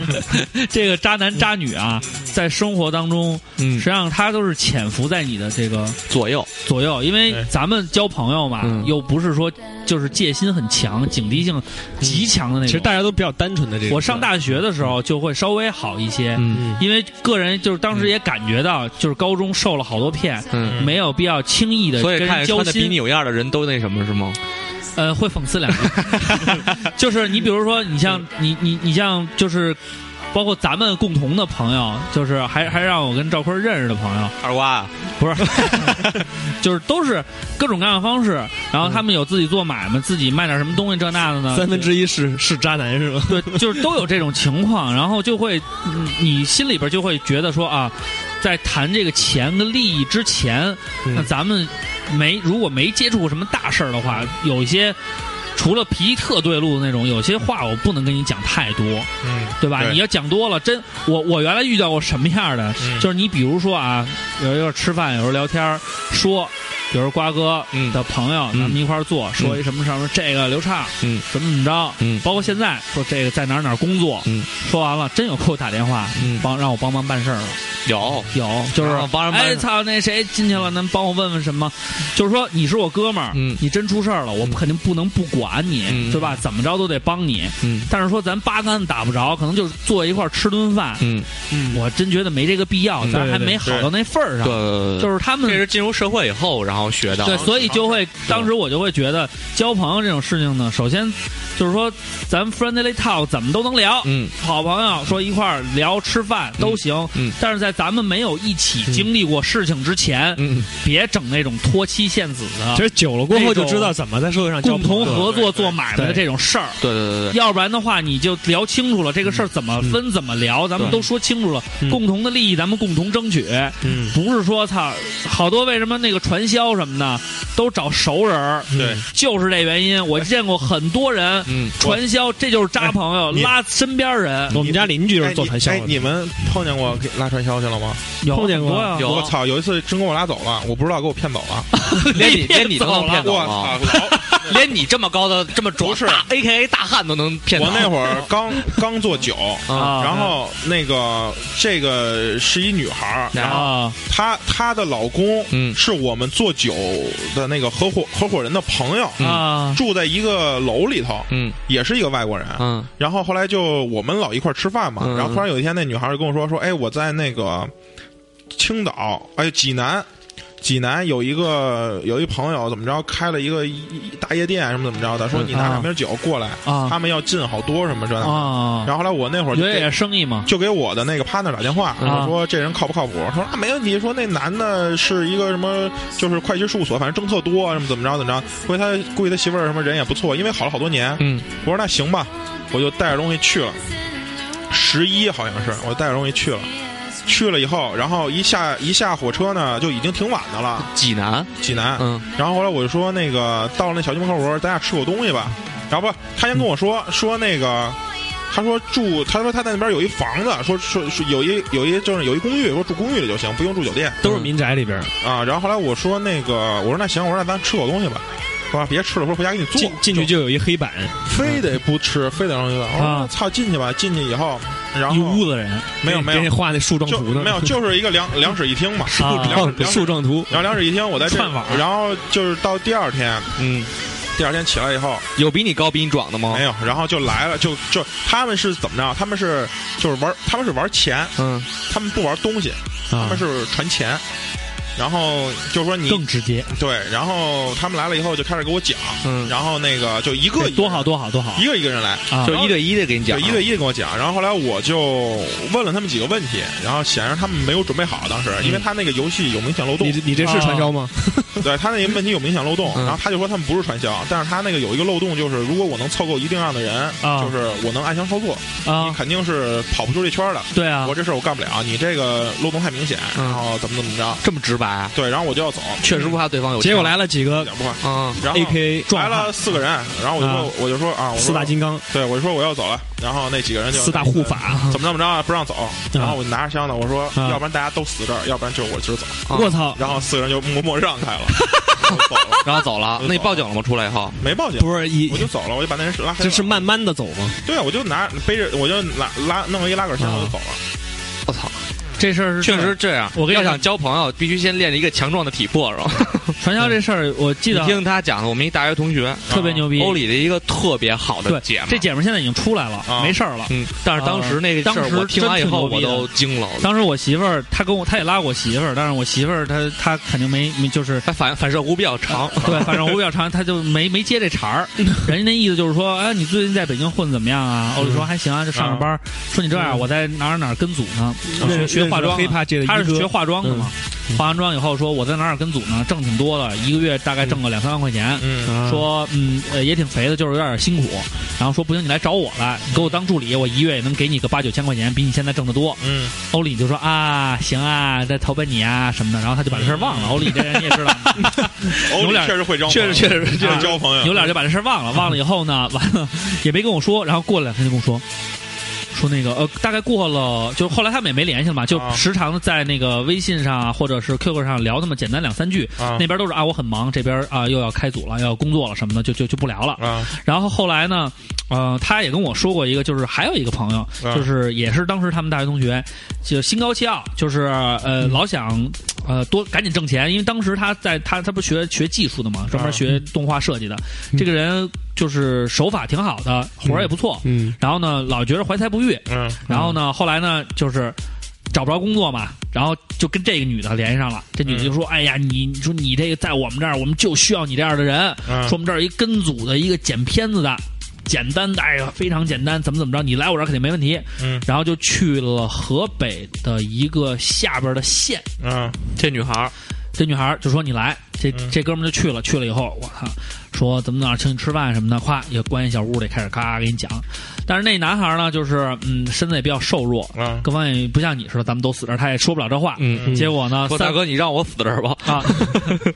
这个渣男渣女啊，在生活当中，嗯实，际上他都是潜伏在你的这个左右。左右，因为对咱们交朋友嘛，哎嗯又不是说就是戒心很强、警惕性极强的那种。其实大家都比较单纯的这个。我上大学的时候就会稍微好一些，嗯因为个人就是当时也感觉到，就是高中受了好多骗，嗯，没有必要轻易的所跟以看人交穿的比心你。有样的人都那什么是吗？呃，会讽 刺两句，就是你比如说，你像你你你像就是。包括咱们共同的朋友，就是还还让我跟赵坤认识的朋友，二瓜，不是，就是都是各种各样的方式。然后他们有自己做买卖，自己卖点什么东西这那的呢，三分之一是是渣男是 吗？对， 就是都有这种情况，然后就会，嗯你心里边就会觉得说啊，在谈这个钱跟利益之前，那咱们没如果没接触过什么大事儿的话，有一些除了脾气特对路的那种，有些话我不能跟你讲太多，嗯，对吧？对你要讲多了，真我我原来遇到过什么样的，嗯就是你比如说啊，有时候吃饭，有时候聊天儿说。比如瓜哥嗯的朋友，嗯咱们一块儿坐，说一什么什么，这个刘畅，嗯，怎么怎么着，嗯包括现在说这个在哪儿哪儿工作，嗯，说完了，真有给我打电话，嗯帮让我帮忙办事儿了，有，有就是啊帮人办哎事操，那谁进去了，能帮我问问什么？就是说你是我哥们儿，嗯你真出事儿了，我肯定不能不管你，嗯对吧？怎么着都得帮你，嗯但是说咱八竿子打不着，可能就是坐一块儿吃顿饭，嗯，我真觉得没这个必要，咱对还对没好到那份儿上，对，就是他们这是进入社会以后然后学到对，的。所以就会当时我就会觉得交朋友这种事情呢，首先就是说咱们 friendly talk 怎么都能聊，嗯好朋友说一块儿聊吃饭都行，嗯但是在咱们没有一起经历过事情之前，嗯，别整那种拖妻献子其的，实久了过后就知道怎么在社会上交共朋友同合作对对做买卖的对这种事儿。对对对 对。要不然的话，你就聊清楚了这个事儿怎么分、怎么聊，咱们对都说清楚了，嗯共同的利益咱们共同争取，嗯不是说操，好多为什么那个传销什么的都找熟人儿， 对，就是这原因。我见过很多人嗯，传销，这就是渣朋友，你拉身边人，我们家邻居就是哎做传销哎的，，你们碰见过给拉传销去了吗？有碰见很过多呀，有啊啊我操！有一次真给我拉走了，我不知道给我骗走了。连你连你都能骗我走操！啊！老连你这么高的这么壮不是大 A K A 大汉都能骗到。我那会儿刚刚做酒， 啊，啊，然后那个这个是一女孩儿，然后啊，她她的老公嗯是我们做酒的那个合伙合伙人的朋友，嗯啊，住在一个楼里头，嗯也是一个外国人。嗯然后后来就我们老一块儿吃饭嘛，嗯然后突然有一天那女孩儿就跟我说说，哎，我在那个青岛，哎济南。济南有一个有一朋友怎么着开了一个一一大夜店什么怎么着的，说嗯你拿啊两瓶酒过来，啊他们要进好多什么这那的。啊，然后后来我那会儿我就觉得给也是生意嘛，就给我的那个 partner 打电话，啊我说这人靠不靠谱？他说啊没问题，说那男的是一个什么，就是会计事务所，反正政策多，啊什么怎么着怎么着。估计他估计他媳妇儿什么人也不错，因为好了好多年。嗯我说那行吧，我就带着东西去了。十一好像是，我带着东西去了。去了以后，然后一下一下火车呢，就已经挺晚的了，济南，济南。嗯然后后来我就说那个到了那小区门口，我说咱俩吃口东西吧。然后不，他先跟我说说那个，他说住，他说他在那边有一房子，说说说有一有一就是有一公寓，说住公寓里就行，不用住酒店都是民宅里边儿，啊。然后后来我说那个，我说那行，我说那咱吃口东西吧。我说别吃了，我说回家给你做进。进去就有一黑板，非得不吃，非得让我去。我啊说那嗯操，进去吧。进去以后，然后一屋子人没有给没有给你画那树状就图呢，没有，就是一个两两室一厅嘛。 啊两室两室树状图，然后两室一厅，我在这串网，然后就是到第二天，嗯，第二天起来以后，有比你高比你壮的吗没？有，然后就来了，就就他们是怎么着？他们是就是玩，他们是玩钱，嗯，他们不玩东西，啊他们是传钱。然后就说你更直接，对，然后他们来了以后就开始给我讲，嗯然后那个就一个一个多好多好多好一个一个人来，啊就一对一的给你就讲，一对一的跟我讲。然后后来我就问了他们几个问题，然后显然他们没有准备好，当时因为他那个游戏有明显漏洞你，这你这是传销吗？对他那个问题有明显漏洞，嗯然后他就说他们不是传销，但是他那个有一个漏洞就是，如果我能凑够一定量的人，啊就是我能暗箱操作，啊你，肯定是跑不出这圈儿的。对啊我，这事儿我干不了，你这个漏洞太明显，嗯然后怎么怎么着，这么直吧？对，然后我就要走，确实不怕对方有结果来了几个两不换。啊，然后 AK 来壮汉了四个人，然后我就说，啊我就说啊，我说四大金刚、对，我就说我要走了，然后那几个人就四大护，法，啊怎么着怎么着啊不让走，然后我拿着箱子，我说，要不然大家都死这儿，要不然就我今儿走，啊我操！然后四个人就默默让 开了，我就走了，然后走了我就。那你走报警了吗？出来以后，没报警，不是一我，就走了，我就把那人拉黑这了，是慢慢的走吗？对，啊我就拿背着，我就拿拉弄了一拉杆箱，我就走了，我操，这事儿是这确样实这样。我跟你要说想交朋友，必须先练一个强壮的体魄，是吧？传销这事儿，我 记你得听他讲的，我们一大学同学，特别牛逼。欧里的一啊个特别好的对姐们这儿，姐们儿现在已经出来了，啊没事儿了。嗯，但是当时那个呃当事儿时我听完以真挺后牛逼我的都惊了，当时我媳妇儿，她跟我，她也拉我媳妇儿，但是我媳妇儿她她肯定没没就是他哎反反射弧比较长，对，反正我比较长，他就没没接这茬 儿。人家那意思就是说，哎，你最近在北京混得怎么样啊？欧丽说还行啊，就上着班儿。说你这样，我在哪儿哪儿跟组呢，啊学学化妆黑的。怕界的嗯他一是哥啊学化妆的嘛？嗯化完妆以后说我在哪儿哪儿跟组呢，挣挺多的，一个月大概挣个两三万块钱。嗯，说嗯呃也挺肥的，就是有点辛苦。然后说不行，你来找我来，你给我当助理，我一月也能给你个八九千块钱，比你现在挣得多。嗯，欧丽就说啊行啊，再投奔你啊什么的。然后他就把这事儿忘了。欧丽这人你也知 道，欧有嗯里点确实会交朋确友，实确实确实交朋友，有脸就把这事儿忘了，忘了以后呢，完了也没跟我说，然后过了两天就跟我说。说那个呃，大概过了，就后来他们也没联系了嘛，就啊时常的在那个微信上啊或者是 QQ 上聊那么简单两三句，啊那边都是啊我很忙，这边啊又要开组了，要工作了什么的，就就就不聊了。啊，然后后来呢，呃，他也跟我说过一个，就是还有一个朋友，啊就是也是当时他们大学同学，就心高气傲，就是嗯呃老想呃多赶紧挣钱，因为当时他在他他不是学学技术的嘛，啊专门学动画设计的，嗯这个人就是手法挺好的，活儿也不错，嗯，然后呢老觉得怀才不遇，嗯然后呢，后来呢，就是找不着工作嘛，然后就跟这个女的联系上了。这女的就说：“嗯哎呀，你你说你这个在我们这儿，我们就需要你这样的人。嗯说我们这儿有一跟组的一个剪片子的，简单的，哎呀，非常简单，怎么怎么着，你来我这儿肯定没问题。”嗯，然后就去了河北的一个下边的县，嗯这女孩儿这女孩儿就说你来，这、嗯这哥们儿就去了，去了以后，我操，说怎么怎么请你吃饭什么的，夸也关一小屋里开始咔给你讲。但是那男孩儿呢，就是嗯，身子也比较瘦弱，嗯各方面也不像你似的，咱们都死这儿，他也说不了这话。嗯，结果呢，说三大哥你让我死这儿吧， 啊，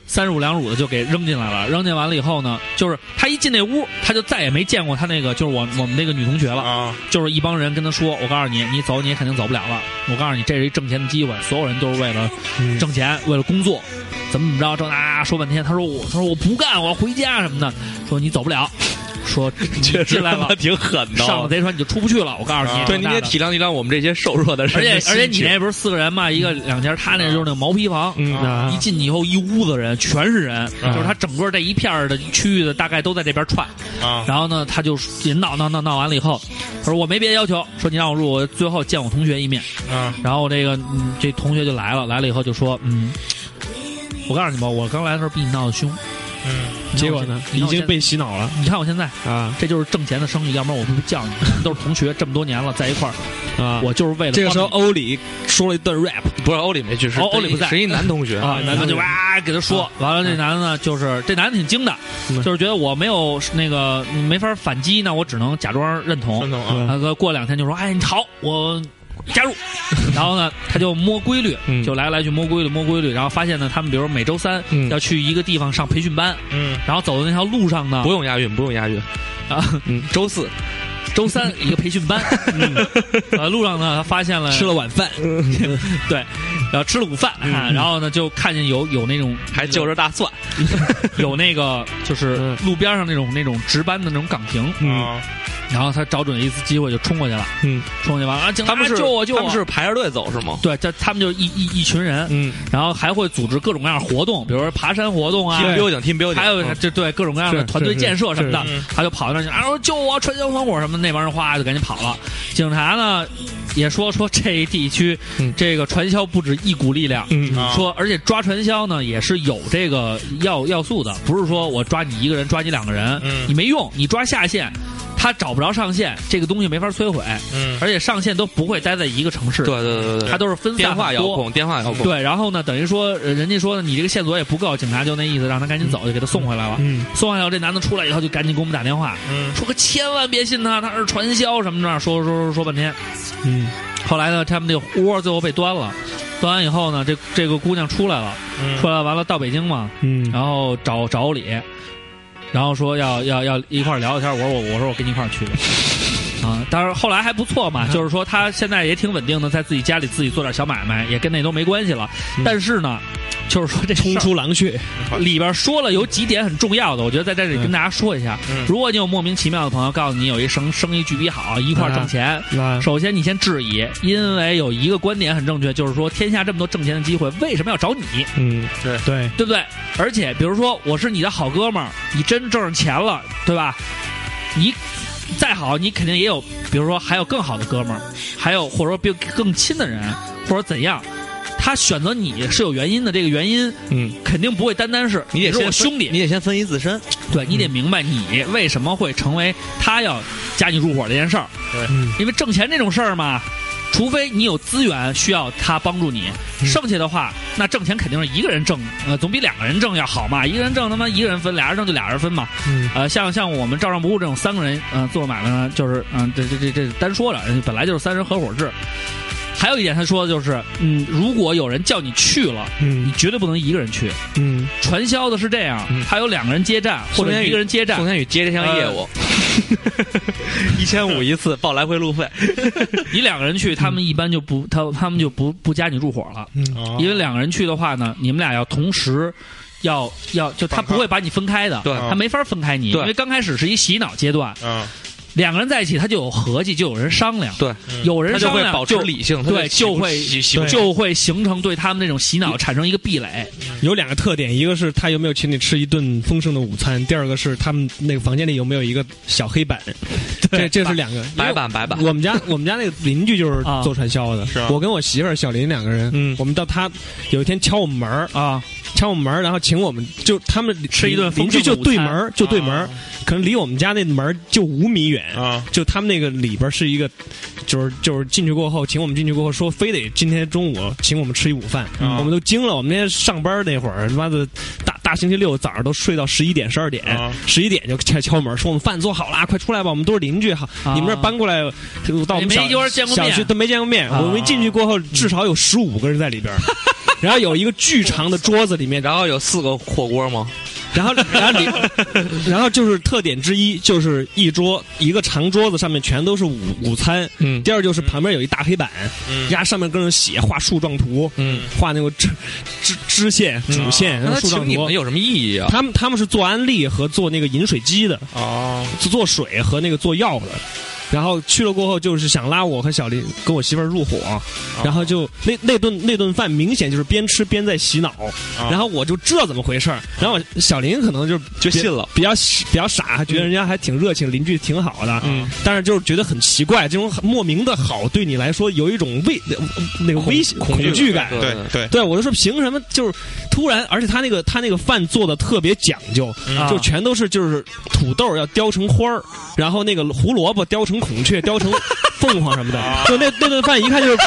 三乳两乳的就给扔进来了。扔进完了以后呢，就是他一进那屋，他就再也没见过他那个，就是我我们那个女同学了。啊，就是一帮人跟他说：“我告诉你，你走你也肯定走不了了。我告诉你，这是一挣钱的机会，所有人都是为了嗯挣钱，为了工作，怎么怎么着，这那说半天。”他说：“我他说我不干，我要回家什么的。”说你走不了， 说确实 进来了他妈，挺狠的，上了贼船你就出不去了。我告诉你，啊对，你这得那的体谅体谅我们这些瘦弱的人而且的而心情，且你那不是四个人嘛，一个两间，他那就是那个毛坯房。嗯啊一进去以后，一屋子人全是啊人，就是他整个这一片儿的区域的大概都在这边串。啊然后呢，他就也闹闹闹闹完了以后，他说我没别的要求，说你让我入，我最后见我同学一面。啊然后这个、嗯、这同学就来了，来了以后就说，嗯，我告诉你吧，我刚来的时候比你闹得凶。嗯你看我结果现在呢，你已看我经现被洗脑了在你看我现在，啊这就是挣钱的生意，要不然我不会叫你。咱们都是同学，这么多年了，在一块儿，啊！我就是为了这个时候帮欧里说了一段 rap，不是欧里没去，是哦欧里不在是一男同学你啊，然后就哇给他说，嗯完了这男的呢，就是这男的挺精的，就是觉得我没有那个没法反击，那我只能假装认同。孙总啊，大哥过两天就说：“哎，你好，我加入。” 然后呢，他就摸规律，嗯就来来去摸规律，摸规律。然后发现呢，他们比如每周三嗯要去一个地方上培训班，嗯然后走的那条路上呢不，用押韵，不用押韵啊，嗯，周四周三一个培训班，嗯 呃，路上呢他发现了吃了晚饭，对，然后吃了午饭啊，然后呢就看见有有那种还就着大蒜， 有那个就是嗯路边上那种那种值班的那种岗亭，啊然后他找准一次机会就冲过去了，嗯，冲过去完了啊，警他察们是救我救他们我！是排着队走是吗？对，这他们就一一一群人，嗯然后还会组织各种各样的活动，比如说爬山活动啊， ，team building，team building，还有嗯这对各种各样的是团队是建设什么的是嗯，他就跑到那儿去，啊，救我，传销团伙什么的，那帮人哗就赶紧跑了。警察呢也说说这地区嗯这个传销不止一股力量。嗯啊说，而且抓传销呢，也是有这个要要素的，不是说我抓你一个人，抓你两个人，嗯你没用，你抓下线，他找不着上线，这个东西没法摧毁，嗯而且上线都不会待在一个城市，对对对对他对，都是分散电话很遥多控，电话遥控，对，啊然后呢，等于说呃人家说呢，你这个线索也不够，警察就那意思，让他赶紧走，就给他送回来了。嗯，送回来了，这男的出来以后就赶紧给我们打电话，嗯说可千万别信他，他是传销什么的，说说说说半天。嗯，后来呢，他们这窝最后被端了，算完以后呢，这这个姑娘出来了，出来完了到北京嘛，嗯然后找找我李，然后说要要要一块儿聊聊天儿。我说我我说我跟你一块儿 去吧。啊，但是后来还不错嘛，嗯就是说他现在也挺稳定的，在自己家里自己做点小买卖，也跟那都没关系了。但是呢，就是说这嗯冲事儿出狼穴，里边说了有几点很重要的，我觉得在这里跟大家说一下。嗯如果你有莫名其妙的朋友告诉你有一生生意巨逼好，一块儿挣钱，嗯那首先，你先质疑，因为有一个观点很正确，就是说天下这么多挣钱的机会，为什么要找你，嗯，对对，对不对？而且，比如说我是你的好哥们儿，你真挣上钱了，对吧？你再好，你肯定也有，比如说还有更好的哥们儿，还有或者说比更亲的人，或者怎样。他选择你是有原因的，这个原因，嗯，肯定不会单单是你得是先我分兄弟，你得先分析自身。嗯对你得明白你为什么会成为他要加你入伙这件事儿。对嗯因为挣钱这种事儿嘛，除非你有资源需要他帮助你，嗯剩下的话，那挣钱肯定是一个人挣，呃，总比两个人挣要好嘛。一个人挣他妈一个人分，俩人挣就俩人分嘛。嗯呃，像像我们照账不误这种三个人，嗯、做买卖呢，就是嗯、这这这这单说了，本来就是三人合伙制。还有一点，他说的就是，嗯，如果有人叫你去了，你嗯绝对不能一个人去。嗯，传销的是这样，他有两个人接站或宋者天宇一个人接站宋，天宇接这项业务，一千五一次，报来回路费。你两个人去，他们一般就嗯不他他们就不不加你入伙了，啊因为两个人去的话呢，你们俩要同时。要要就他反抗不会把你分开的，对他没法分开你，对因为刚开始是一洗脑阶段，嗯，两个人在一起他就有合计，就有人商量，对，有人他就商会量保持理性，他对就会喜喜欢就会形成对他们那种洗脑产生一个壁垒，有两个特点，一个是他有没有请你吃一顿丰盛的午餐，第二个是他们那个房间里有没有一个小黑板，这这是两个。白板白板。我们家我们家那个邻居就是啊做传销的，是啊我跟我媳妇儿小林两个人，嗯我们到他有一天敲我们门儿啊，敲我们门儿，然后请我们就他们吃一顿丰邻盛居的就午餐对门儿就对门儿，可能离我们家那门儿就五米远啊就他们那个里边是一个，就是就是进去过后，请我们进去过后说，非得今天中午请我们吃一午饭，嗯我们都惊了。我们那天上班那会儿，他妈的大大星期六早上都睡到十一点十二点啊，十一、点就开敲门说我们饭做好了，快出来吧，我们都是邻居哈，啊你们这儿搬过来就到我们你小没一会儿见过小面区都没见过面。啊我们一进去过后，至少有十五个人在里边 儿。然后有一个巨长的桌子，里面然后有四个火锅吗？然后，然后你，然后就是特点之一，就是一桌一个长桌子上面全都是午午餐。嗯第二就是旁边有一大黑板，嗯压上面各种写画树状图，嗯，画那个支支支线、主线、那他树状请你图们。有什么意义啊？他们他们是做安利和做那个饮水机的，哦，做水和那个做药的。然后去了过后，就是想拉我和小林跟我媳妇儿入伙，啊然后就那那顿那顿饭明显就是边吃边在洗脑，啊然后我就这怎么回事儿？然后我小林可能就就别信了，比较比较傻，还觉得人家还挺热情，邻居挺好的，嗯，但是就是觉得很奇怪，这种很莫名的好对你来说有一种畏那个危险恐惧感，对对，对，我就说凭什么就是突然，而且他那个他那个饭做的特别讲究，嗯啊就全都是就是土豆要雕成花儿，然后那个胡萝卜雕成孔雀，雕成凤凰什么的，啊就那那顿饭一看就是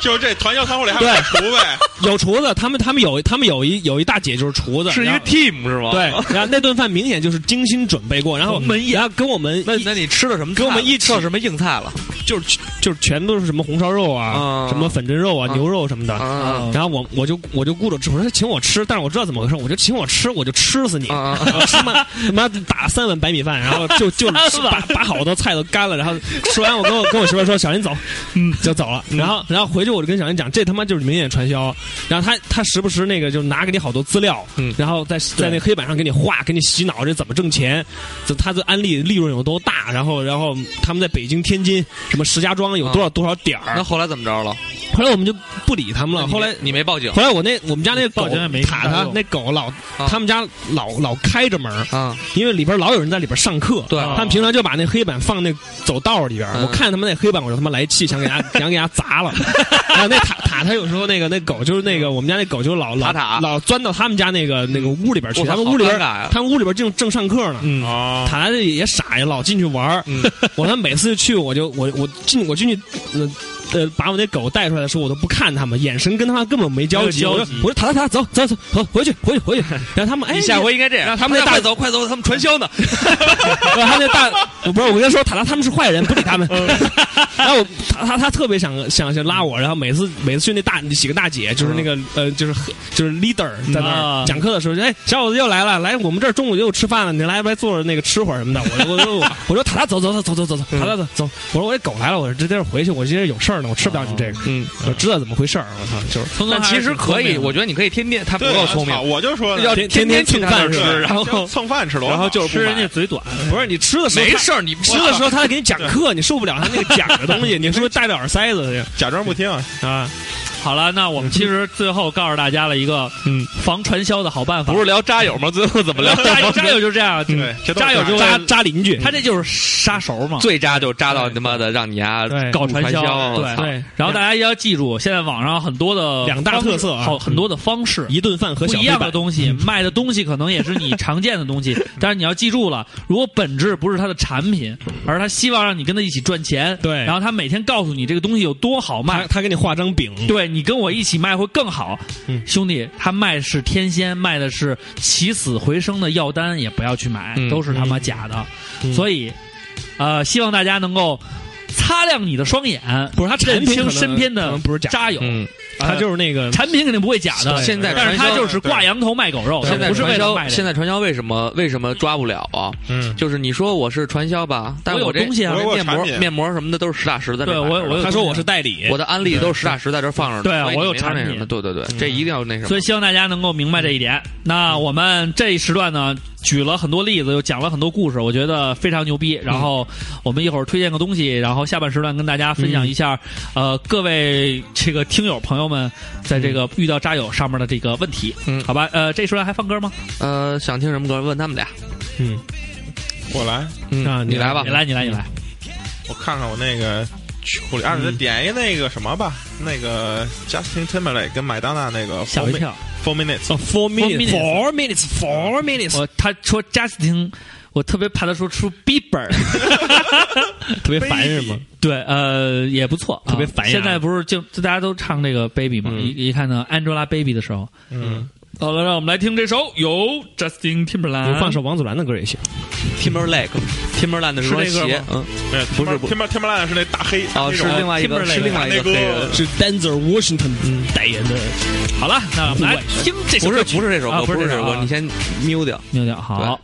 就是这团销团伙里还有厨呗，有厨子，他们他们有他们有一有一大姐就是厨子，然后 team 是吗对， 然后那顿饭明显就是精心准备过，然后门然后跟我们那一那你吃了什么菜了？跟我们一起吃了什么硬菜了？就是就是全都是什么红烧肉啊，啊什么粉蒸肉啊，啊牛肉什么的。啊然后我我就我就顾着吃，我说他请我吃，但是我知道怎么回事，我就请我吃，我就吃死你，啊啊！然后吃嘛， 他妈打三碗白米饭，然后 就就三碗把把好多菜都干了，然后吃完我跟我跟我媳妇说小林走，嗯，就走了。然后然后回去我就跟小林讲，这他妈就是明显传销。然后他他时不时那个就拿给你好多资料，嗯然后在在那黑板上给你画，给你洗脑这怎么挣钱，就他的安利利润有多大，然后然后他们在北京、天津什么石家庄有多啊少多少点那儿。后来怎么着了？后来我们就不理他们了，后来你没报警后来我那我们家那个报狗警也没啊塔啥塔用那狗老，他们家老老开着门儿，啊？因为里边老有人在里边上课，对他们平常就把那黑板放那走道里边儿。嗯我看他们那黑板，我就他妈来气，想给他 想给他砸了。然后那塔塔他有时候那个那狗就是那个我们家那狗就老老塔塔老钻到他们家那个那个屋里边去，我操他们屋里边好尴尬呀他们屋里边正正上课呢。嗯哦，塔塔也傻呀，老进去玩儿。嗯 我他妈每次去我就我我进我进去，呃呃，把我那狗带出来的时候，我都不看他们，眼神跟他们根本没交集。没有我交说集我说塔塔塔，走走走，走回去回去回去。然后他 们哎，你下你回应该这样。让他们那大快走快走，他们传销呢。然后他那大，我不是我跟他说，塔拉他们是坏人，不理他们。然后我他他他特别想想想拉我，然后每次每次去那大几个大姐，就是那个呃，就是就是 leader 在那啊儿讲课的时候，哎，小伙子又来了，来我们这儿中午又吃饭了，你来不来坐着那个吃会儿什么的？我我我我我说塔塔走走走走走走走，塔塔走走，我说我这狗来了，我说这地儿回去，我今儿有事儿呢，我吃不了你这个，嗯，我知道怎么回事儿，我操，就是聪聪但还是其实挺可以，聪明的我觉得你可以天天，他不对够啊，聪操明，我就说呢要天天天去蹭他那饭儿吃吃，然后蹭饭吃了，然后就是吃不人买家嘴短，不是你吃的时候没他事儿，你吃的时候他还给你讲课，你受不了他那个讲的东西，你是不是带着耳塞子去？假装不听啊，啊，好了，那嗯我们其实最后告诉大家了一个嗯防传销的好办法，不是聊扎友吗？最后怎 么聊？扎友扎友就是这样，嗯对，这都是扎友就扎会扎邻居，他这就是杀手嘛， 最扎就扎到他妈的让你啊对搞传销我对操！对，然后大家要记住，现在网上很多的两大方式特色啊好很多的方式。一顿饭和不小一黑样板的东 西，卖的东西可能也是你常见的东西，但是你要记住了，如果本质不是他的产品，而他希望让你跟他一起赚钱，对然后他每天告诉你这个东西有多好他卖，他给你画张饼，对你跟我一起卖会更好。嗯兄弟，他卖是天仙，卖的是起死回生的药单，也不要去买，嗯都是他妈假的。嗯所以，呃，希望大家能够擦亮你的双眼，不是他产认品可清能身边可的能不是假，渣友。嗯，他就是那个产品肯定不会假的，对现在但是传他销就是挂羊头卖狗肉，现在不是为传了销，卖这个。现在传销为什么为什么抓不了啊？嗯，就是你说我是传销吧，但我有这东西啊我这我有面膜产品面膜什么的都是实打实的，对我有我有他说我是代理，我的安利都是实打实在这儿放着的，对啊所以你我有没法那产品嗯什么对对对，这一定要那什么，所以希望大家能够明白这一点。那我们这一时段呢，举了很多例子，又讲了很多故事，我觉得非常牛逼。嗯然后我们一会儿推荐个东西，然后下半时段跟大家分享一下，嗯呃，各位这个听友朋友们在这个遇到渣友上面的这个问题，嗯好吧？呃，这一时段还放歌吗？呃，想听什么歌问他们俩，我来，嗯，啊你你来吧啊嗯你，来，你来，你来。我看看我那个库里，啊，你再点一那个什么吧，那个 Justin Timberlake 跟麦当娜那个 Four 吓我一 Min- 跳， Four Minutes，哦，four minutes minutes，four minutes，four minutes，我他说 Justin，我特别怕他说出 Bieber，特别烦是吗？对，呃，也不错，特别啊烦呀现在不是就就大家都唱这个 Baby 嘛，一一看到 Angelababy 的时候，嗯，好了，让我们来听这首由 Justin 你 Timberlake 放首王祖蓝的歌也行， Timberlake，Timberland 的双是那鞋歌，嗯，没有不是不 Timber Timberland 是那啊大黑哦，是另外一个， Timberlake 是另外一个黑人，是 Denzel Washington 代言的。好了，那我们来听这首不歌是曲不是这首啊歌，不不是这是这首首歌歌，你先 mute 掉，牛牛好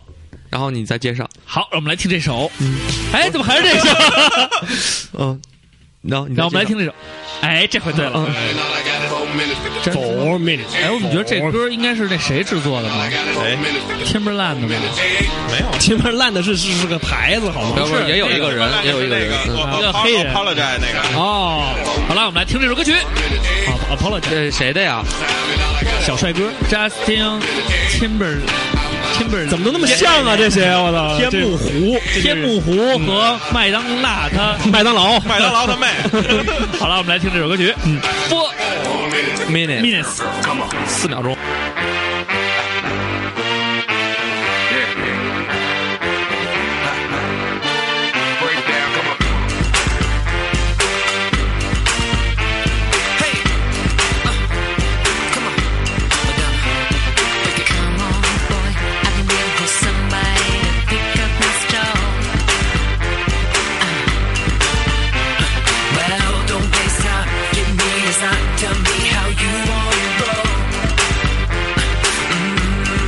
然后你再介绍，好，让我们来听这首，哎，怎么还是这首？嗯，然后你再让我们来介听绍这首，哎，这回对了，嗯真 Four minutes，哎，我们觉得这歌应该是那谁制作的吗谁？Timberland 的吗？没有。前面烂的是是是个牌子，好吗？不是也有一个人，也有一个人，嗯一个黑人 a p o l o g i z e 那 个，哦，好了，我们来听这首歌曲啊，Apollo 这是谁的呀？小帅哥， ，Justin Timber Timber 怎么都那么像啊？这些我操，天幕目湖，天目湖嗯和麦当娜他。麦当劳，麦当 劳他妹，好了，我们来听这首歌曲。嗯，Four minute Minutes。四秒钟， Come on, boy, I've been waiting for somebody to pick up my stone. Well, don't waste time. Give me a sign. Tell me how you want to roll.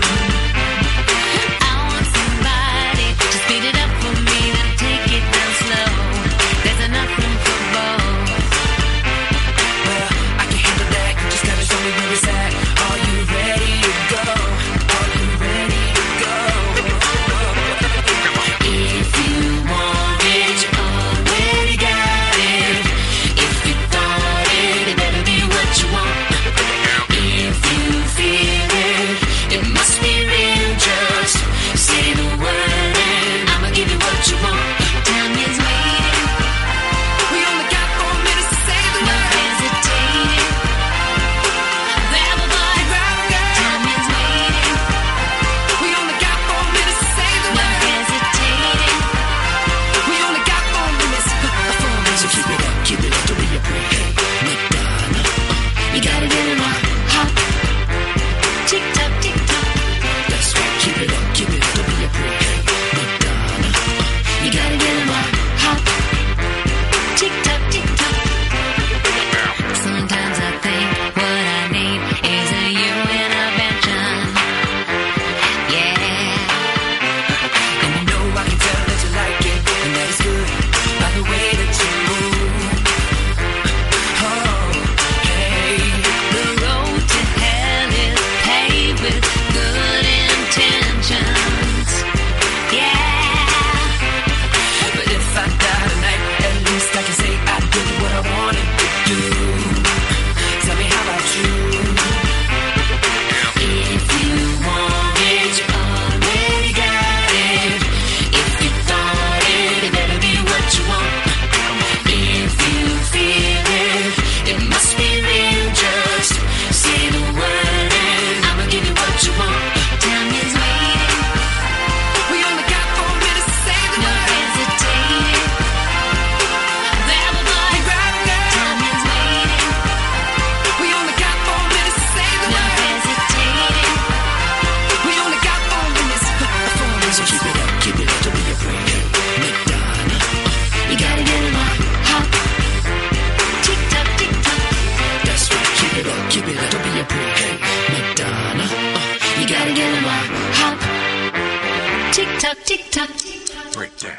Oh, tock, tick tock.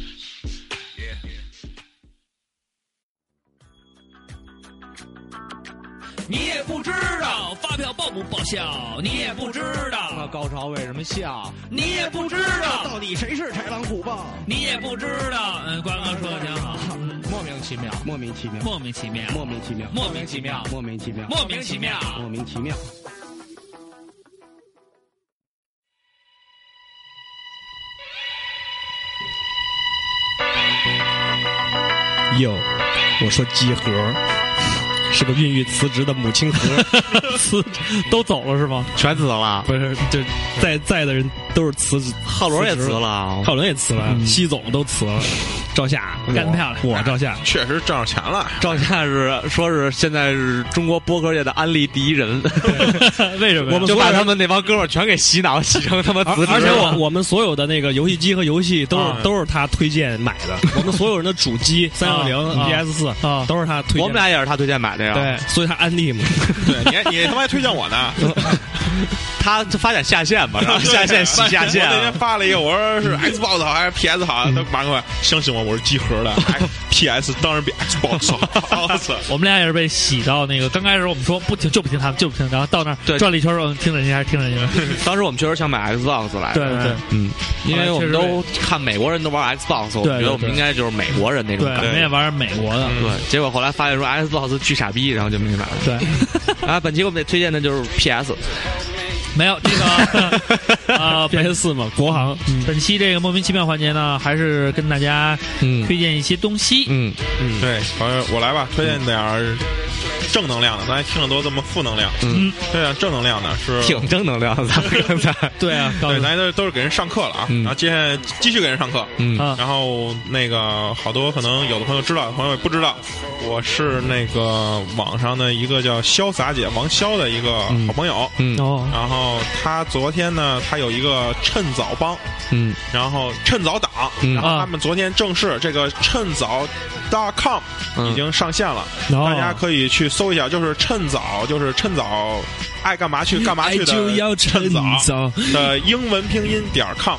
Yeah. 你也不知道发票报不报销，你也不知那道，高潮为什么笑？你也不知道，底谁是豺狼虎豹？你也不知道。嗯，瓜哥说的挺好，嗯莫名其妙，莫名其妙，莫名其妙，莫名其妙，莫名其妙，莫名其妙，莫名其妙。啊莫名其妙。哟，我说集合是个孕育辞职的母亲河， 辞都走了是吗？全死了，不是，就在在的人都是辞职，浩伦也辞嗯辞职了，浩伦也辞了，西总都辞了，赵夏干得漂亮我赵夏，确实挣着钱了。赵夏是说是现在是中国播客界的安利第一人， 为什么我们就把他们那帮哥们儿全给洗脑，洗成他妈辞职而且我了。我们所有的那个游戏机和游戏都是、啊都是他推荐买 的，我们所有人的主机三六零、啊 PS 四啊都是他推荐。我们俩也是他推荐买的呀。，对，所以他 安利嘛，对你还，你他妈还推荐我呢，他发展下线嘛，然后下线洗下线我那 天啊。嗯发了一个，我说是 Xbox 好还是 PS 好？啊他马上问，相信我，我是集合 的。哎 PS 当然比 Xbox 好。我们俩也是被洗到那个，刚开始我们说不听就不听他们，就不听，然后到那对儿转了一圈儿，嗯，听着人家还是听着人家，当时我们确实想买 Xbox 来对着，对对嗯，因为我们后来确都看美国人都玩 Xbox，我对对觉得我们对应该就是美国人那对，种我感们觉也。玩美国的，对，结果后来发现说 Xbox 巨傻逼，然后就没买了。 对，啊，本期我们得推荐的就是 PS，没有这个啊，本，PS 四嘛，国行。本期这个莫名其妙环节呢，还是跟大家嗯推荐一些东西。嗯，对，我我来吧，推荐点儿正能量的。刚才听了多这么负能量，嗯，推荐正能量的是。挺正能量的，咱们刚才，对啊，告诉对，你咱都都是给人上课了啊，嗯然后接下来继续给人上课。嗯啊然后那个好多可能有的朋友知道，有的朋友也不知道，我是那个网上的一个叫潇洒姐王潇的一个好朋友。嗯哦，然后他昨天呢，他有一个趁早帮，嗯然后趁早党，嗯然后他们昨天正式这个趁早 .com 嗯已经上线了，哦大家可以去搜一下，就是趁早，就是趁早爱干嘛去干嘛去就要的趁早早的英文拼音点儿 com，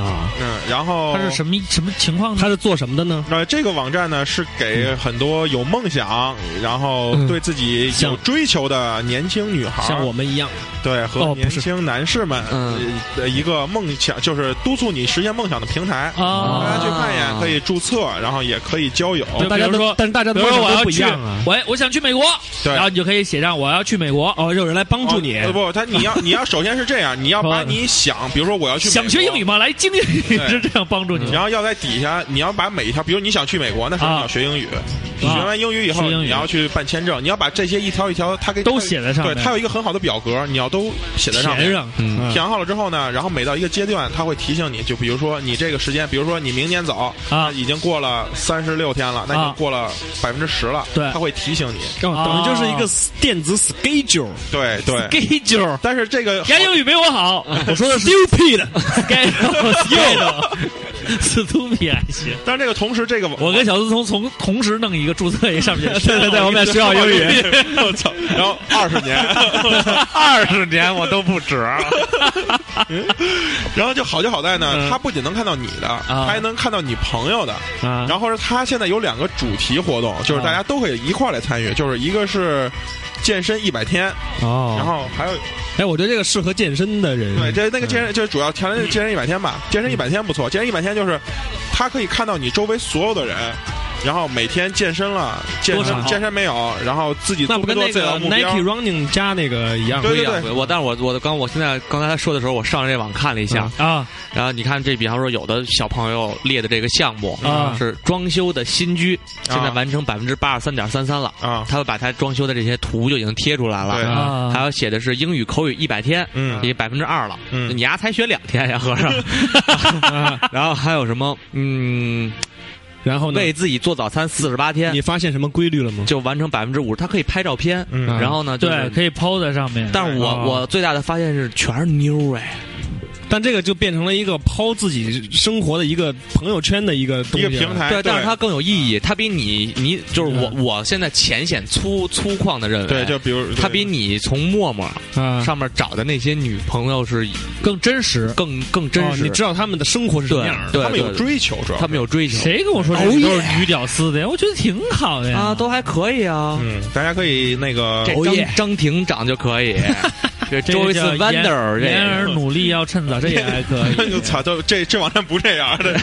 啊！嗯，然后他是什么什么情况呢？他是做什么的呢？那这个网站呢，是给嗯很多有梦想，然后对自己有像追求的年轻女孩儿，像我们一样，对和哦年不是轻男士们，嗯呃，一个梦想就是督促你实现梦想的平台。啊，大家去看一眼，可以注册，啊然后也可以交友。就大家比如都说但是大家比的如说我方向都要不一去样啊。，喂，我想去美国，对然后你就可以写上我要去美国，哦，有人来帮助你哦，不，他你要你要首先是这样，你要把你想，比如说我要去美想学国英语，吗？来精英语对是这样帮助你。然后要在底下，你要把每一条，比如你想去美国，那是你嗯啊要学英语，你学完英语以后，学英语你要去办签证，你要把这些一条一条，他给都写在上面对，他有一个很好的表格，你要都写在上面填。上，嗯填好了之后呢，然后每到一个阶段，他会提醒你，就比如说你这个时间，比如说你明年走，啊那已经过了三十六天了，那已经过了百分之十了，对他会提醒你，哦等于就是一啊个电子 schedule。对对。 gay 酒，但是这个言英语没我 好我说的是 stupid， ，gay 酒，死秃皮还行。但是这个同时，这个我跟小思聪从同时弄一个注册一上面，对 对对我们俩学好 英语我操，然后二十年，二十年我都 不止。然后就好就好在呢，他不仅能看到你的，他还能看到你朋友的。啊然后是他现在有两个主题活动，就是大家都可以一块儿来参与，就是一个是健身一百天，然哦，嗯后还有哎，我觉得这个适合健身的人。对，这那个健身，就是主要强调健身一百天吧。健身一百天不错，健身一百天就是他可以看到你周围所有的人，然后每天健身了，健多身少健身没有，然后自己那做不不跟做那自己个的目 Nike 标。 Running 加那个一样？对对对，我，但是我我刚我现在刚才他说的时候，我上这网看了一下，啊然后你看这，比方说有的小朋友列的这个项目啊是装修的新居，啊现在完成百分之八十三点三三了，啊，他会把他装修的这些图就已经贴出来对了。啊还有写的是英语口语一百天，嗯已经百分之二了，嗯你丫才学两天呀，和 尚。 然后还有什么，嗯，然后呢？为自己做早餐四十八天你，发现什么规律了吗？就完成百分之五十，他可以拍照片，嗯啊然后呢，就对，是可以抛在上面。但是我哦我最大的发现是全是妞儿哎，但这个就变成了一个抛自己生活的一个朋友圈的一个东一西个了平台，对，哎对，但是它更有意义，它比你你就是我嗯我现在浅显粗粗犷的认为，对，就嗯比如它比你从陌陌啊，上面找的那些女朋友是更真实。更更真哦实，你知道他们的生活是什么对样儿的？对，他们有对追求，主要他们有追求，谁跟我哦说这都是女屌丝的呀？我觉得挺好的呀。啊，都还可以啊。嗯，大家可以那个这张张婷长就可 以，这这个 Joyce 叫 Wonder 言言这而努力要趁早，这也还 可 就以。操，就这这网站不这样 的，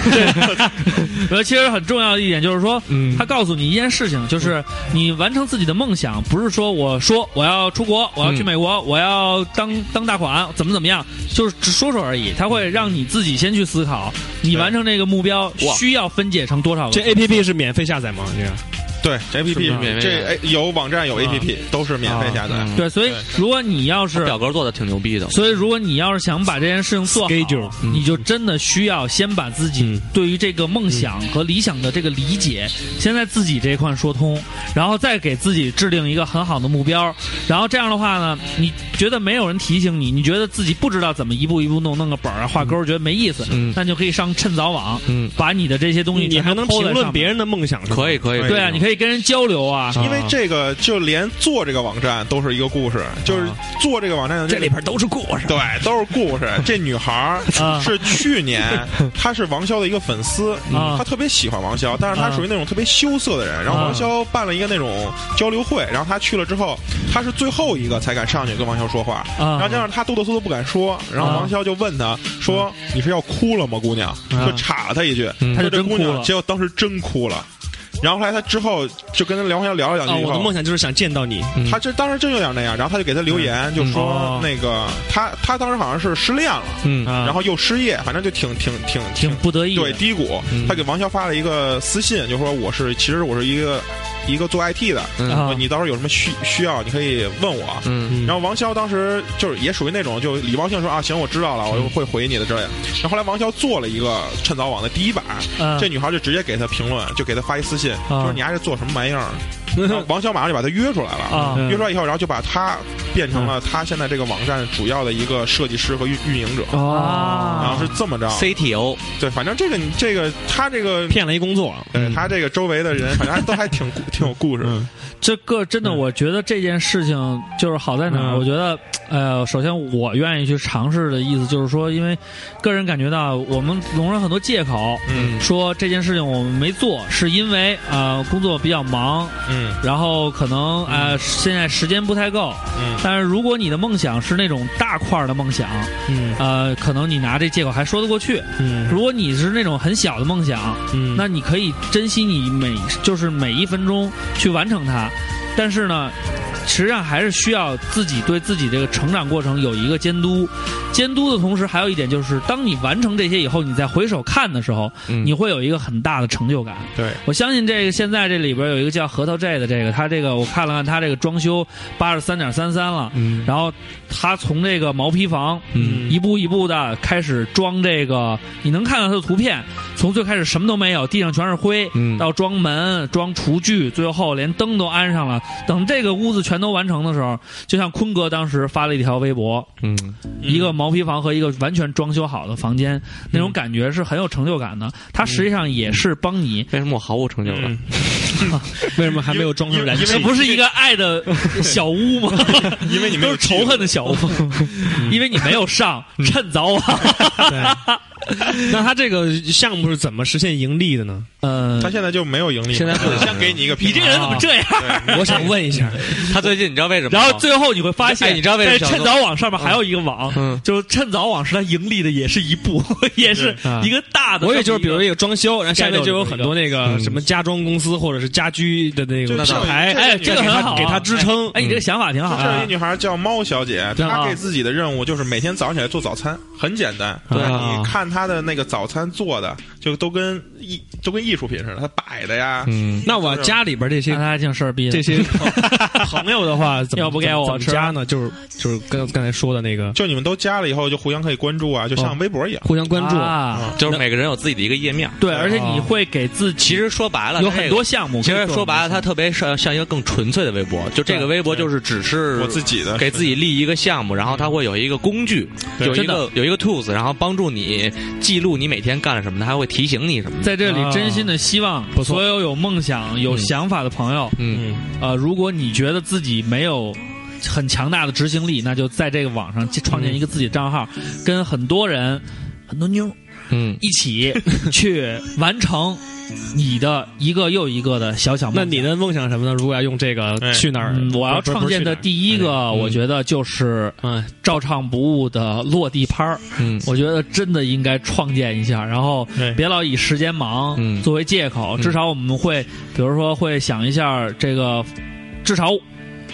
呃，其实很重要的一点就是说，嗯他告诉你一件事情，就是你完成自己的梦想，不是说我说我要出国，我要去嗯美国，我要当当大款，怎么怎么样，就是只说说而已。他嗯会让你自己先去思考，你完成这个目标哇需要分解成多少个这 A P P 是免费下载吗？这个对，这 A P 是免 P 费啊这的哎有网站有 A P P 都是免费下载，嗯对，所以对如果你要是表格做的挺牛逼的，所以，如果你要是想把这件事情做好 Schedule，嗯你就真的需要先把自己嗯对于这个梦想和理想的这个理解，先在自己这一块说通，然后再给自己制定一个很好的目标。然后这样的话呢，你觉得没有人提醒你，你觉得自己不知道怎么一步一步弄，弄个本儿啊，画勾，觉得没意思，嗯那就可以上趁早网，嗯，把你的这些东西你还能评论别人。人的梦想？可以以，可以，对啊，你可以跟人交流啊，因为这个就连做这个网站都是一个故事，就是做这个网站的这啊边都是故事，对，都是故事。这女孩儿 啊是去年，她是王骁的一个粉丝，啊她特别喜欢王骁，但是她啊属于那种特别羞涩的人。然后王骁办了一个那种交流会，然后她去了之后，她是最后一个才敢上去跟王骁说话。然后啊加上她哆哆嗦嗦不敢说，然后啊王骁就问她说：“你是要哭了吗，姑娘？”就插了她一句，啊嗯她说就这真姑哭娘了结果当时真哭了。然后后来她之后就跟她聊天聊了两啊，句以我的后，梦想就是想见到你。嗯他这当时真有点那样，然后他就给他留言，就说哦那个他他当时好像是失恋了，嗯啊然后又失业，反正就挺挺挺挺不得已的对低谷嗯。他给王潇发了一个私信，就说我是其实我是一个一个做 IT 的，啊你到时候有什么需需要你可以问我。啊嗯然后王潇当时就是也属于那种就礼貌性说啊行我知道了我会回你的之类的。然后后来王潇做了一个趁早网的第一版，啊这女孩就直接给他评论，就给他发一私信，就说你还是做什么玩意儿？然后王潇马上就把他约出来了。啊约出来以后，然后就把他变成了他现在这个网站主要的一个设计师和运运营者，嗯然后啊是这么着。 ，CTO，对，反正这个你这个他这个，骗了一工作，对他这个周围的人，反正还都还挺挺有故事的。这个真的，我觉得这件事情就是好在哪儿？嗯我觉得，呃，首先我愿意去尝试的意思就是说，因为个人感觉到我们容忍很多借口，嗯说这件事情我们没做，是因为呃工作比较忙，嗯然后可能呃现在时间不太够。嗯，但是如果你的梦想是那种大块儿的梦想，嗯呃，可能你拿这借口还说得过去。嗯如果你是那种很小的梦想，嗯那你可以珍惜你每就是每一分钟去完成它，但是呢，实际上还是需要自己对自己这个成长过程有一个监督。监督的同时，还有一点就是，当你完成这些以后，你再回首看的时候，嗯你会有一个很大的成就感。对，我相信这个现在这里边有一个叫核桃 J 的这个，他这个我看了看他这个装修八十三点三三了，嗯然后他从这个毛坯房，嗯一步一步的开始装这个，你能看到他的图片，从最开始什么都没有，地上全是灰，嗯到装门、装厨具，最后连灯都安上了。等这个屋子全都完成的时候，就像坤哥当时发了一条微博，嗯一个毛坯房和一个完全装修好的房间，那嗯种感觉是很有成就感的。它实际上也是帮你。为什么我毫无成就啊嗯感？为什么还没有装上燃因为这气？ 不是一个爱的小屋吗？因为你没都有是仇恨的小屋，因为你没有上，趁早晚。那他这个项目是怎么实现盈利的呢？呃嗯他现在就没有盈利嘛，现在不先给你一个平你台，这人怎么这样？ 我想问一下，嗯他最近你知道为什么然吗？后最后你会发现，哎你知道为什么在趁早网上面还有一个网，嗯就是趁早网是它盈利的，也是一步， 也是一个大的。我也就是比如一个装修，然后下面就有盖很到这多么那个什么家装公司或者是家居的那个就品是牌，哎，这个给很他啊好，给他支。撑。哎，你这个想法挺好这儿有一的。女孩叫猫小姐，对啊她给自己的任务就是每天早上起来做早餐，很简单。对你看他的那个早餐做的就都跟艺都跟艺术品似的，他摆的呀，嗯，那我家里边这些那他还挺事儿逼的。这些 朋友的话，怎么要不该我怎么吃啊加呢？就是就是刚刚才说的那个，就你们都加了以后，就互相可以关注啊，就像微博一样。互相关注。啊，就是每个人有自己的一个页面。对，而且你会给自其己实说白了，有它这很个多项目。其实说白了，它特别像像一个更纯粹的微博，就这个微博就是只是我自己啊的给自己立一个项目，然后它会有一个工具，嗯对有一真个的有一个 tools，然后帮助你记录你每天干了什么的，还会提醒你什么的。在这里，真心的希望啊不错所有有梦想、有想法的朋友，嗯，嗯，呃，如果你觉得自己没有很强大的执行力，那就在这个网上创建一个自己的账号，跟很多人、很多妞儿嗯，一起去完成你的一个又一个的小小梦那想。你的梦想什么呢？如果要用这个哎去哪儿嗯？我要不是创建的，第一个，嗯我觉得就是嗯照唱不误的落地拍儿。嗯我觉得真的应该创建一下，然后对别老以时间忙嗯作为借口，嗯至少我们会，比如说会想一下这个，至少。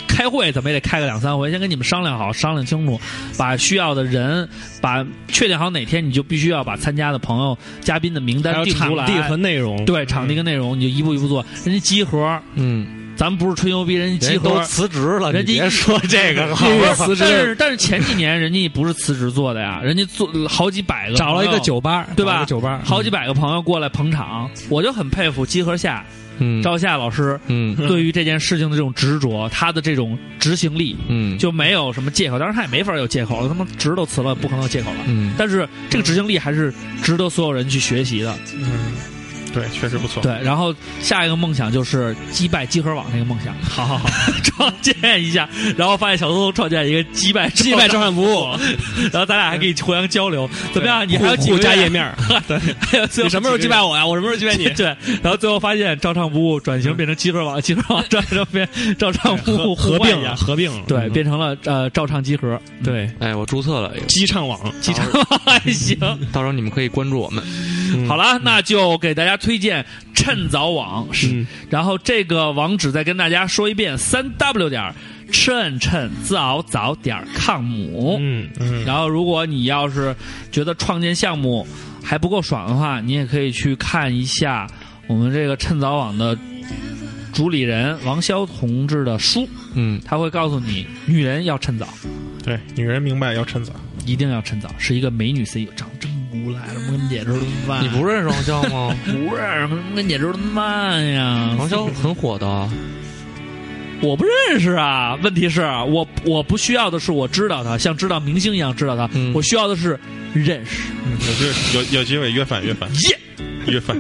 开会怎么也得开个两三回，先跟你们商量好，商量清楚，把需要的人，把确定好哪天你就必须要把参加的朋友、嘉宾的名不是去哪儿单还有定出场来，地和内容。嗯对场地跟内容，你就一步一步做。人家集合，嗯，咱们不是吹牛逼，人家集人合都辞职了，人你家别说这 个了，不是但是但是前几年人家不是辞职做的呀，人家做好几百个，找了一个酒吧，对吧找了一个酒吧，嗯好几百个朋友过来捧场，我就很佩服集合夏嗯赵夏老师嗯对于这件事情的这种执着，他的这种执行力嗯就没有什么借口，当然他也没法有借口了，他妈职都辞了，不可能有借口了。嗯，但是这个执行力还是值得所有人去学习的。嗯，对，确实不错。对，然后下一个梦想就是击败集合网这个梦 想，好好好， 创建一下，然后发现小偷偷创建一个击败 击败召唤服务， 然后咱俩还可以互相交流，怎么样？你还有几个互加月页面儿， 还有最后你什么时候几击个月？败我呀？我什么时候击败你 对，然后最后发现照唱不误转型变成集合网，集合网转成变照唱不误嗯合互换并一下了，合并了，对，嗯变成了呃照唱集合，对哎，我注册了，机唱网，集唱还嗯行。到时候你们可以关注我们。好了，那就给大家推荐趁早网，嗯是，然后这个网址再跟大家说一遍：三 w 点儿趁趁早早点儿 com。嗯嗯，然后，如果你要是觉得创建项目还不够爽的话，你也可以去看一下我们这个趁早网的主理人王潇同志的书，嗯，他会告诉你，女人要趁早，对，女人明白要趁早。一定要趁早，是一个美女 CEO，长真不赖，我跟姐这顿饭，嗯你不认识王潇 吗？不认识，跟姐这顿饭嗯呀，王潇很火的啊，我不认识啊。问题是我我不需要的是我知道他，像知道明星一样知道他，嗯我需要的是认识。有机有有机会约饭约饭耶、约饭，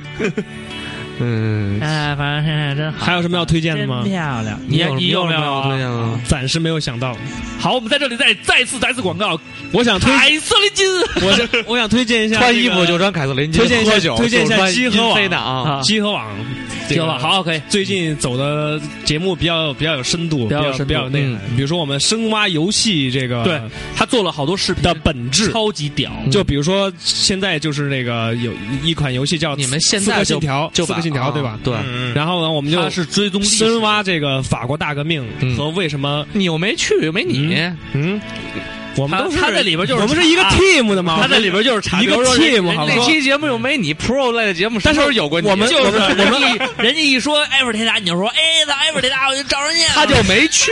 嗯，哎，反正现在真好还有什么要推荐的真吗？漂亮，你你有你有没什有么要推啊？荐啊？暂时没有想到，好，我们在这里再再次再次广告，我想推，凯瑟琳金我想我想推荐一下 穿这衣个服就穿凯瑟琳，推荐一下喝酒推荐一下就穿集合网 Insane 的啊，啊，集合网，这行个吧，好，可以，最近走的节目比较比较有深度，比比较有较深度比较有内涵。比如说我们深挖游戏这个对他做了好多视频的本质，超嗯级屌，就比如说现在就是那个有一款游戏叫《你们现刺客在就信条》，就刺把客信条啊对吧？对，嗯，然后呢，我们就他是追踪历史深挖这个法国大革命嗯和为什么你又没去，又没你，嗯，我们他都是他在里边就是我们是一个查 team 的嘛，他在里边就是查一个比如说人 team 好不那好？期节目又没你 Pro 类的节目，但是什么时候有过你？啊我们就是我们人家一人家一说埃弗雷达，你就说哎，那埃弗雷达，我就找人家，他就没去。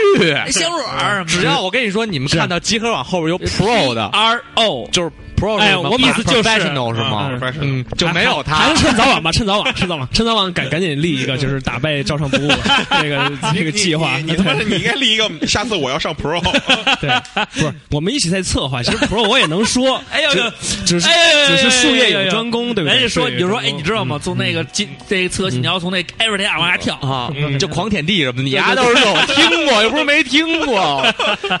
香水儿，啊只要我跟你说，你们啊看到集合网后边有 Pro 的， R O 就是 Pro，哎是什么我意思就是啊 professional 是吗嗯？professional 嗯，就没有还他是。趁早晚吧，趁早晚，趁早晚，趁早晚赶赶紧立一个，就是打败照 常不误这个这个计划。你你你他妈的你应该立一个，下次我要上 Pro。对，不是我们一起在策划，其实 Pro 我也能说， 哎呦只呦只是哎只是术业有专攻，对不对？人家说术业你有就说专哎，攻你知道吗？从那个进这个刺客信条，从那埃弗雷达往下跳，啊，嗯就狂舔地什么的，你丫都是有听过，又不是没听过。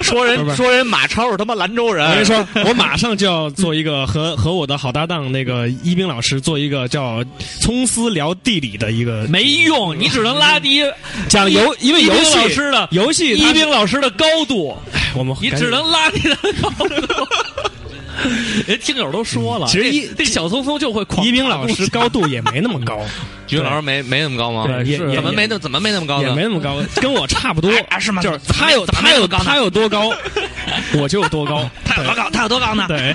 说 不是不人是说人马超是他妈兰州人，我跟你说，我马上就要做一个和和我的好搭档那个一冰老师做一个叫“葱丝聊地理”的一个没用，你只能拉低讲游，因为一游冰戏老师的游戏它一冰老师的高度，哎我们你赶紧只能拉低他的高度。 人听友都说了，其实一这这小松松就会狂。，一冰老师高度也没那么高，语文老师没没那么高吗？啊对也也怎么没那怎么没那么高也呢没？那么高，跟我差不多啊是吗就是他有怎么他没那有么高呢他有多高，我就有多高。他有多高？他有多高呢？对，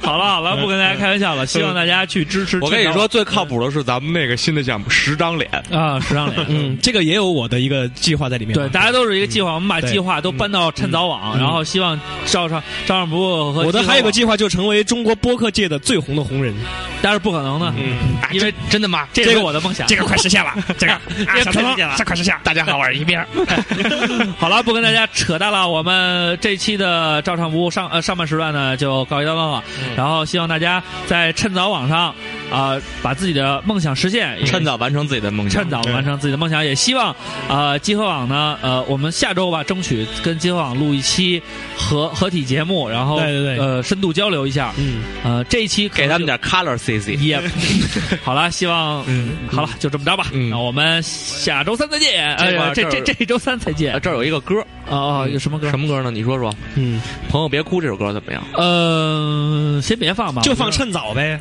好了好了，不跟大家开玩笑了，希望大家去支持。我跟你说，最嗯靠谱的是咱们那个新的项目十张脸，啊，十张脸，嗯，这个也有我的一个计划在里面。啊对，大家都是一个计划，我们把对计划都搬到趁早网，然后希望照上照上不误和我的计划还有个网计划，就成为中国播客界的最红的红人。但是不可能的，因为真的吗？这是我的梦想。这个快实 现了，这个啊，这小个腾快实现了这快实现了。大家好，我是一边。好了，不跟大家扯淡了。我们这期的照唱不误上呃上半时段呢就告一段落了。嗯然后希望大家在趁早网上啊、把自己的梦想实现，也趁早完成自己的梦想，趁早完成自己的梦想。也希望呃集合网呢呃我们下周吧争取跟集合网录一期合合体节目，然 后对对对呃深度交流一下。嗯，呃这一期可给能他们就点 color CC。也 好了，希望嗯好了，就这么着吧。嗯那我们下周三再见。这块呃儿这这这儿这周三再见呃。这儿有一个歌，哦哦，有什么歌什？么歌呢？你说说。嗯，朋友别哭这首歌怎么样？呃，先别放吧，就放我觉趁早呗。得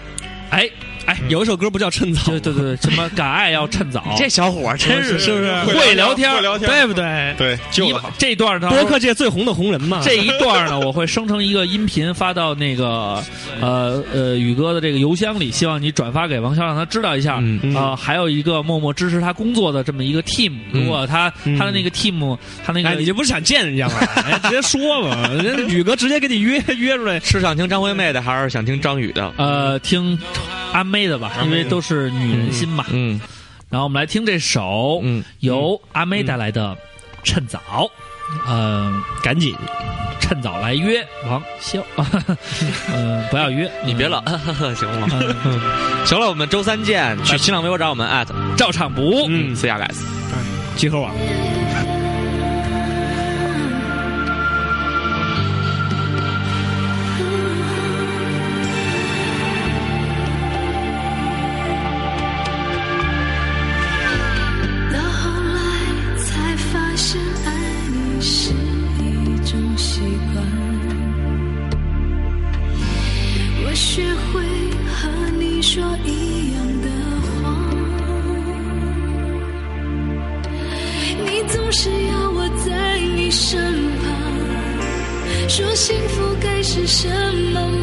哎哎，嗯有一首歌不叫趁早对，对对，什么敢爱要趁早，小伙儿真是不是？会聊天会聊天对不对？对，就一这段呢，播客界最红的红人嘛。这一段呢，我会生成一个音频发到那个呃呃宇哥的这个邮箱里，希望你转发给王潇，让他知道一下。嗯嗯啊、还有一个默默支持他工作的这么一个 team，嗯如果他、嗯他的那个 team，他那个、哎，你就不是想见人家吗？哎，直接说吧， 人家宇哥直接给你约约出来。是想听张惠妹的还是想听张宇的？呃听阿妹的吧，因为都是女人心嘛。嗯然后我们来听这首、嗯，由阿妹带来的《趁早》，嗯、赶紧趁早来约王潇， 嗯、不要约，你别嗯老行了 吗？ 行了，我们周三见，去新浪微博找我们 at 照唱不误。嗯，四亚 guys。集合网，到后来才发现，爱你是一种习惯。我学会和你说一样的话，你总是要我在你身旁，说幸福该是什么模